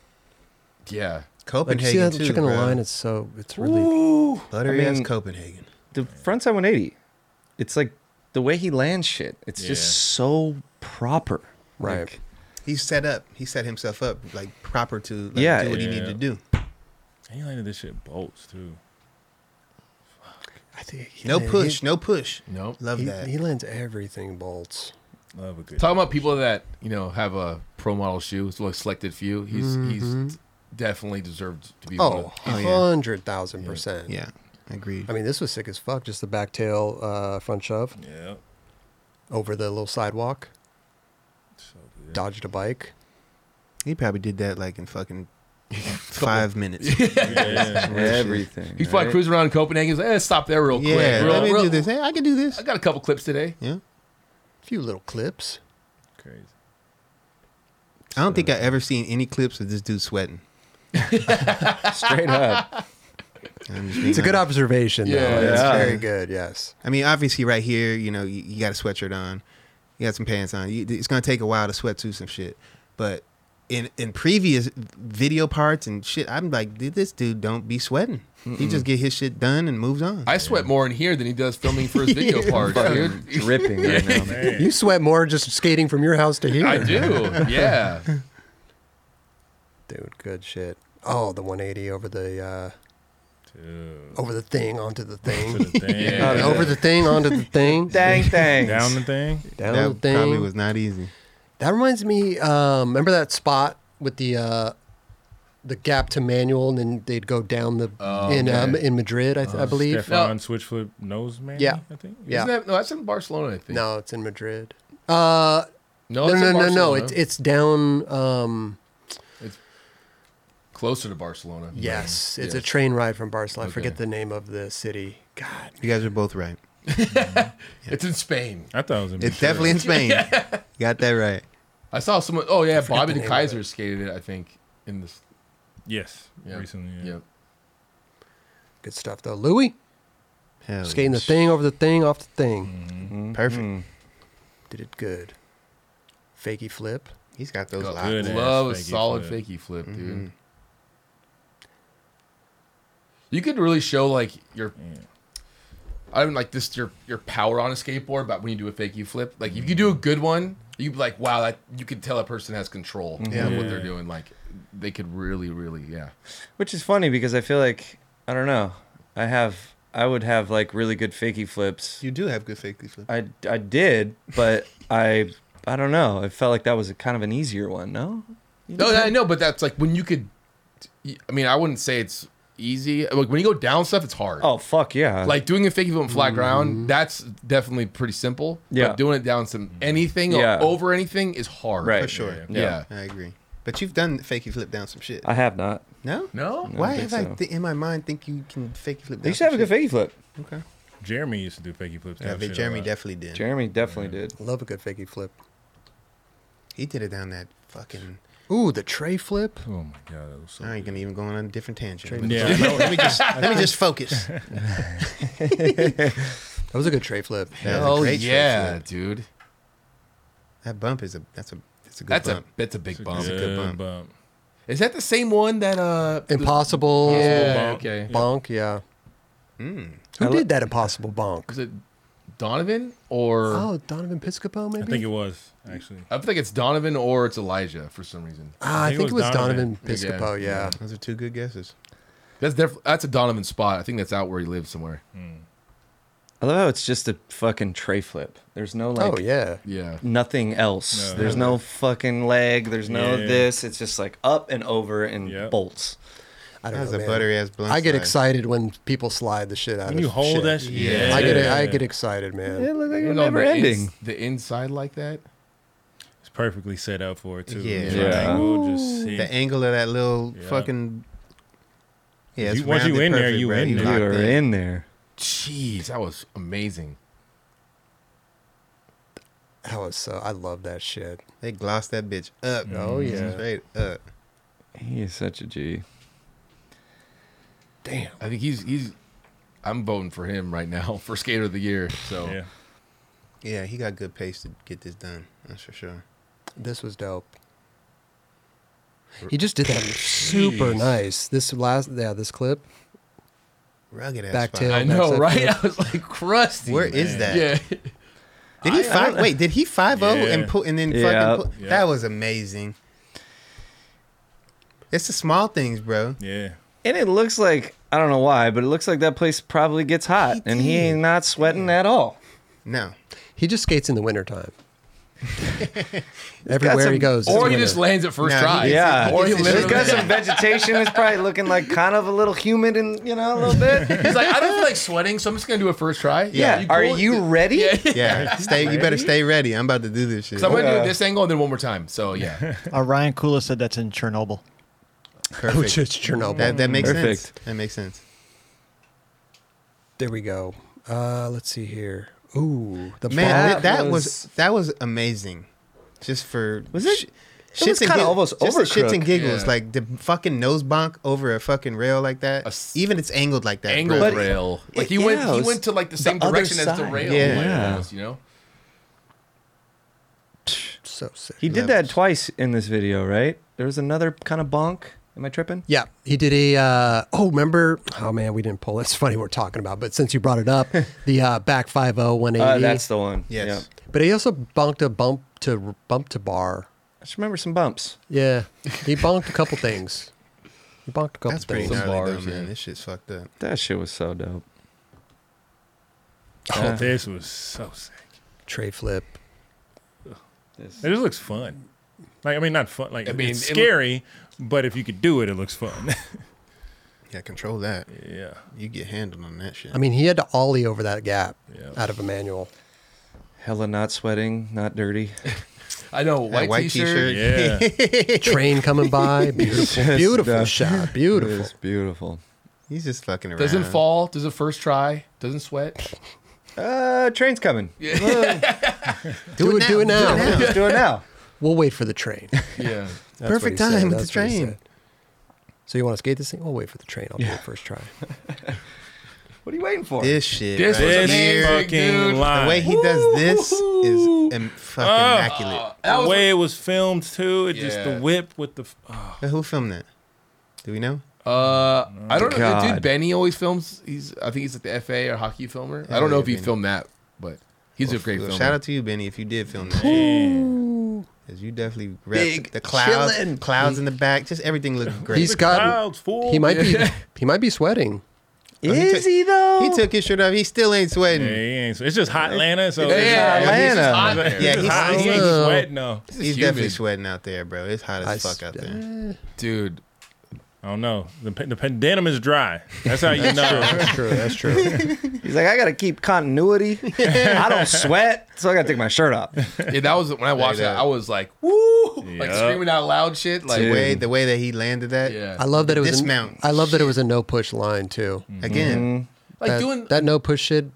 Yeah.
Like, you see that chicken in a line? It's so it's really
Buttery ass Copenhagen.
The frontside 180. It's like the way he lands shit. It's just so proper.
Right.
He set up. He set himself up like proper to like,
Yeah,
do what he
yeah.
needed to do.
And he landed this shit bolts too.
No
Yeah,
push.
he-
no push.
Nope.
Love
he,
that.
He lands everything bolts.
Love a good.
Talking about people that you know have a pro model shoe, it's a selected few. He's he's
Mhm.
definitely deserved to be. one
Oh,
of-
a hundred thousand percent.
Yeah, agreed.
I mean, this was sick as fuck. Just the back tail, uh, front shove.
Yeah.
Over the little sidewalk. Dodged a bike.
He probably did that like in fucking five minutes.
Yeah.
Real shit.
Everything.
He's probably
right?
cruising around Copenhagen. He's like, eh, stop there real quick.
Yeah,
real,
let me
real-
do this. Hey, I can do this.
I got a couple clips today.
Yeah.
A few little clips.
Crazy.
I don't think I ever seen any clips of this dude sweating.
Straight up.
It's a good observation. though. It's very good. Yes.
I mean, obviously, right here, you know, you, you got a sweatshirt on, you got some pants on. You, it's gonna take a while to sweat through some shit, but in in previous video parts and shit, I'm like, dude, this dude don't be sweating. He
Mm-mm.
just get his shit done and moves on.
I sweat more in here than he does filming for his video
Yeah.
part.
Fucking
dude.
dripping right now,
man.
You sweat more just skating from your house to here.
I do. Yeah.
Dude, good shit. Oh, the 180 over the uh, over the thing onto the thing.
Onto the thing.
Uh,
Yeah.
Over the thing onto the thing.
Dang things.
Down the thing.
Down
that
the thing.
probably was not easy.
That reminds me. Um, remember that spot with the uh, the gap to manual, and then they'd go down the
Oh,
in
okay. Oh,
um, in Madrid, I, th- I believe.
Stefan switch flip nose man.
Yeah.
I think.
Yeah.
Isn't that, no, that's in Barcelona, I think.
No, it's in Madrid. Uh,
No,
no, no,
Oh, it's in
no, no.
Barcelona.
It's it's down. Um,
Closer to Barcelona.
yes, it's a
Yes.
train ride from Barcelona. I forget
Okay.
the name of the city. God,
You guys are both right.
It's in Spain.
I thought it was in
It's definitely in Spain. Got that right.
I saw someone. Oh yeah,
forget
Bobby the
the name of
Kaiser skated it. I think in this.
Yes. Recently. Yeah.
good stuff though. Louis
Hell
skating the thing over the thing off the thing.
Perfect.
Did it good. Fakey flip.
He's got those.
Go-
locks.
Good ass Love a fakey solid flip. fakey flip, dude.
Mhm.
You could really show like your. I don't like this your your power on a skateboard, but when you do a fake you flip, like if you do a good one, you'd be like, wow, that you could tell a person has control
Yeah.
of what they're
Yeah.
doing. Like they could really, really, yeah.
Which is funny because I feel like I don't know. I have I would have like really good fakie flips.
You do have good fakey flip.
I I did, but I I don't know. It felt like that was a kind of an easier one. No.
No, I know, but that's like when you could. I mean, I wouldn't say it's easy. Like when you go down stuff, it's hard.
Oh fuck yeah!
Like doing a fakey flip on flat ground, that's definitely pretty simple.
Yeah.
But doing it down some anything
Yeah.
or over anything is hard.
Right.
For sure.
Yeah. Yeah.
I agree. But you've done fakey flip down some shit.
I have not.
No?
No?
I
Why
don't
have
think
I,
so.
th- in my mind, think you can fakey flip down
They used to have
some
a good
shit?
fakey flip.
Okay.
Jeremy used to do fakey flips.
Yeah,
down
but
shit a
Jeremy
lot.
definitely did.
Jeremy definitely did.
Love a good fakey flip.
He did it down that fucking.
Ooh, the tray flip.
Oh my god, that was so.
I ain't gonna even go on a different tangent.
Trade
Let me
flip.
just-
Yeah.
let me just let me just focus.
That was a good tray flip.
That was a
Hell
great trade
yeah,
flip.
dude.
That bump is a that's a that's a good
That's
bump.
a that's a big bump.
That's a good bump.
Is that the same one that uh the-
Impossible.
Yeah,
bonk.
okay.
Bonk, yeah.
Mm.
Who did that impossible bonk?
Was it Donovan or
Oh, Donovan Piscopo, maybe?
I think it was actually.
I think it's Donovan or it's Elijah for some reason.
Ah, I I think think it it was was Donovan. Donovan Piscopo, yeah.
Those are two good guesses.
That's def- that's a Donovan spot. I think that's out where he lives somewhere.
I love how it's just a fucking tray flip. There's no like,
Oh, yeah. Yeah.
nothing else.
No.
there's no fucking leg. There's no
Yeah.
this. It's just like up and over and bolts.
I don't know, man. I get excited when people slide the shit out
When
of
you hold
shit.
that shit- Yeah.
I get
Yeah.
I get excited, man.
It looks like
You
it's
know,
never
the ins-
ending.
the inside like that.
It's perfectly set up for it too.
Yeah.
The triangle just hit.
The angle of that little fucking. Yeah, it's
You- once you
rounded
in there,
perfect,
you
bro.
in there.
locked
You are
in there.
Jeez, that was amazing.
That was so. I love that shit.
They glossed that bitch up.
Oh yeah.
Straight up.
He is such a G.
Damn. I think he's he's. I'm voting for him right now for skater of the year. So
Yeah.
Yeah, he got good pace to get this done. That's for sure.
This was dope. He just did that super nice. This last yeah, this clip.
Rugged ass.
Back
spot.
tail, I know, backside right? flip. I
was like crusty.
Where is
man.
that?
Yeah.
Did
I-
he
I
five?
don't-
Wait, did he five zero and
Yeah.
pull and then
Yeah.
fucking? Pull?
Yeah.
That was amazing. It's the small things, bro.
Yeah.
And it looks like I don't know why, but it looks like that place probably gets hot, and he ain't not sweating at all.
No,
he just skates in the wintertime.
got
Everywhere he
some-
goes, it's
or he
winter.
just lands it first
No, he
try.
gets
Yeah,
Or he
has
literally
got some vegetation. It's probably looking like kind of a little humid, and you know, a little bit.
He's like, I don't feel like sweating, so I'm just gonna do a first try.
Yeah.
Are
cool?
you ready?
Yeah, stay. You better stay ready. I'm about to do this shit.
So I'm gonna do this angle and then one more time. So yeah,
Uh, Ryan Kula said that's in Chernobyl.
Perfect. That, that makes sense.
Perfect.
That makes sense.
There we go. Uh, let's see here. Ooh, the
Man,
ball-
that, that was, that was amazing. Just for
Was it-
sh-
it was
and
kinda
gig-
almost
just the shits
overcooked.
and giggles
Yeah.
like the fucking nose bonk over a fucking rail like that. Even it's angled like that.
angled
bro.
rail.
It-
Like he
yeah,
went,
it
he
was
went to like the same
other
direction as the
side.
rail.
Yeah.
like,
Yeah.
almost, you know.
So sick.
He did that twice in this video, right? There was another kind of bonk. Am I tripping?
Yeah, he did a. Uh, oh, remember? Oh man, we didn't pull. It's funny we're talking about, but since you brought it up, the uh, back five zero one eighty.
Uh, that's the one. Yes.
But he also bonked a bump to bump to bar.
I just remember some bumps.
Yeah, he bonked a couple things. He bonked a couple
That's pretty
things.
gnarly, though, man. This shit's fucked up.
That shit was so dope.
Oh,
Yeah.
this was so sick.
Tray flip.
It just looks fun. Like I mean, not fun. Like
I mean,
it's
it loo-
scary, but if you could do it, it looks fun.
Yeah, control that.
Yeah,
you get handled on that shit.
I mean, he had to ollie over that gap
Yeah.
out of Emmanuel.
Hella not sweating, not dirty.
I know white, t-shirt.
Train coming by. Beautiful,
Just
beautiful
the-
shot. Beautiful.
It's beautiful.
He's just fucking around.
Doesn't fall. Does a first try. Doesn't sweat.
Uh, train's coming.
Do, it, do it now.
Just do it now.
We'll wait for the train.
Yeah.
That's what he
Perfect
said.
time with the
That's what he
train.
said. So you want to skate this thing? We'll wait for the train. I'll do it first try.
What are you waiting for?
This shit.
This
right
was
here,
amazing, fucking line.
The way he does this is im- fucking
Oh,
immaculate.
the way it was filmed too. It just the
Yeah.
whip with the. f- Oh.
Who filmed that? Do we know?
Uh, I don't know. The
God.
dude Benny always films. He's I think he's like the FA or hockey filmer. I
Hell
don't know
yeah,
if he
Benny.
filmed that, but he's a great
Well,
filmer.
Shout out to you, Benny, if you did film that. Because you definitely wrapped
Big
the clouds,
chillin'.
clouds in the back. Just everything looked great.
He's got. he might be. He might be sweating.
Oh, he took-
he though?
He took his shirt off. He still ain't sweating.
Yeah, he ain't- It's just hot Atlanta. So
Yeah,
It's just hot.
Atlanta.
It's
Yeah,
just
he's
hot. He ain't
still-
sweating. No,
He's definitely sweating out there, bro. It's hot as
I
fuck out there.
dude.
I don't know. The, pe- the pe- denim is dry. That's how you
That's
know.
true, that's true, that's true. He's like, I gotta keep continuity. I don't sweat, so I gotta take my shirt off.
Yeah, that was when I watched that. I was like, woo, like
Yup.
screaming out loud, shit. Like
the way the way that he landed that.
Yeah.
I love that it was.
dismount.
A, I love that it was a no push line too.
Mm-hmm.
Again.
Like
that,
doing-
that no push shit.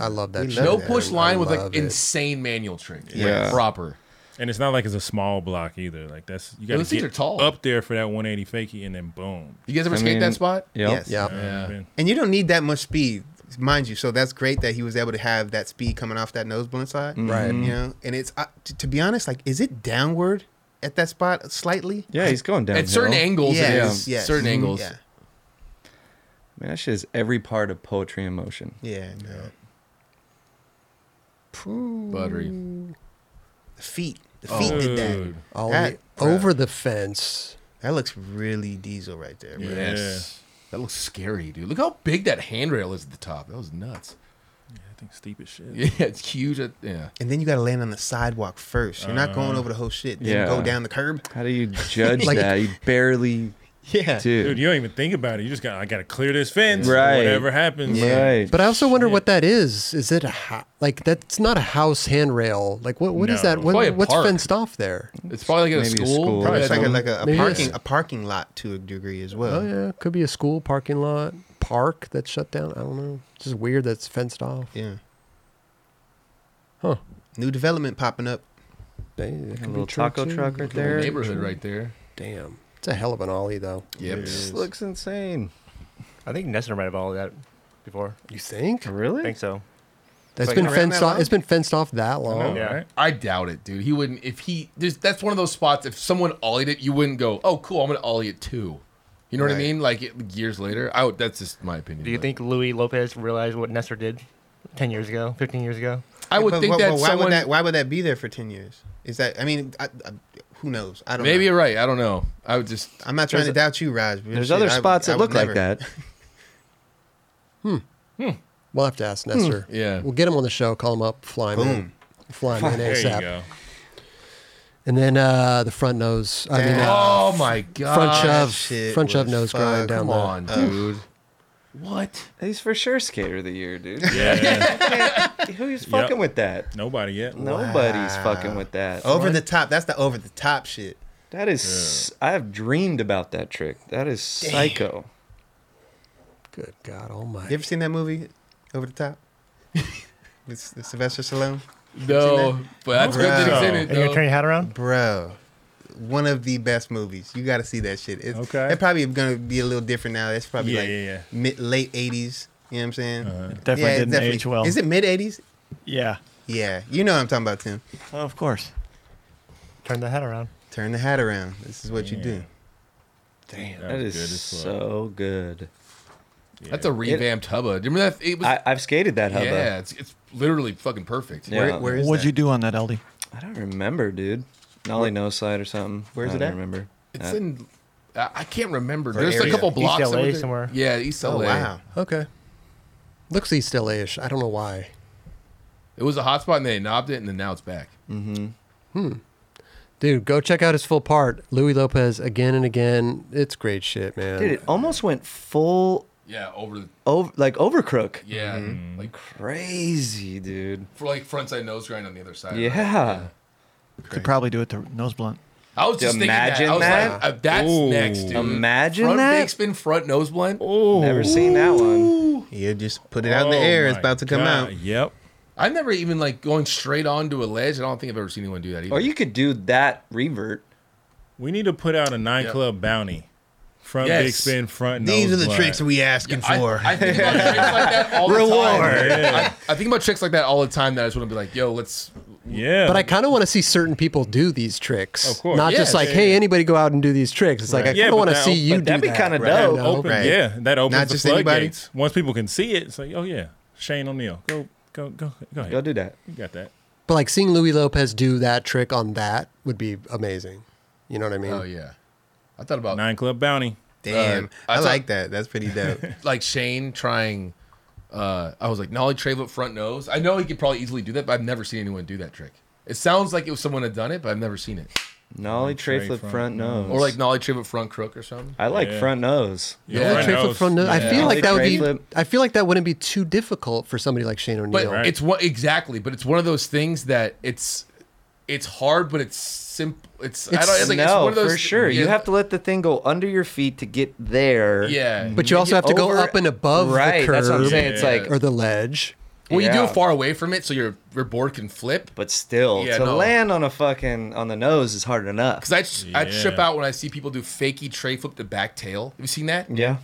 I love that. shit.
no push
man.
line
I
with like
love it.
insane manual trick. Like,
Yeah.
proper.
And it's not like it's a small block either. Like that's you got
Those
to
things
get
are tall.
up there for that 180 fakie, and then boom.
You guys ever I skate that mean, spot?
yep.
Yes.
Yeah.
And you don't need that much speed, mind you. So that's great that he was able to have that speed coming off that nose blunt side.
Right.
You know, and it's, uh, t- to be honest, like, is it downward at that spot slightly?
Yeah, he's going down.
At certain angles, it
Yes,
is.
yes.
Certain
Mhm.
angles.
Yeah.
Man, that shit is every part of poetry in motion.
Yeah, man.
Buttery.
The feet. The
Oh.
feet did that.
Dude.
All
That-
the- over the fence.
That looks really diesel right there. Bro.
Yes. That looks scary, dude. Look how big that handrail is at the top. That was nuts. Yeah, I think steep as shit. Yeah, it's huge. At, yeah.
And then you got to land on the sidewalk first. You're not
Uh,
going over the whole shit. Then
yeah.
go down the curb.
How do you judge
Like-
that? You barely.
Yeah.
Dude.
you don't even think about it. You just got I got to clear this fence.
Right.
Whatever happens.
But I also wonder what that is. Is it a ho- like that's not a house handrail? Like what what is
No.
that?
It's
What,
probably a
what's
park.
fenced off there?
It's probably like a
Maybe a
school. um,
school. Probably
Probably it's like a, like a,
Maybe
a
it is.
parking a parking lot to a degree as well.
Oh yeah, could be a school parking lot, park that's shut down. I don't know. It's just weird that's fenced off.
Yeah.
Huh.
New development popping up.
They, that could be
little
true,
taco
too.
truck right
Could be
there.
Neighborhood right there.
Damn. It's a hell of an ollie though.
Yep. It
This looks insane.
I think Nestor might have all that before.
You think?
Really?
I think so.
That's
Like,
been
around
fenced
that
off.
long?
It's been fenced off that long.
Yeah. right?
I doubt it, dude. He wouldn't if he. There's, that's one of those spots. If someone ollied it, you wouldn't go, "Oh, cool, I'm gonna ollie it too." You know what I
Right.
mean? Like it, years later, I would, that's just my opinion.
Do you
but-
think Louis Lopez realized what Nestor did 10 years ago, 15 years ago?
I would
But
think
wha-
that
wha- why
someone-
would that why would that be there for ten years? Is that I mean, I, I, who knows? I don't.
Maybe
know.
you're right. I don't know. I would just.
I'm not trying
There's
to
a-
doubt you, Raj. but
There's
shit,
other
I would-
spots
I
that
would
look like
never.
that.
We'll have to ask Nestor.
Yeah.
We'll get him on the show, call him up, fly him in.
Boom.
Fly him in
There you
ASAP.
go.
And then uh, the front nose. I mean, uh,
oh my god!
Front shove.
shit
Front shove
was
nose grind
fucked
down
Come
there.
on,
Oh.
dude. What?
He's for sure skater of the year, dude.
Yeah.
Who's
Yep.
fucking with that?
Nobody yet.
Nobody's
Wow.
fucking with that.
Over the top. That's the over the top shit.
That is. I have dreamed about that trick. That is psycho.
Good God Almighty.
You ever seen that movie, Over the Top? it's, it's Sylvester Stallone.
No, but that's good that he's in it.
And you're
Though.
turning your hat around?
bro. One of the best movies. You got to see that shit. It's,
Okay.
It's probably going to be a little different now. It's probably
Yeah,
like
yeah, yeah.
mid late '80s. You know what I'm saying?
Uh-huh.
definitely
it
didn't age well.
Is it mid '80s?
Yeah.
Yeah, you know what I'm talking about, Tim.
of course.
Turn the hat around.
Turn the hat around. This is what you do.
Damn,
That
that is
was good as fuck.
so good.
That's a revamped hubba. Do you remember that? It was,
I, I've skated that hubba.
yeah, it's, it's literally fucking perfect.
Yeah. Where- where
is
What'd
that?
you do on that, LD?
I don't remember, dude. Nolly no slide or something.
Where's
I
it
don't
at?
remember.
It's
Uh,
in. I I can't remember.
Or
There's a
area.
couple
East
blocks
LA
over there.
somewhere?
Yeah, East LA.
Oh wow.
Okay. Looks East LA-ish. I don't know why.
It was a hot spot and they knobbed it and then now it's back.
Dude, go check out his full part, Louis Lopez, again and again. It's great shit, man.
dude, it almost went full
Yeah, over the
over, like overcrook.
yeah, like
Crazy, dude.
for like frontside nose grind on the other side.
Yeah.
Could probably do it to nose blunt.
I was just
Imagine
thinking that. I was
that?
like, uh, that's
Ooh.
next, dude.
Imagine
front
that?
backspin, front nose blend.
Oh,
Never seen that one.
You just put it out in the air. It's about to come out.
Yep.
I've never even like going straight onto a ledge. I don't think I've ever seen anyone do that either.
Or you could do that revert.
We need to put out a nine
Yep.
club bounty. Front
Yes.
big spin, front
These
nose
are the
blunt.
tricks we asking
I,
for.
uh,
I think about tricks like that all the time.
Reward.
I, I think about tricks like that all the time. That I just want to be like, yo, let's.
Yeah.
But I kind of want to see certain people do these tricks.
Of course.
Not
Yes.
just like,
Yeah,
hey,
yeah.
anybody go out and do these tricks. It's like, I
Right. Yeah,
kind of
but
want to
that-
see you
but that'd
do
be
that.
kinda
right?
dope.
You know?
open,
Right.
yeah, that opens
Not
the
just anybody.
floodgates. Once people can see it, it's like, oh yeah, Shane O'Neill, go, go, go, go ahead.
Go do that.
You got that.
But like seeing Louis Lopez do that trick on that would be amazing. You know what I mean?
Oh yeah, I thought about
Nine club bounty.
Damn,
Uh, I
I,
thought-
like that. That's pretty dope.
like Shane trying. Uh, I was like nollie travelet front nose. I know he could probably easily do that, but I've never seen anyone do that trick. It sounds like it was someone had done it, but I've never seen it.
Nolly tray
tray
flip
front
front nose.
Or like nollie travelet front crook or something.
I like
Yeah.
front nose.
Yeah,
Only
front
tray flip
nose.
front nose- I
Yeah.
feel
Only
like that would
tray
be.
flip.
I feel like that wouldn't be too difficult for somebody like Shane
But
O'Neill.
Right.
it's what exactly. But it's one of those things that it's it's hard, but it's simple. It's, I don't. It's like,
no,
it's one of those,
for sure. You
yeah,
have to let the thing go under your feet to get there.
Yeah.
But you also have to go
Over-
up and above
Right,
the curb
that's what I'm saying. It's
Yeah.
like,
or the ledge.
Well, you do
Yeah.
it far away from it, so your your board can flip.
but still,
Yeah,
to
no.
land on a fucking on the nose is hard enough.
Because I just- I trip
Yeah.
out when I see people do fakey tray flip to back tail. Have you seen that?
Yeah,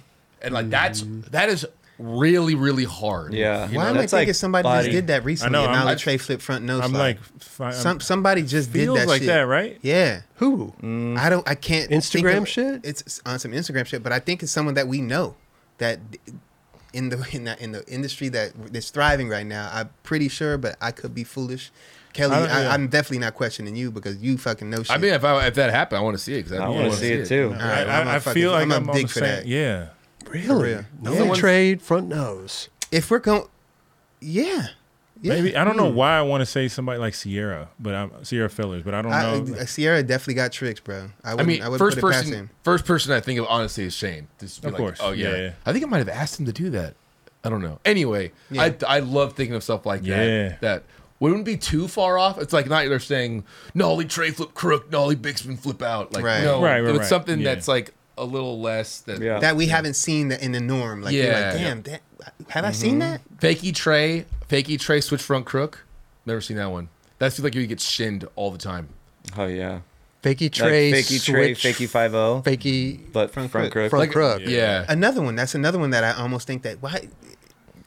And like that's
Mm.
that is really really hard.
yeah.
Why am I
That's like
thinking somebody
body-
just did that recently?
know,
and
I'm-
now the tray flip front nose.
I'm
slide?
like, fi-
Some somebody just did
feels
that
like
shit.
that, right?
Yeah.
Who?
I don't. I can't. think
Instagram
of-
shit?
It's on some Instagram shit, but I think it's someone that we know that in the in that in the industry that is thriving right now. I'm pretty sure, but I could be foolish. Kelly,
I don't-
I,
yeah.
I'm definitely not questioning you because you fucking know shit.
I mean, if I, if that happened, I want to see it because I, really wanna
All right,
I,
I'm a
I,
fucking-
feel like
I'm,
I'm,
a
on
big
the
for
same-
that.
Yeah,
For
really?
real.
No
Yeah.
trade front nose.
If we're going, yeah, yeah.
Maybe I don't know why I want to say somebody like Sierra, but I'm Sierra Fillers, but I don't
I,
know.
uh, Sierra definitely got tricks, bro. I,
I
wouldn't,
mean,
I would
first
put it past
person,
him.
first person I think of honestly is Shane. Just be
Of
like,
course.
oh yeah.
Yeah, yeah.
I think I might have asked him to do that. I don't know. Anyway,
Yeah.
I I love thinking of stuff like
Yeah.
that. That wouldn't be too far off. It's like not you're saying nollie tray flip crook, nollie bixman flip out. Like
Right.
no,
Right, right,
it's
right.
something
Yeah.
that's like a little less than
That we haven't seen that in the norm. Like, you're
Yeah.
like damn, that, have I seen that?
Fakey tray, fakey tray switch front crook. Never seen that one. That feels like you get shinned all the time.
Oh yeah.
Fakey
tray, fakey tray, switch- fakey five zero,
fakey,
but front, crook,
front crook.
Yeah.
Another one. That's another one that I almost think that why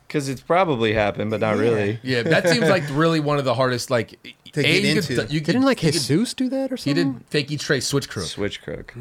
because it's probably happened, but not really.
Yeah, that seems like really one of the hardest. Like
To
A,
get
you
into.
you
Didn't, like,
you
Jesus do that or
He did fakey tray switch crook.
Switch crook.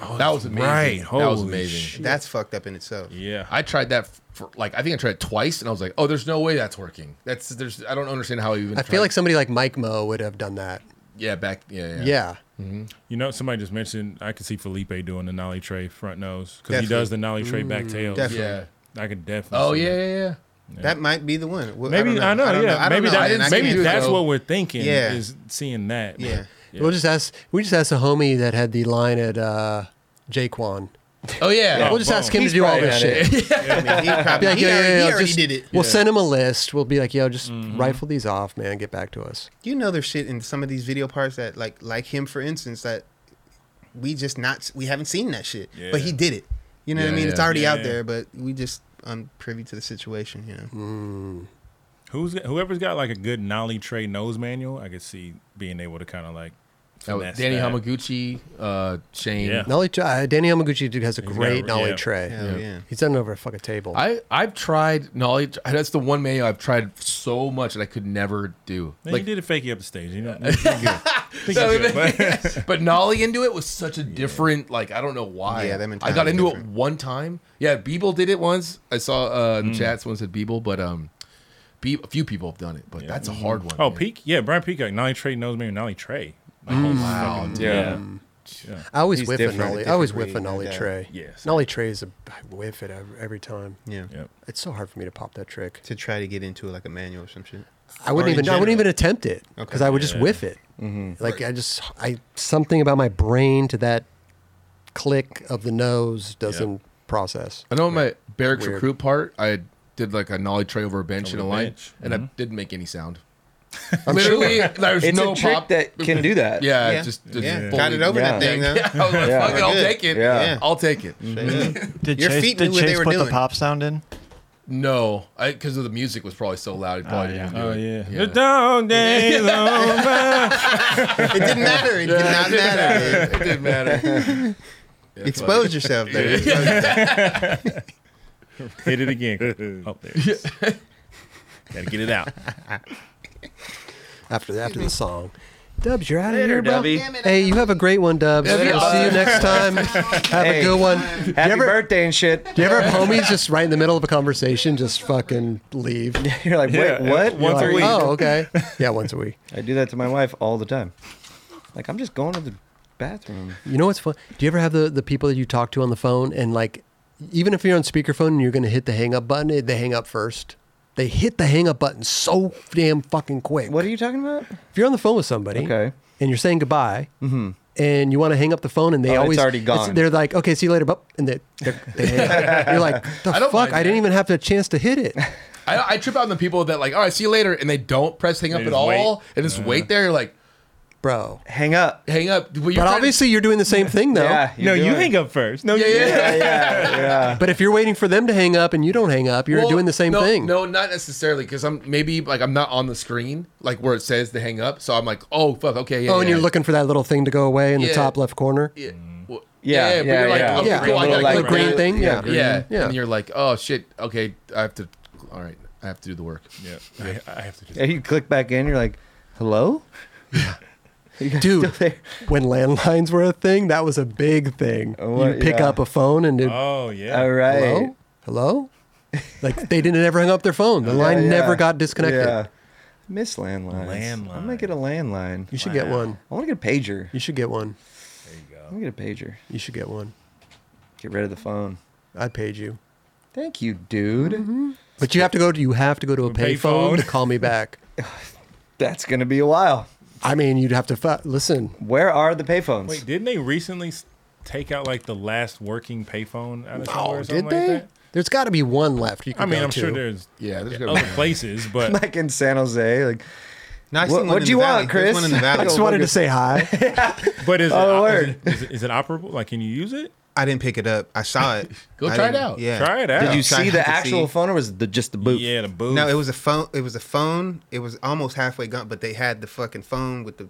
Oh, that was amazing.
right.
that was
Holy
amazing.
shit.
That's fucked up in itself.
Yeah.
I tried that for like I think I tried it twice and I was like, oh, there's no way that's working. That's there's I don't understand how you even.
I
tried-
feel like somebody like Mike Mo would have done that.
yeah back yeah yeah.
Yeah.
You know, somebody just mentioned I could see Felipe doing the nollie tray front nose because he
Definitely.
does the nollie tray back
Mm,
tail.
definitely.
I could definitely.
Oh
see
yeah
that.
yeah yeah.
That might be the one. Well,
Maybe
I, don't know.
I know,
I don't
yeah.
know. I don't
maybe
know.
that-
And I
maybe
can't-
that's
so-
what we're thinking
Yeah.
is seeing that. but-
Yeah.
We'll just ask. We just asked a homie that had the line at uh, Jaquan.
Oh yeah.
we'll just
Oh,
ask him
he's
to do all
probably
this
had it.
shit.
Yeah. I mean, he
Be
probably-
like,
he
yo, yo,
already-
yo,
he already
just-
did it.
We'll
Yeah.
send him a list. We'll be like, yo, just rifle these off, man. Get back to us.
You know there's shit in some of these video parts that like like him for instance that we just not we haven't seen that shit. But he
Yeah.
did it. You know what I
Yeah,
mean? It's
yeah.
already
Yeah,
out
yeah.
there, but we just I'm privy to the situation, you know.
Mm.
Who's whoever's got like a good nollie tray nose manual, I could see being able to kind of like.
That was
finesse
Oh, Danny
that.
Hamaguchi, uh, Shane.
Yeah.
Nolly, uh, Danny Yamaguchi dude has a
got
great
a-
nollie
yeah.
tray.
Hell Yeah. yeah.
He's done it over a fucking table.
I I've tried nollie. That's the one mayo I've tried so much and I could never do.
Man,
like
you did a fakey up the stage. You know, you're good. I think
So
you're good,
then-
but-
but, Nolly into it was such a different, like, I don't know why.
Yeah, that
I
mentality
got
is
into it one time. Yeah, Beeble did it once. I saw uh, in the chat someone said Beeble, but um, Be- a few people have done it, but that's a hard one.
Oh,
man.
Peak? Yeah, Brian Peacock. Nolly Trey knows me. Nolly Trey. Like,
Mm.
holy
Wow,
fucking-
dude.
Yeah.
I always whiff a nollie. I always whiff a nollie tray.
Yes.
Nollie tray is a I whiff it every, every time.
Yeah.
It's so hard for me to pop that trick.
To try to get into it like a manual or some shit.
I wouldn't
Or in
even. I wouldn't
general.
even attempt it because I would just whiff it.
Mhm.
Like I just, I something about my brain to that click of the nose doesn't process.
I know in my barracks
Weird.
recruit part, I did like a Nolly tray over a bench
Over
in a
the
line,
bench.
and I
Mhm.
didn't make any sound.
I'm
Literally,
sure.
there's
It's a
no
trick
pop
that can do that.
Yeah,
Yeah.
Uh, just, just
Yeah.
fully-
Got it over that
Yeah.
thing, though.
Yeah, I was like,
Yeah.
fuck it, I'll
Good.
take it.
Yeah. Yeah.
I'll take it.
Did Chase, did Chase put the pop sound in?
No, because of the music was probably so loud. He probably didn't do
Oh,
it.
The dog days
it didn't matter. It did
Yeah,
not
it didn't
matter.
matter. It didn't matter. Yeah,
Expose
fuck it.
yourself there.
Yeah.
Hit it again. Up there. it is. Gotta get it out.
After after the song, Dubs, you're out of here, bro.
Dubby. Damn
Hey, you have a great one, Dubs.
Later,
we'll see you
bud.
next time. Have
Hey,
a good one. Do you
Happy
ever-
birthday and shit.
Do you ever have homies just right in the middle of a conversation just fucking leave?
You're like, wait, what?
You're like, Oh, okay. Yeah, once a week.
I do that to my wife all the time. Like, I'm just going to the bathroom.
You know what's fun? Do you ever have the, the people that you talk to on the phone and like, even if you're on speakerphone and you're going to hit the hang up button, eh, they hang up first. They hit the hang up button so damn fucking quick. What
are you talking about?
If you're on the phone with somebody,
Okay. Mm-hmm.
and you're saying goodbye, and you want to hang up the phone, and
Oh,
they
it's
always
already gone.
They're like, "Okay, see you later," bup, and they, they're- they hang up. you're like, "The
I don't
fuck!
mind
I didn't even have a chance to hit it."
I, I trip out on the people that like, all right, see you later, and they don't press hang up
They
at
just
all,
wait.
and just
Uh-huh.
wait there. You're like,
bro,
hang up,
hang up. Well,
but obviously, you're doing the same thing, though.
no, you hang up first. No,
Yeah,
you
yeah. Yeah,
But if you're waiting for them to hang up and you don't hang up, you're
Well,
doing the same
no,
thing.
No, not necessarily, because I'm maybe like I'm not on the screen like where it says to hang up, so I'm like, oh fuck, okay, yeah.
oh, and
yeah.
you're looking for that little thing to go away in
Yeah.
the top left corner.
Yeah. Well,
Yeah, yeah,
yeah, yeah, but you're
yeah.
like,
Yeah.
okay, well, I
Little,
gotta
like,
click
green
that.
thing, yeah.
yeah,
green,
yeah,
yeah.
and you're like, oh shit, okay, I have to, all right, I have to do the work.
Yeah, I, I have to do.
And you click back in, you're like, hello?
Dude, when landlines were a thing, that was a big thing. you
what-
pick
yeah.
up a phone and it,
Oh, yeah.
All right.
hello, hello. Like they didn't ever hang up their phone. The line
Yeah,
never
yeah.
got disconnected.
Yeah. I miss landlines. Landline. I'm gonna get a landline.
You should get Wow. one.
I want to get a pager.
You should get one.
There you go. I'm gonna get a pager.
You should get one.
Get rid of the phone.
I'd page you.
Thank you, dude.
Mm-hmm. But you have to go. To, you have to go to a payphone
payphone.
to call me back.
That's gonna be a while.
I mean, you'd have to fi- listen.
Where are the payphones?
Wait, didn't they recently s- take out like the last working payphone out of somewhere
Oh,
or something
did
like
they?
that?
There's got to be one left. You can
I mean,
go
I'm sure
to.
there's
Yeah, there's gotta be
other
one.
places, but
like in San Jose, like.
No, I've seen
what
one
what'd
in
you
the
want,
valley. There's
Chris?
one in the valley.
I just wanted to say hi.
But is,
Oh,
it,
word.
is, it, is it operable? Like, can you use it?
I didn't pick it up. I saw it.
Go
I
try it
didn't-
out.
Yeah,
Try it out.
Did you
I
see
had
the
to
actual
see-
phone or was it the, just the boot?
Yeah, the boot.
No, it was a phone. It was a phone. It was almost halfway gone, but they had the fucking phone with the,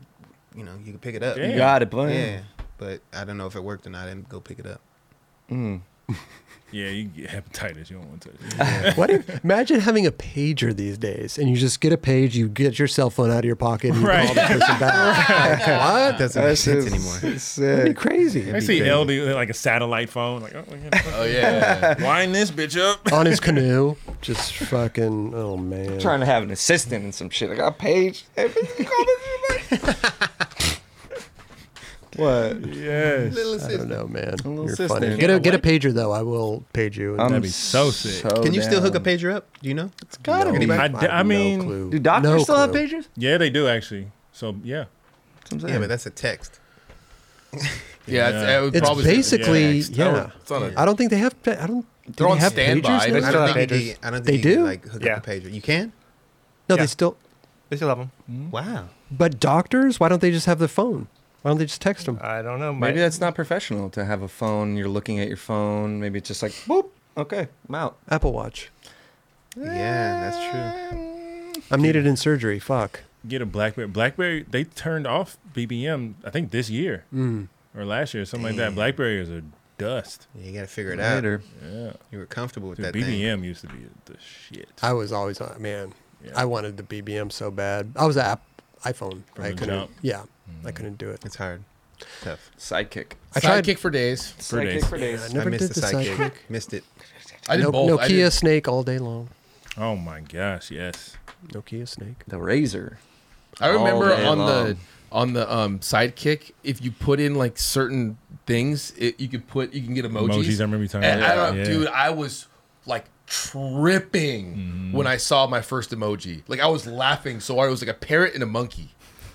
you know, you could pick it up.
You got it, boy.
Yeah, but I don't know if it worked or not. I didn't go pick it up.
Mm.
Yeah, you get hepatitis. You don't want to.
what if, imagine having a pager these days and you just get a page, you get your cell phone out of your pocket and you
Right.
call the person back.
Right.
What? Doesn't make sense anymore. That'd be crazy.
I see LD like a satellite phone. Like, oh,
Oh, yeah.
wind this bitch up.
On his canoe, just fucking, oh man.
Trying to have an assistant and some shit. I got paged. what?
Yes.
I don't know, man.
little
You're
assistant.
funny. Get a,
Can't
get a pager though. I will page you.
I'm
That'd
That'd be so sick. so
Can you still hook a
down.
pager up? Do you know? It's
gotta be.
I,
I have
I
no
mean,
clue. Do doctors No still have clue. pagers?
Yeah, they do actually. So yeah,
Yeah, but that's a text.
Yeah, it's-
Yeah.
it would
It's
probably
basically
it's-
yeah.
It's on a,
I don't think they have. I don't. do
They're on
they have
standby.
pagers
They
now?
still
I don't think you
pagers.
can- I don't
They
think you can,
do?
like hook
Yeah.
up a pager. You can.
No,
Yeah.
they still.
They still have them.
Wow.
But doctors, why don't they just have the phone? Why don't they just text them?
I don't know. My,
Maybe that's not professional to have a phone. You're looking at your phone. Maybe it's just like, boop. Okay, I'm out.
Apple Watch.
Yeah, that's true.
I'm needed in surgery. Fuck.
get a BlackBerry. BlackBerry they turned off BBM. I think this year
Mm.
or last year, something like
Damn.
that. BlackBerries are dust.
You got to figure it
Later.
out.
Yeah,
You were comfortable with
Dude,
that thing.
BBM used to be the shit.
I was always on. Man, I wanted the BBM so bad. I was an app iPhone.
From
I
the
couldn't.
jump.
Yeah, I
Mm.
couldn't do it.
It's hard. Tough.
Sidekick.
I tried.
sidekick for days.
For days.
for days.
I never
missed
did
the
the
sidekick.
sidekick.
Missed it.
I did
No,
both. I
Nokia
did,
Snake all day long.
Oh my gosh, yes.
Nokia Snake.
The razor.
I remember
Oh,
All day
on the
long.
on the um, sidekick, if you put in like certain things, it, you could put you can get emojis.
Emojis, I remember you talking
and
about
I don't,
that, yeah.
dude. I was like tripping
Mm-hmm.
when I saw my first emoji. Like I was laughing so hard. It was like a parrot and a monkey.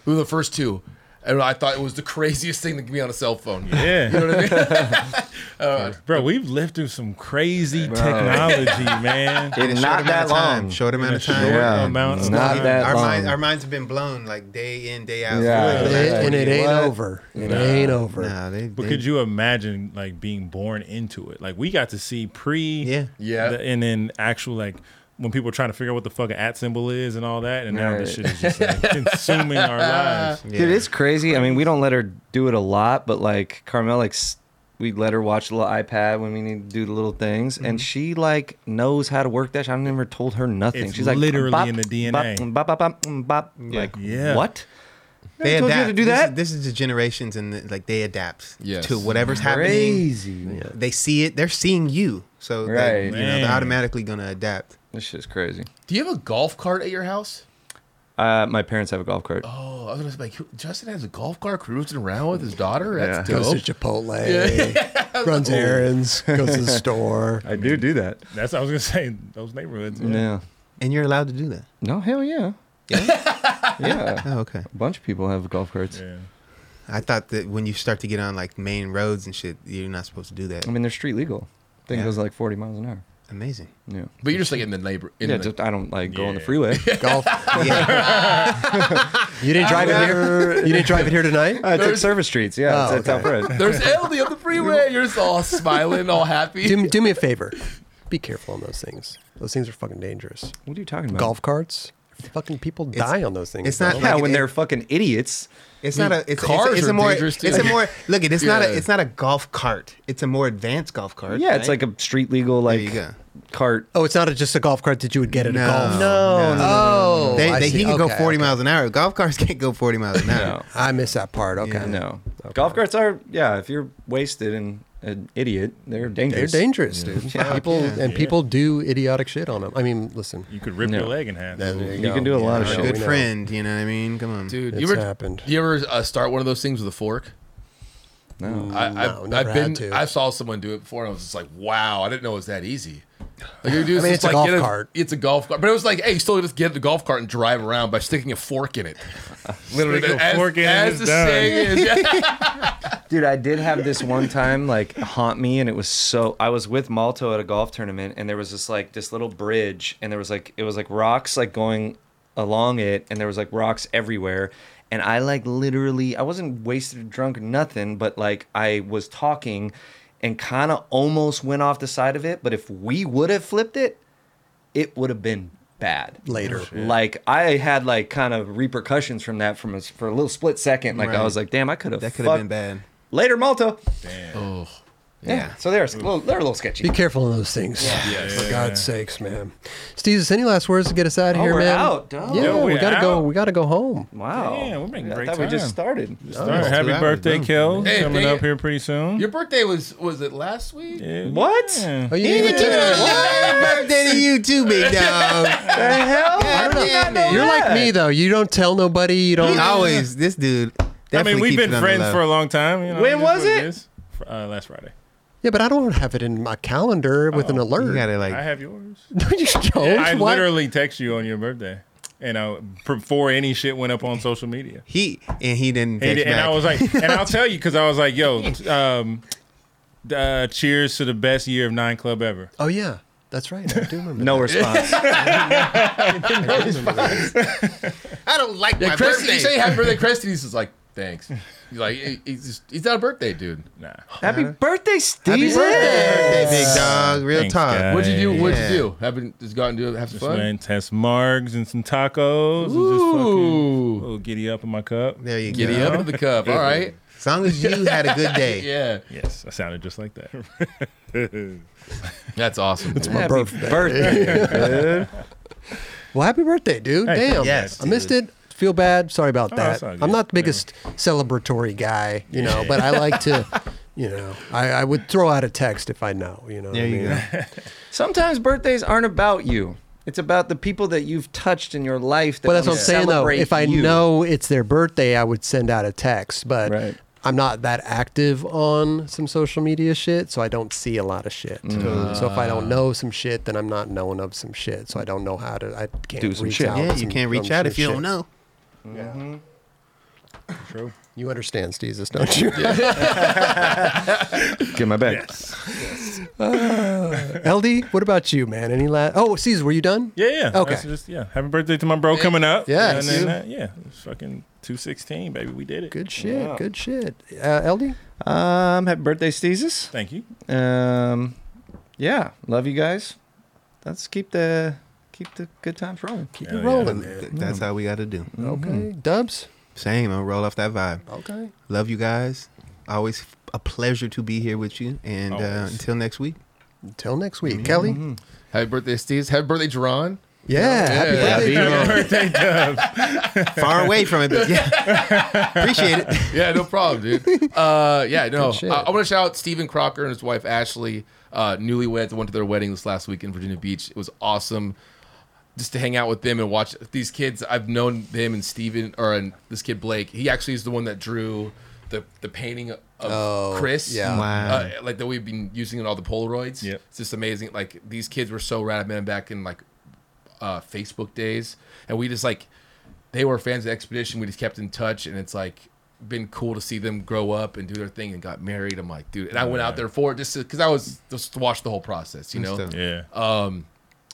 We were the first two. And I thought it was the craziest thing to be on a cell phone.
Yeah.
You know what I mean? Uh,
Bro, we've lived through some crazy technology, man.
In
a short
not that
amount of time.
long.
Short amount
a
of time.
short
Yeah.
amount of
Not
time.
that
our,
long.
mind, our minds have been blown like day in, day out.
Yeah.
Oh,
for the last
And it
20
ain't
years.
over. It ain't over.
Nah, they,
But
they-
could you imagine like being born into it? Like we got to see pre,
Yeah.
Yeah.
the- and then actual like when people are trying to figure out what the fuck an at symbol is and all that, and now this shit
Right.
is just like, consuming our lives.
yeah.
Dude, it's crazy. I mean, we don't let her do it a lot, but like Carmel, like s- we let her watch the little iPad when we need to do the little things, and she like knows how to work that. shit. I've never told her nothing.
It's
She's like
literally
bop,
in the DNA.
Bop, bop, bop, bop, bop. Like
Yeah.
what?
They
Never told you how
adapt.
to do
This is-
that.
This is, the generations, and the, like they adapt
Yes.
to whatever's happening.
Crazy.
They see it. They're seeing you, so
Right.
they, you know,
Man.
they're automatically gonna adapt.
This shit's crazy.
do you have a golf cart at your house?
Uh, my parents have a golf cart.
Oh, I was gonna say, like, Justin has a golf cart cruising around with his daughter. That's
Goes
dope.
to Chipotle.
Oh.
Runs errands. Goes to the store.
I do do that.
That's what I was gonna say. Those neighborhoods.
Yeah.
Yeah.
And you're allowed to do that.
No, hell yeah. Yeah. yeah.
Oh, okay.
A bunch of people have golf carts.
Yeah.
I thought that when you start to get on like main roads and shit, you're not supposed to do that.
I mean, they're street legal. I think
Yeah.
it goes like 40 miles an hour.
Amazing.
Yeah.
But you're just like in the neighbor. In
yeah,
the,
just I don't like go on the
Yeah.
freeway.
Golf. you didn't drive it here. You didn't drive it here tonight.
I took
There's-
Uh, service streets. Yeah,
Oh,
it's, it's
okay.
out front.
There's LD on the freeway. You're just all smiling, all happy.
Do, do me a favor. Be careful on those things. Those things are fucking dangerous.
What are you talking about?
Golf carts. Fucking people die on those things.
it's not
bro.
Yeah,
Like
when
it-
they're fucking idiots.
It's not a. It's,
cars
it's, it's
are
a more.
dangerous, too.
It's a more. Look, it, it's not a.
Yeah.
It's not a golf cart. It's a more advanced golf cart.
Yeah, it's
right?
like a street legal
There
like
you go.
cart.
Oh, it's not a, just a golf cart that you would get at a
No,
golf.
no, no, no.
Oh,
They,
I
they,
see.
he can go
Okay,
40
okay.
miles an hour. Golf cars can't go 40 miles an hour.
No,
I miss that part. Okay.
no. Golf carts are yeah. If you're wasted and an idiot, they're dangerous.
They're dangerous,
Yeah.
dude.
Yeah.
People
Yeah.
and
Yeah.
people do idiotic shit on them. I mean, listen,
you could rip
No.
your leg in half.
There
You
go.
can do a lot of
Yeah,
shit.
we know.
you know what I mean? Come on,
dude.
It's
you ever
happened.
You ever uh, start one of those things with a fork?
No.
I, I,
Mm, No,
I've
never
been.
had to.
I saw someone do it before, and I was just like, "Wow, I didn't know it was that easy." Like, you do
I
this,
mean, it's a
like,
golf
get
cart.
It's a golf cart, but it was like, "Hey, you still just get the golf cart and drive around by sticking a fork in it." Literally,
Stick a
as,
fork in it,
as
it's
the
done.
saying is.
Dude, I did have this one time like haunt me, and it was so. I was with Malto at a golf tournament, and there was this like this little bridge, and there was like it was like rocks like going along it, and there was like rocks everywhere. And I like literally, I wasn't wasted or drunk or nothing, but like I was talking, and kind of almost went off the side of it. But if we would have flipped it, it would have been bad
Later.
Like I had like kind of repercussions from that from a, for a little split second. Like
Right.
I was like, damn, I could have
That could have been
fucked-
bad.
Later, Malta.
Oh,
Yeah. So they're a little, they're a little sketchy.
Be careful of those things.
Yeah.
Yeah,
For
yeah,
God's sakes, man. Steve, any last words to get us out of
Oh,
here,
we're
man?
out, dog.
Yeah,
Yo,
we
we're
gotta go.
out.
We gotta go home.
Wow.
Damn, we're making
I
great
thought we just
time.
started.
All right,
it's
happy
two hours,
birthday,
done.
Kel.
Hey,
coming
hey.
up here pretty soon.
Your birthday was was it last week?
Yeah.
What?
Yeah.
Oh, you didn't even
Happy birthday to you too, big dog.
The hell? I don't know.
You're like me though. You don't tell nobody. You don't.
He always this dude.
I
Definitely
mean, we've
keeps
been
it on the
friends
low.
for a long time. You know,
When
is
was
what
it?
is. Fr- Uh, last Friday.
Yeah, but I don't have it in my calendar with an
Oh,
alert.
You gotta
I
like.
have yours.
No, you don't.
I
Why-
literally text you on your birthday, and I, before any shit went up on social media.
He and he didn't.
And,
text
and
back.
I was like, and I'll tell you because I was like, yo, um, uh, cheers to the best year of Nine Club ever.
Oh yeah, that's right. I do remember.
No response.
I don't like
my
Chris,
birthday.
You say happy birthday, Chris, and he's just like, "Thanks." He's like, he- he's just, he's not a birthday dude.
Nah.
Happy birthday,
Happy
Steve.
birthday, big dog. Real
Thanks,
talk.
guys.
What'd you do? What'd
Yeah.
you do? Haven't just gotten to have some
Just
fun.
went and test margs and some tacos and just fucking a
Ooh,
little giddy up in my cup.
There you
giddy
go.
up in the cup. All right.
As long as you had a good day.
Yeah,
Yes, I sounded just like that.
that's awesome.
My
Happy
birthday.
birthday.
Well, happy birthday, dude.
Hey,
Damn.
yes,
I missed it. Feel bad. Sorry about
Oh,
that.
it's all good.
I'm not the biggest celebratory guy, you know, but I like to, you know, I, I would throw out a text if I know, you know. what
There
I
you
mean?
go.
Sometimes birthdays aren't about you. It's about the people that you've touched in your life. That
But that's what
wanna
I'm saying, though.
celebrate
If I
you.
know it's their birthday, I would send out a text, but
Right.
I'm not that active on some social media shit, so I don't see a lot of shit. So if I don't know some shit, then I'm not knowing of some shit, so I don't know how to. I can't
Do some
reach
shit.
out.
Yeah,
some-
you can't reach
on
out
some
if you
shit.
don't know.
True.
You understand, Jesus, don't you?
get my back.
LD, what about you, man? Any last? Oh, Caesar, were you done?
Yeah, yeah.
Okay.
That's just- yeah. Happy birthday to my bro coming up.
Yeah,
And
you.
then, uh, yeah. It's fucking 216, baby. We did it.
Good shit. Good shit. Uh, LD,
Um, happy birthday, Steezus.
Thank you.
Um, yeah, love you guys. Let's keep the keep the good times rolling.
keep
Hell
it
yeah.
rolling, man.
Th- That's how we got to do.
Okay, Dubs.
Same. I'll roll off that vibe.
Okay.
Love you guys. Always f- a pleasure to be here with you. And uh,
Always.
until next week.
Until next week, Kelly.
Happy birthday, Steve. Happy birthday, Jerron.
Yeah. Happy
Yeah.
birthday.
Happy
Jerome.
Birthday dubs.
Far away from it, but yeah. Appreciate it.
yeah, no problem, dude. Uh, yeah, no.
Good shit.
I, I want to shout out Stephen Crocker and his wife Ashley, uh, newlyweds. I went to their wedding this last week in Virginia Beach. It was awesome, just to hang out with them and watch these kids. I've known them and Stephen, or and this kid Blake. He actually is the one that drew the the painting of Chris.
Oh, yeah.
Wow.
Uh, like that we've been using in all the Polaroids.
Yep.
It's just amazing. Like these kids were so rad, man. Back in like uh, Facebook days, and we just like they were fans of the Expedition. We just kept in touch, and it's like been cool to see them grow up and do their thing and got married. I'm like, dude, and I went out there for it just because I was just to watch the whole process, you know.
Stuff.
Yeah.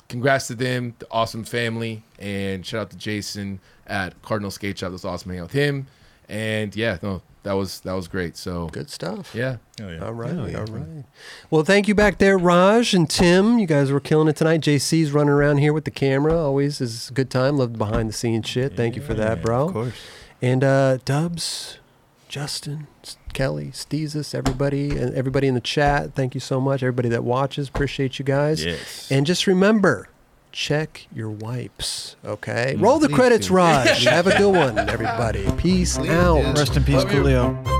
Congrats to them, the awesome family, and shout out to Jason at Cardinal Skate Shop. It was awesome hanging out with him, and yeah, no, that was that was great. So
Good stuff.
yeah,
Hell yeah.
All right, all right. Well, thank you back there, Raj and Tim. You guys were killing it tonight. JC's running around here with the camera. Always is a good time. Love the behind the scenes shit. thank you for that, bro.
Of course.
And uh, Dubs, Justin, S- Kelly, Steezus, everybody, and everybody in the chat. Thank you so much. Everybody that watches, appreciate you guys.
Yes.
And just remember, check your wipes. Okay. Roll the
Mm, please
credits,
do.
Raj. Have a good one, everybody. Peace out.
Rest in peace, Coolio.